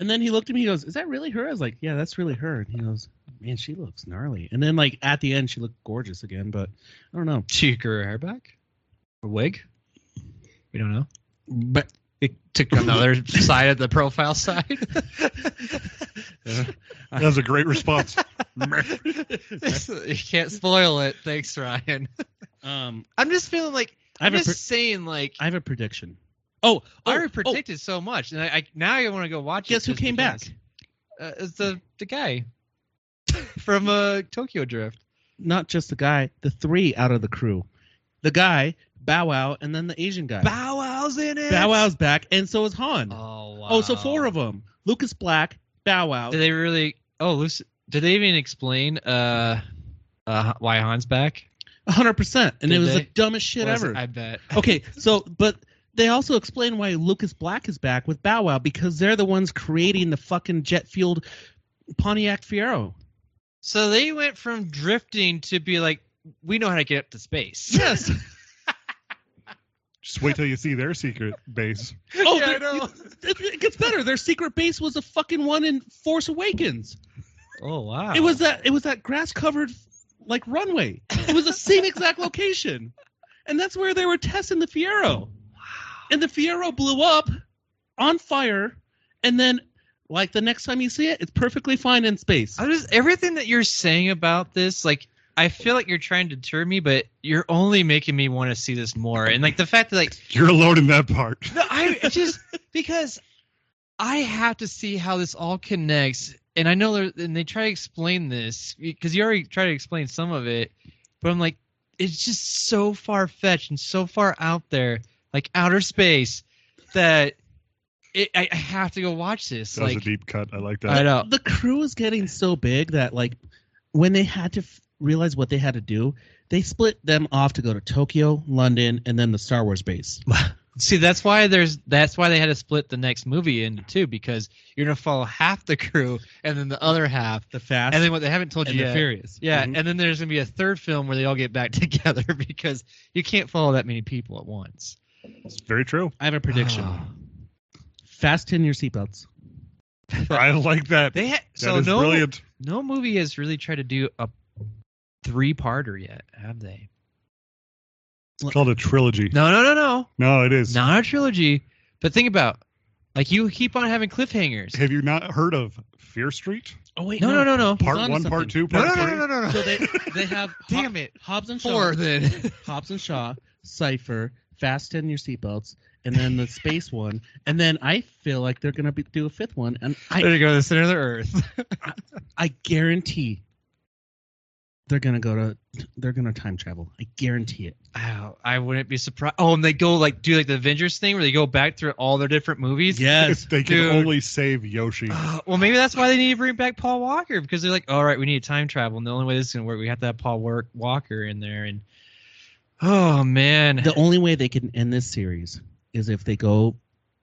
Speaker 4: And then he looked at me. He goes, "Is that really her?" I was like, "Yeah, that's really her." And he goes, "Man, she looks gnarly." And then like at the end, she looked gorgeous again. But I don't know.
Speaker 3: She grew her hair back? A wig? We don't know.
Speaker 4: But
Speaker 3: It took another side of the profile side.
Speaker 1: That was a great response.
Speaker 3: you can't spoil it. Thanks, Ryan.
Speaker 4: um,
Speaker 3: I'm just feeling like
Speaker 4: I
Speaker 3: I'm
Speaker 4: have a
Speaker 3: just
Speaker 4: pre-
Speaker 3: saying like
Speaker 4: I have a prediction. Oh,
Speaker 3: I
Speaker 4: oh,
Speaker 3: already predicted so much, and I, I now I want to go watch.
Speaker 4: Guess
Speaker 3: it
Speaker 4: who
Speaker 3: just
Speaker 4: came
Speaker 3: because. Uh, it's the the guy from uh, Tokyo Drift.
Speaker 4: oh, not just the guy, the three out of the crew, the guy Bow Wow, and then the Asian guy.
Speaker 3: Bow Wow's in it.
Speaker 4: Bow Wow's back, and so is Han.
Speaker 3: Oh wow.
Speaker 4: Oh, so four of them: Lucas Black, Bow Wow.
Speaker 3: Did they really? Oh, Lucy. Did they even explain uh, uh why Han's back?
Speaker 4: hundred percent, and
Speaker 3: Did
Speaker 4: it was
Speaker 3: they?
Speaker 4: the dumbest shit
Speaker 3: Was-
Speaker 4: ever.
Speaker 3: I bet.
Speaker 4: okay, so but they also explain why Lucas Black is back with Bow Wow because they're the ones creating the fucking jet fueled Pontiac Fiero.
Speaker 3: So they went from drifting to be like, we know how to get up to space.
Speaker 4: Yes.
Speaker 1: Just wait till you see their secret base.
Speaker 4: Oh,
Speaker 3: Yeah, I
Speaker 4: they're- It, it gets better. Their secret base was a fucking one in Force Awakens.
Speaker 3: Oh wow.
Speaker 4: It was that. It was that grass covered like runway. It was the same exact location, and that's where they were testing the Fiero. And the Fiero blew up on fire, and then like the next time you see it, it's perfectly fine in space.
Speaker 3: I just everything that you're saying about this, like I feel like you're trying to deter me, but you're only making me want to see this more. And like the fact that like
Speaker 1: You're alone in that part.
Speaker 3: No, I it's just because I have to see how this all connects, and I know they're and they try to explain this because you already tried to explain some of it, but I'm like, it's just so far fetched and so far out there, like outer space, that it, I, I have to go watch this.
Speaker 1: That was a
Speaker 3: like,
Speaker 1: deep cut. I like
Speaker 3: I
Speaker 1: that.
Speaker 3: know.
Speaker 4: Uh, the crew is getting so big that like when they had to f- realize what they had to do they split them off to go to tokyo london and then the star wars base
Speaker 3: See, that's why there's that's why they had to split the next movie into two because you're gonna follow half the crew and then the other half,
Speaker 4: the fast
Speaker 3: and then what they haven't told
Speaker 4: and
Speaker 3: you
Speaker 4: the
Speaker 3: yet.
Speaker 4: furious
Speaker 3: Yeah,
Speaker 4: Mhm.
Speaker 3: and then there's gonna be a third film where they all get back together because you can't follow that many people at once.
Speaker 1: It's very true.
Speaker 4: i have a prediction
Speaker 3: Ah.
Speaker 4: fasten your seatbelts
Speaker 1: I like that. That
Speaker 3: they ha-
Speaker 1: is
Speaker 3: so no
Speaker 1: brilliant.
Speaker 3: no movie has really tried to do a three parter yet, have they?
Speaker 1: It's called a trilogy.
Speaker 3: No, no, no, no,
Speaker 1: No, it is.
Speaker 3: not a trilogy. But think about like you keep on having cliffhangers.
Speaker 1: Have you not heard of Fear Street?
Speaker 4: oh wait
Speaker 3: No, no, no, no.
Speaker 4: He's
Speaker 1: Part
Speaker 4: onto
Speaker 1: one, part
Speaker 4: something.
Speaker 1: two, part three.
Speaker 3: no,
Speaker 4: so they they have
Speaker 3: Damn it,
Speaker 4: hobbs and shaw
Speaker 3: four then.
Speaker 4: hobbs and shaw cypher fasten your seatbelts and then the space one and then i feel like they're gonna be, do a fifth one and i
Speaker 3: There you go, the center of the earth.
Speaker 4: I guarantee they're gonna go to they're gonna time travel. I guarantee it.
Speaker 3: Ow, I wouldn't be surprised. Oh, and they go like do like the Avengers thing where they go back through all their different movies.
Speaker 1: If they can
Speaker 3: Dude.
Speaker 1: only save Yoshi.
Speaker 3: Uh, well, maybe that's why they need to bring back Paul Walker because they're like, all right, we need time travel, and the only way this is gonna work, we have to have Paul work, Walker in there. And oh man,
Speaker 4: The only way they can end this series is if they go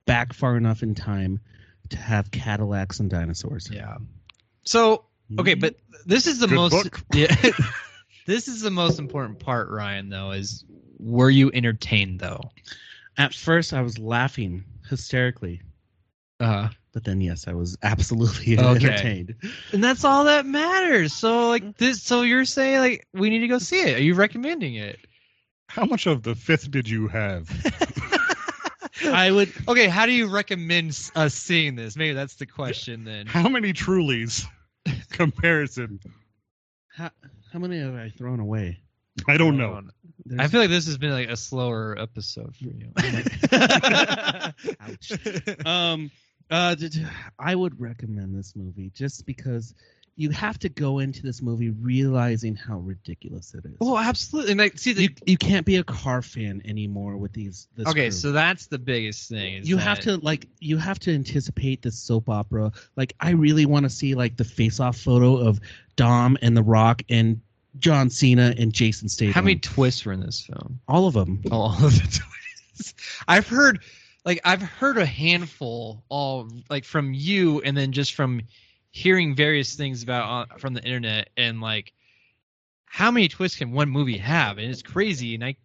Speaker 4: back far enough in time to have Cadillacs and dinosaurs.
Speaker 3: yeah. So okay, but this is the
Speaker 1: Good
Speaker 3: most
Speaker 1: book.
Speaker 3: yeah. This is the most important part, Ryan. Though, is were you entertained though?
Speaker 4: At first, I was laughing hysterically,
Speaker 3: Uh,
Speaker 4: but then yes, I was absolutely
Speaker 3: Okay.
Speaker 4: entertained.
Speaker 3: and that's all that matters. So like this, so you're saying like we need to go see it. Are you recommending it?
Speaker 1: How much of the fifth did you have?
Speaker 4: I would
Speaker 3: Okay, how do you recommend s- us seeing this? Maybe that's the question then.
Speaker 1: How many Trulies? Comparison.
Speaker 4: How, how many have I thrown away?
Speaker 1: I don't know.
Speaker 4: There's,
Speaker 3: I feel like this has been like a slower episode for you.
Speaker 4: um, uh, d- d- I would recommend this movie just because you have to go into this movie realizing how ridiculous it is.
Speaker 3: well, absolutely. And like, see, the,
Speaker 4: you, you can't be a car fan anymore with these. This
Speaker 3: okay,
Speaker 4: crew.
Speaker 3: so that's the biggest thing. is
Speaker 4: you have
Speaker 3: that-
Speaker 4: to like you have to anticipate this soap opera. Like I really want to see like the face-off photo of Dom and The Rock and John Cena and Jason Statham.
Speaker 3: How many twists were in this film?
Speaker 4: All of them.
Speaker 3: All of the twists. I've heard, like, I've heard a handful, all like from you, and then just from hearing various things about on, from the internet, and like, how many twists can one movie have? And it's crazy. And I,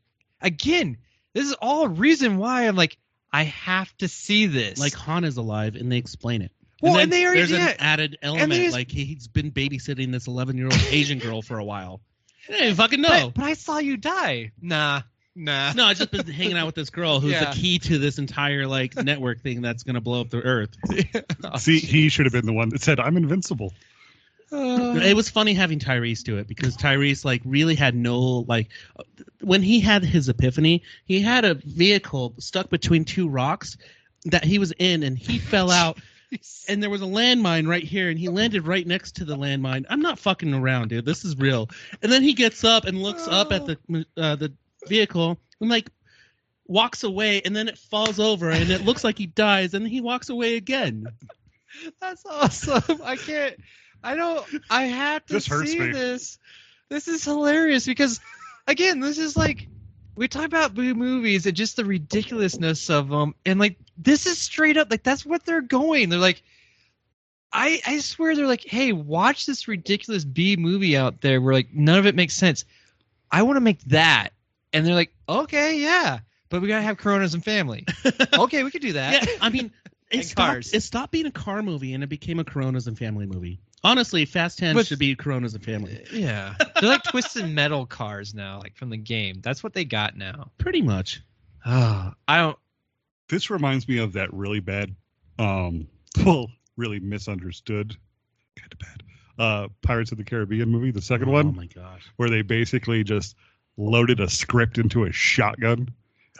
Speaker 3: again, this is all reason why I'm like, I have to see this.
Speaker 4: Like Han is alive, and they explain it.
Speaker 3: well,
Speaker 4: then
Speaker 3: and, they already
Speaker 4: there's
Speaker 3: did.
Speaker 4: an
Speaker 3: it.
Speaker 4: added element,
Speaker 3: there's-
Speaker 4: like he- he's been babysitting this 11 year old Asian girl for a while. I didn't fucking know.
Speaker 3: But, but I saw you die. Nah, nah.
Speaker 4: No, I've just been hanging out with this girl who's
Speaker 3: Yeah.
Speaker 4: the key to this entire like network thing that's gonna blow up the earth.
Speaker 1: See, he should have been the one that said, "I'm invincible."
Speaker 4: It was funny having Tyrese do it because Tyrese like really had no like when he had his epiphany, he had a vehicle stuck between two rocks that he was in and he fell out and there was a landmine right here and he landed right next to the landmine. I'm not fucking around, dude. This is real. And then he gets up and looks up at the uh, the vehicle and like walks away and then it falls over and it looks like he dies and then he walks away again.
Speaker 3: That's awesome. I can't. I don't. I have to
Speaker 1: This hurts
Speaker 3: see
Speaker 1: me.
Speaker 3: this. This is hilarious because, again, this is like we talk about boo movies and just the ridiculousness of them, and like this is straight up like that's what they're going. They're like. I, I swear they're like, hey, watch this ridiculous B movie out there where like none of it makes sense. I want to make that, and they're like, okay, yeah, but we gotta have Coronas and family. okay, we could do that.
Speaker 4: yeah, I mean, it
Speaker 3: And
Speaker 4: stopped,
Speaker 3: cars.
Speaker 4: it stopped being a car movie and it became a Coronas and Family movie. Honestly, Fast 10
Speaker 3: But- Uh,
Speaker 4: should be Coronas and Family.
Speaker 3: Yeah. They're like twisted metal cars now, like from the game. That's what they got now.
Speaker 4: Pretty much.
Speaker 3: Oh, I don't.
Speaker 1: This reminds me of that really bad, um, well, really misunderstood, kind of bad, uh, Pirates of the Caribbean movie, the second
Speaker 4: Oh
Speaker 1: one,
Speaker 4: my gosh.
Speaker 1: where they basically just loaded a script into a shotgun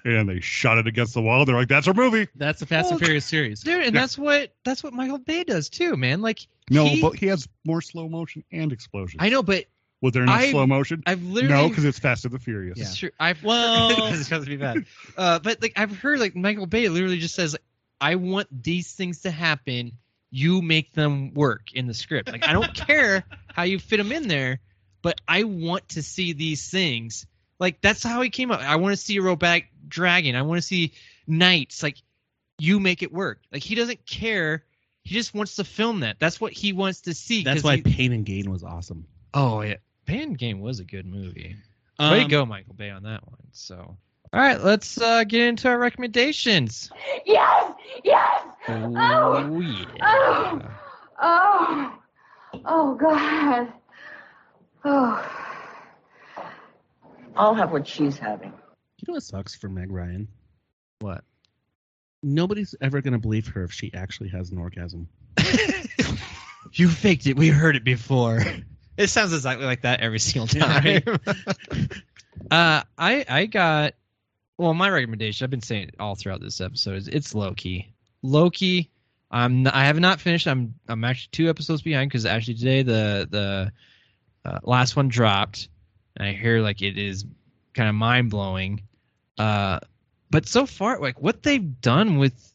Speaker 1: and they shot it against the wall. They're like, "That's our movie."
Speaker 4: That's the Fast and
Speaker 3: Well,
Speaker 4: Furious series.
Speaker 3: Dude, and
Speaker 1: Yeah.
Speaker 3: that's what that's what Michael Bay does too, man. Like
Speaker 1: No,
Speaker 3: he-
Speaker 1: but he has more slow motion and explosions.
Speaker 3: I know, but
Speaker 1: Was there no
Speaker 3: I-
Speaker 1: slow motion?
Speaker 3: I've
Speaker 1: No,
Speaker 3: literally
Speaker 1: because it's Fast and the Furious.
Speaker 3: It's true. I've
Speaker 4: Well-
Speaker 3: this is supposed to be bad. Uh, but like I've heard, like Michael Bay literally just says, like, "I want these things to happen. You make them work in the script. Like I don't care how you fit them in there, but I want to see these things. Like that's how he came up. I want to see a roback dragon. I want to see knights. Like you make it work. Like he doesn't care. He just wants to film that. That's what he wants to see.
Speaker 4: That's
Speaker 3: 'cause
Speaker 4: why
Speaker 3: he-
Speaker 4: Pain and Gain was awesome.
Speaker 3: oh yeah, Pan Game was a good movie. Way to
Speaker 4: Um,
Speaker 3: go, Michael Bay, on that one. So, all right, let's uh, get into our recommendations.
Speaker 8: Yes! Yes!
Speaker 3: Oh, yeah.
Speaker 8: Oh! Oh! Oh, God. Oh. I'll have what she's having.
Speaker 4: You know what sucks for Meg Ryan?
Speaker 3: What?
Speaker 4: Nobody's ever going to believe her if she actually has an orgasm.
Speaker 3: you faked it. We heard it before. It sounds exactly like that every single time. uh, I I got well, my recommendation. I've been saying it all throughout this episode. Is it's Loki. Loki. I'm n- I have not finished. I'm I'm actually two episodes behind because actually today the the uh, last one dropped. And I hear like it is kind of mind blowing. Uh, but so far, like what they've done with,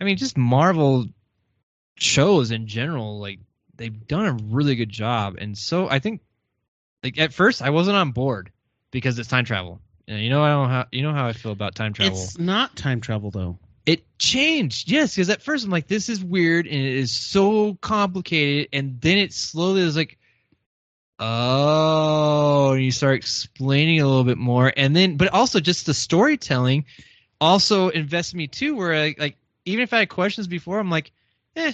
Speaker 3: I mean, just Marvel shows in general, like they've done a really good job. And so I think, like at first, I wasn't on board because it's time travel. And you know, I don't how you know how I feel about time travel
Speaker 4: It's not time travel, though.
Speaker 3: it changed yes because at first i'm like this is weird and it is so complicated and then it slowly was like oh and you you start explaining a little bit more, and then but also just the storytelling also invests me too. Where I, like even if I had questions before, I'm like, eh,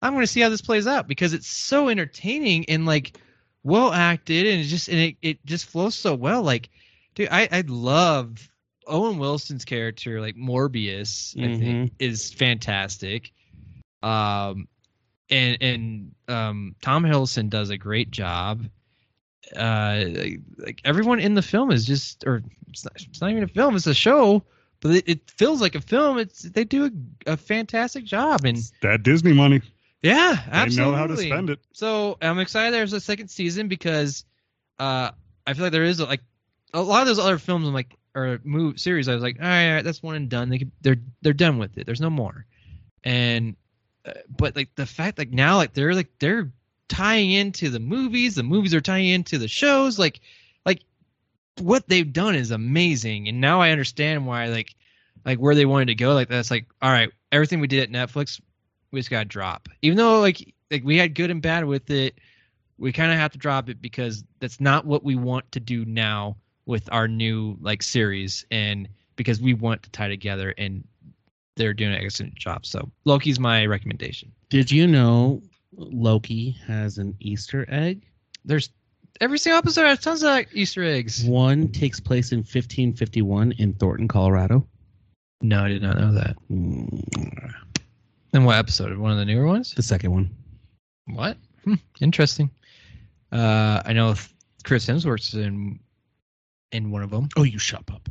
Speaker 3: I'm going to see how this plays out because it's so entertaining and like well acted, and it just and it, it just flows so well. Like, dude, I I love Owen Wilson's character, like Morbius. I think is fantastic. Um, and and um, Tom Hiddleston does a great job. Uh, like, like everyone in the film is just, or it's not, it's not even a film; it's a show, but it, it feels like a film. It's they do a, a fantastic job, and
Speaker 1: That Disney money.
Speaker 3: yeah,
Speaker 1: They
Speaker 3: absolutely.
Speaker 1: know how to spend it.
Speaker 3: So I'm excited there's a second season because uh, I feel like there is like a lot of those other films. I'm like or move series. I was like, all right, all right, that's one and done. They could, they're they're done with it. There's no more. And uh, but like the fact like now like they're like they're tying into the movies. The movies are tying into the shows. Like like what they've done is amazing. And now I understand why like like where they wanted to go. Like that's like all right, everything we did at Netflix, we just got to drop. Even though like like we had good and bad with it, we kind of have to drop it because that's not what we want to do now with our new like series and because we want to tie together and they're doing an excellent job. So Loki's my recommendation.
Speaker 4: Did you know Loki has an Easter egg?
Speaker 3: There's every single episode has tons of like, Easter eggs.
Speaker 4: One takes place in 1551 in Thornton, Colorado.
Speaker 3: No, I did not know that.
Speaker 4: Mm,
Speaker 3: And what episode? One of the newer ones?
Speaker 4: The second one.
Speaker 3: What? Hmm, interesting. Uh, I know th- Chris Hemsworth's in in one of them.
Speaker 4: Oh, you shut up.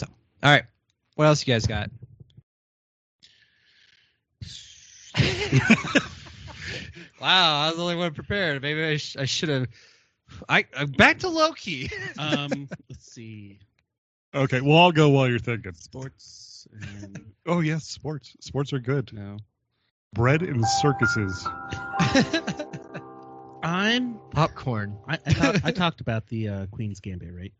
Speaker 3: All right. What else you guys got? wow, I was the only one prepared. Maybe I, sh- I should have. I uh, back to Loki.
Speaker 4: Um, let's see.
Speaker 1: Okay, well I'll go while you're thinking.
Speaker 4: Sports. And,
Speaker 1: Oh yes, sports. Sports are good.
Speaker 4: no.
Speaker 1: Bread and circuses.
Speaker 4: I'm.
Speaker 3: Popcorn.
Speaker 4: I, I, thought, I talked about the uh, Queen's Gambit, right?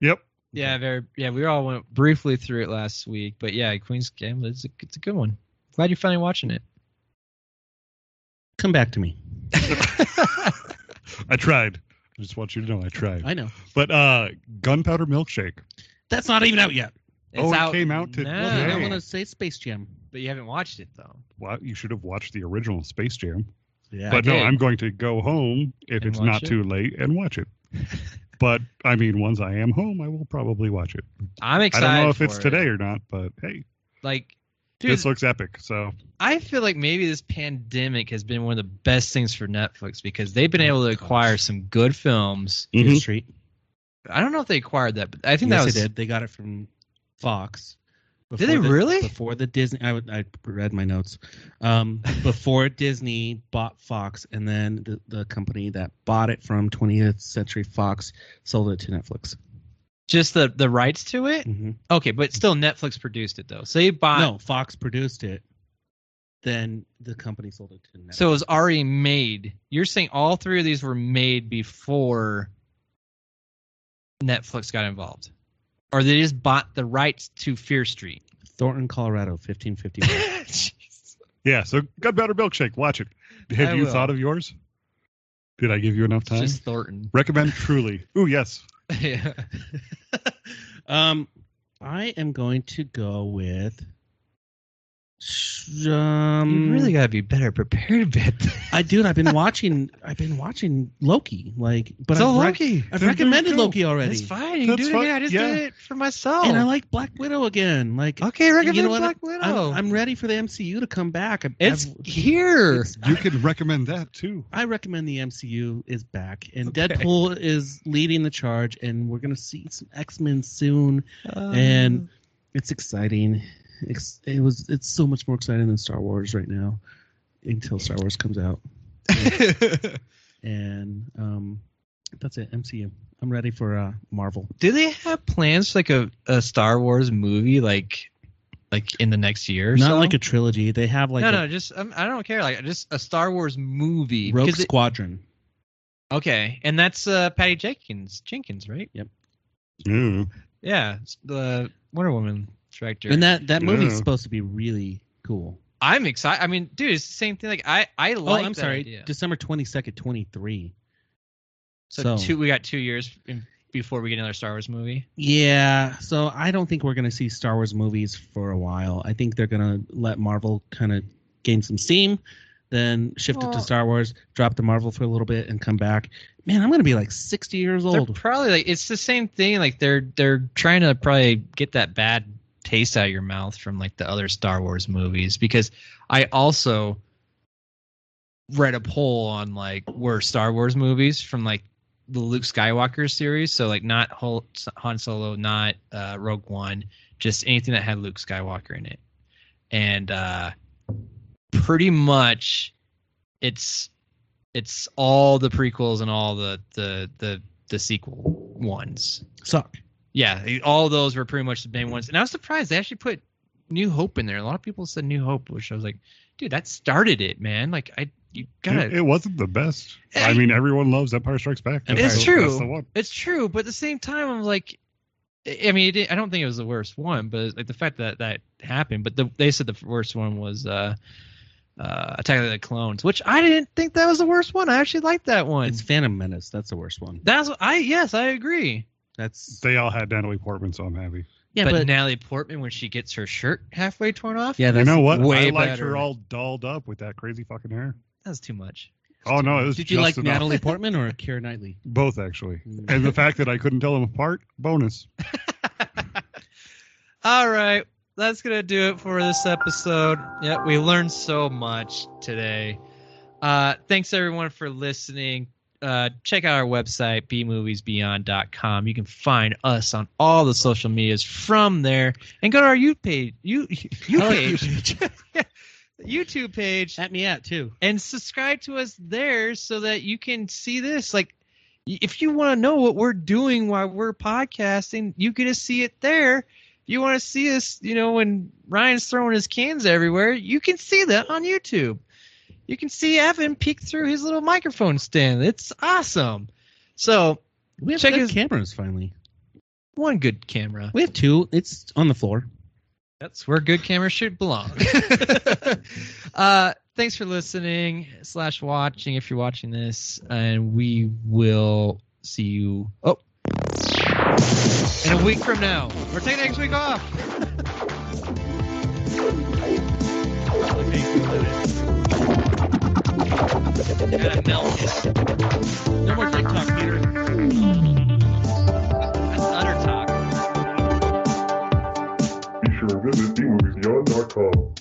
Speaker 1: Yep.
Speaker 3: Yeah, very. Yeah, we all went briefly through it last week, but yeah, Queen's Gambit. It's a, it's a good one. Glad you're finally watching it.
Speaker 4: Come back to me.
Speaker 1: I tried. I just want you to know I tried.
Speaker 4: I know.
Speaker 1: But uh Gunpowder Milkshake.
Speaker 4: That's not even out yet.
Speaker 1: Oh, it came out today.
Speaker 3: now,
Speaker 4: Well, then Uh, I
Speaker 1: Hey.
Speaker 4: want to say Space Jam.
Speaker 3: but you haven't watched it though.
Speaker 1: Well, you should have watched the original Space Jam.
Speaker 4: Yeah.
Speaker 1: but no,
Speaker 3: did.
Speaker 1: I'm going to go home if
Speaker 3: And
Speaker 1: it's not
Speaker 3: watch it?
Speaker 1: too late and watch it. but I mean, once I am home, I will probably watch it.
Speaker 3: I'm excited.
Speaker 1: I don't know if it's
Speaker 3: for it.
Speaker 1: today or not, but hey,
Speaker 3: Like, dude,
Speaker 1: this looks epic. So
Speaker 3: I feel like maybe this pandemic has been one of the best things for Netflix because they've been able to acquire some good films.
Speaker 4: Fear
Speaker 1: Mhm.
Speaker 4: Street.
Speaker 3: I don't know if they acquired that, but I think
Speaker 4: yes,
Speaker 3: that was
Speaker 4: they did. They got it from Fox.
Speaker 3: Did they
Speaker 4: Before the-
Speaker 3: really?
Speaker 4: Before the Disney, I, would- I read my notes. Um, before Disney bought Fox, and then the, the company that bought it from 20th Century Fox sold it to Netflix.
Speaker 3: just the the rights to it.
Speaker 4: Mm-hmm.
Speaker 3: Okay, but still Netflix produced it though, so they bought.
Speaker 4: no, Fox produced it. Then the company sold it to Netflix.
Speaker 3: So it was already made. You're saying all three of these were made before Netflix got involved, or they just bought the rights to Fear Street.
Speaker 4: Thornton, Colorado, 1551.
Speaker 3: Jeez.
Speaker 1: yeah, so Gunpowder Milkshake, watch it. Have
Speaker 3: I
Speaker 1: you
Speaker 3: will.
Speaker 1: thought of yours? Did I give you enough time?
Speaker 3: just Thornton.
Speaker 1: Recommend truly. Ooh, yes.
Speaker 3: yeah.
Speaker 4: um, I am going to go with. Um,
Speaker 3: you really gotta be better prepared, bit.
Speaker 4: I dude, I've been watching. I've been watching Loki. Like, but
Speaker 3: so
Speaker 4: I've, rec-
Speaker 3: lucky.
Speaker 4: I've
Speaker 1: Then
Speaker 4: recommended
Speaker 1: there you go.
Speaker 4: Loki already,
Speaker 3: That's fine. Oh. You can
Speaker 1: That's
Speaker 3: do it
Speaker 1: fine,
Speaker 3: again. I just
Speaker 1: yeah.
Speaker 3: did it for myself.
Speaker 4: and I like Black Widow again. Like,
Speaker 3: okay, recommend
Speaker 4: what?
Speaker 3: Black Widow.
Speaker 4: I'm, I'm ready for the MCU to come back. I,
Speaker 3: it's
Speaker 4: I've-
Speaker 3: here.
Speaker 4: it's-
Speaker 1: You can recommend that too.
Speaker 4: I recommend the MCU is back, and
Speaker 3: Okay.
Speaker 4: Deadpool is leading the charge, and we're gonna see some X Men soon,
Speaker 3: Oh.
Speaker 4: and it's exciting. It's, it was. It's so much more exciting than Star Wars right now, until Star Wars comes out. and um, that's it. MCU. I'm ready for uh, Marvel.
Speaker 3: do they have plans for like a, a Star Wars movie like like in the next year? Or
Speaker 4: Not
Speaker 3: so?
Speaker 4: like a trilogy. They have like
Speaker 3: no,
Speaker 4: a
Speaker 3: no, just um, I don't care. Like just a Star Wars movie.
Speaker 4: Rogue
Speaker 3: because it-
Speaker 4: Squadron.
Speaker 3: okay, and that's uh, Patty Jenkins, Jenkins, right?
Speaker 1: Mm.
Speaker 3: Yeah, it's the Wonder Woman director.
Speaker 4: And that that movie's
Speaker 1: Yeah.
Speaker 4: supposed to be really cool.
Speaker 3: I'm excited. I mean, dude, it's the same thing. Like I, I like.
Speaker 4: oh, I'm
Speaker 3: that
Speaker 4: sorry.
Speaker 3: idea.
Speaker 4: December 22nd, 23.
Speaker 3: So,
Speaker 4: So-
Speaker 3: two, we got two years in before we get another Star Wars movie.
Speaker 4: Yeah, so I don't think we're going to see Star Wars movies for a while. I think they're going to let Marvel kind of gain some steam, then shift it
Speaker 3: Well-
Speaker 4: to Star Wars, drop the Marvel for a little bit, and come back. Man, I'm going to be like 60 years
Speaker 3: They're
Speaker 4: old.
Speaker 3: probably like it's the same thing. Like they're they're trying to probably get that bad taste out of your mouth from like the other Star Wars movies because I also read a poll on like were Star Wars movies from like the Luke Skywalker series. So like not Hol- Han Solo, not uh, Rogue One, just anything that had Luke Skywalker in it, and uh, pretty much it's it's all the prequels and all the the the the sequel ones.
Speaker 4: Suck.
Speaker 3: Yeah, all those were pretty much the main ones. And I was surprised they actually put New Hope in there. A lot of people said New Hope, which I was like, dude, that started it, man. Like I you gotta
Speaker 1: It, it wasn't the best. I mean, everyone loves Empire Strikes Back.
Speaker 4: It's
Speaker 1: That's the-
Speaker 3: true.
Speaker 1: That's the one.
Speaker 3: It's true, but at the same time, I'm like, I I mean, it didn't, I don't think it was the worst one, but like the fact that that happened. But the, they said the worst one was uh, uh, Attack of the Clones, which I didn't think that was the worst one. I actually liked that one.
Speaker 4: It's Phantom Menace. That's the worst one.
Speaker 3: That's what I yes, I agree.
Speaker 4: That's
Speaker 1: They all had Natalie Portman, so I'm happy.
Speaker 4: yeah,
Speaker 3: but,
Speaker 4: but,
Speaker 3: Natalie Portman, when she gets her shirt halfway torn off,
Speaker 4: yeah,
Speaker 1: You
Speaker 4: that's
Speaker 1: know what?
Speaker 3: way
Speaker 1: I liked
Speaker 3: better.
Speaker 1: her all dolled up with that crazy fucking hair.
Speaker 3: that's too much.
Speaker 1: Oh no, it was
Speaker 4: Did you
Speaker 1: just
Speaker 4: like
Speaker 1: enough.
Speaker 4: Natalie Portman or Kira Knightley?
Speaker 1: Both actually, and the fact that I couldn't tell them apart, bonus.
Speaker 3: All right, that's gonna do it for this episode. Yeah, we learned so much today. Uh, thanks everyone for listening. Uh, check out our website bmoviesbeyond.com. You can find us on all the social medias from there, and go to our YouTube page. You, you
Speaker 4: Oh,
Speaker 3: page. YouTube page
Speaker 4: At me at too.
Speaker 3: and subscribe to us there so that you can see this like y- if you want to know what we're doing while we're podcasting you get to see it there if you want to see us you know when ryan's throwing his cans everywhere you can see that on youtube you can see evan peek through his little microphone stand it's awesome so
Speaker 4: We have
Speaker 3: Check
Speaker 4: good
Speaker 3: his-
Speaker 4: cameras finally.
Speaker 3: one good camera
Speaker 4: We have two. It's on the floor.
Speaker 3: That's where good cameras should belong. uh, thanks for listening slash watching if you're watching this, and we will see you. Oh, in a week from now, we're taking next week off. Gotta melt it.
Speaker 4: No more TikTok, Peter.
Speaker 3: That's utter talk.
Speaker 2: Be sure to visit bmoviesbeyond.com.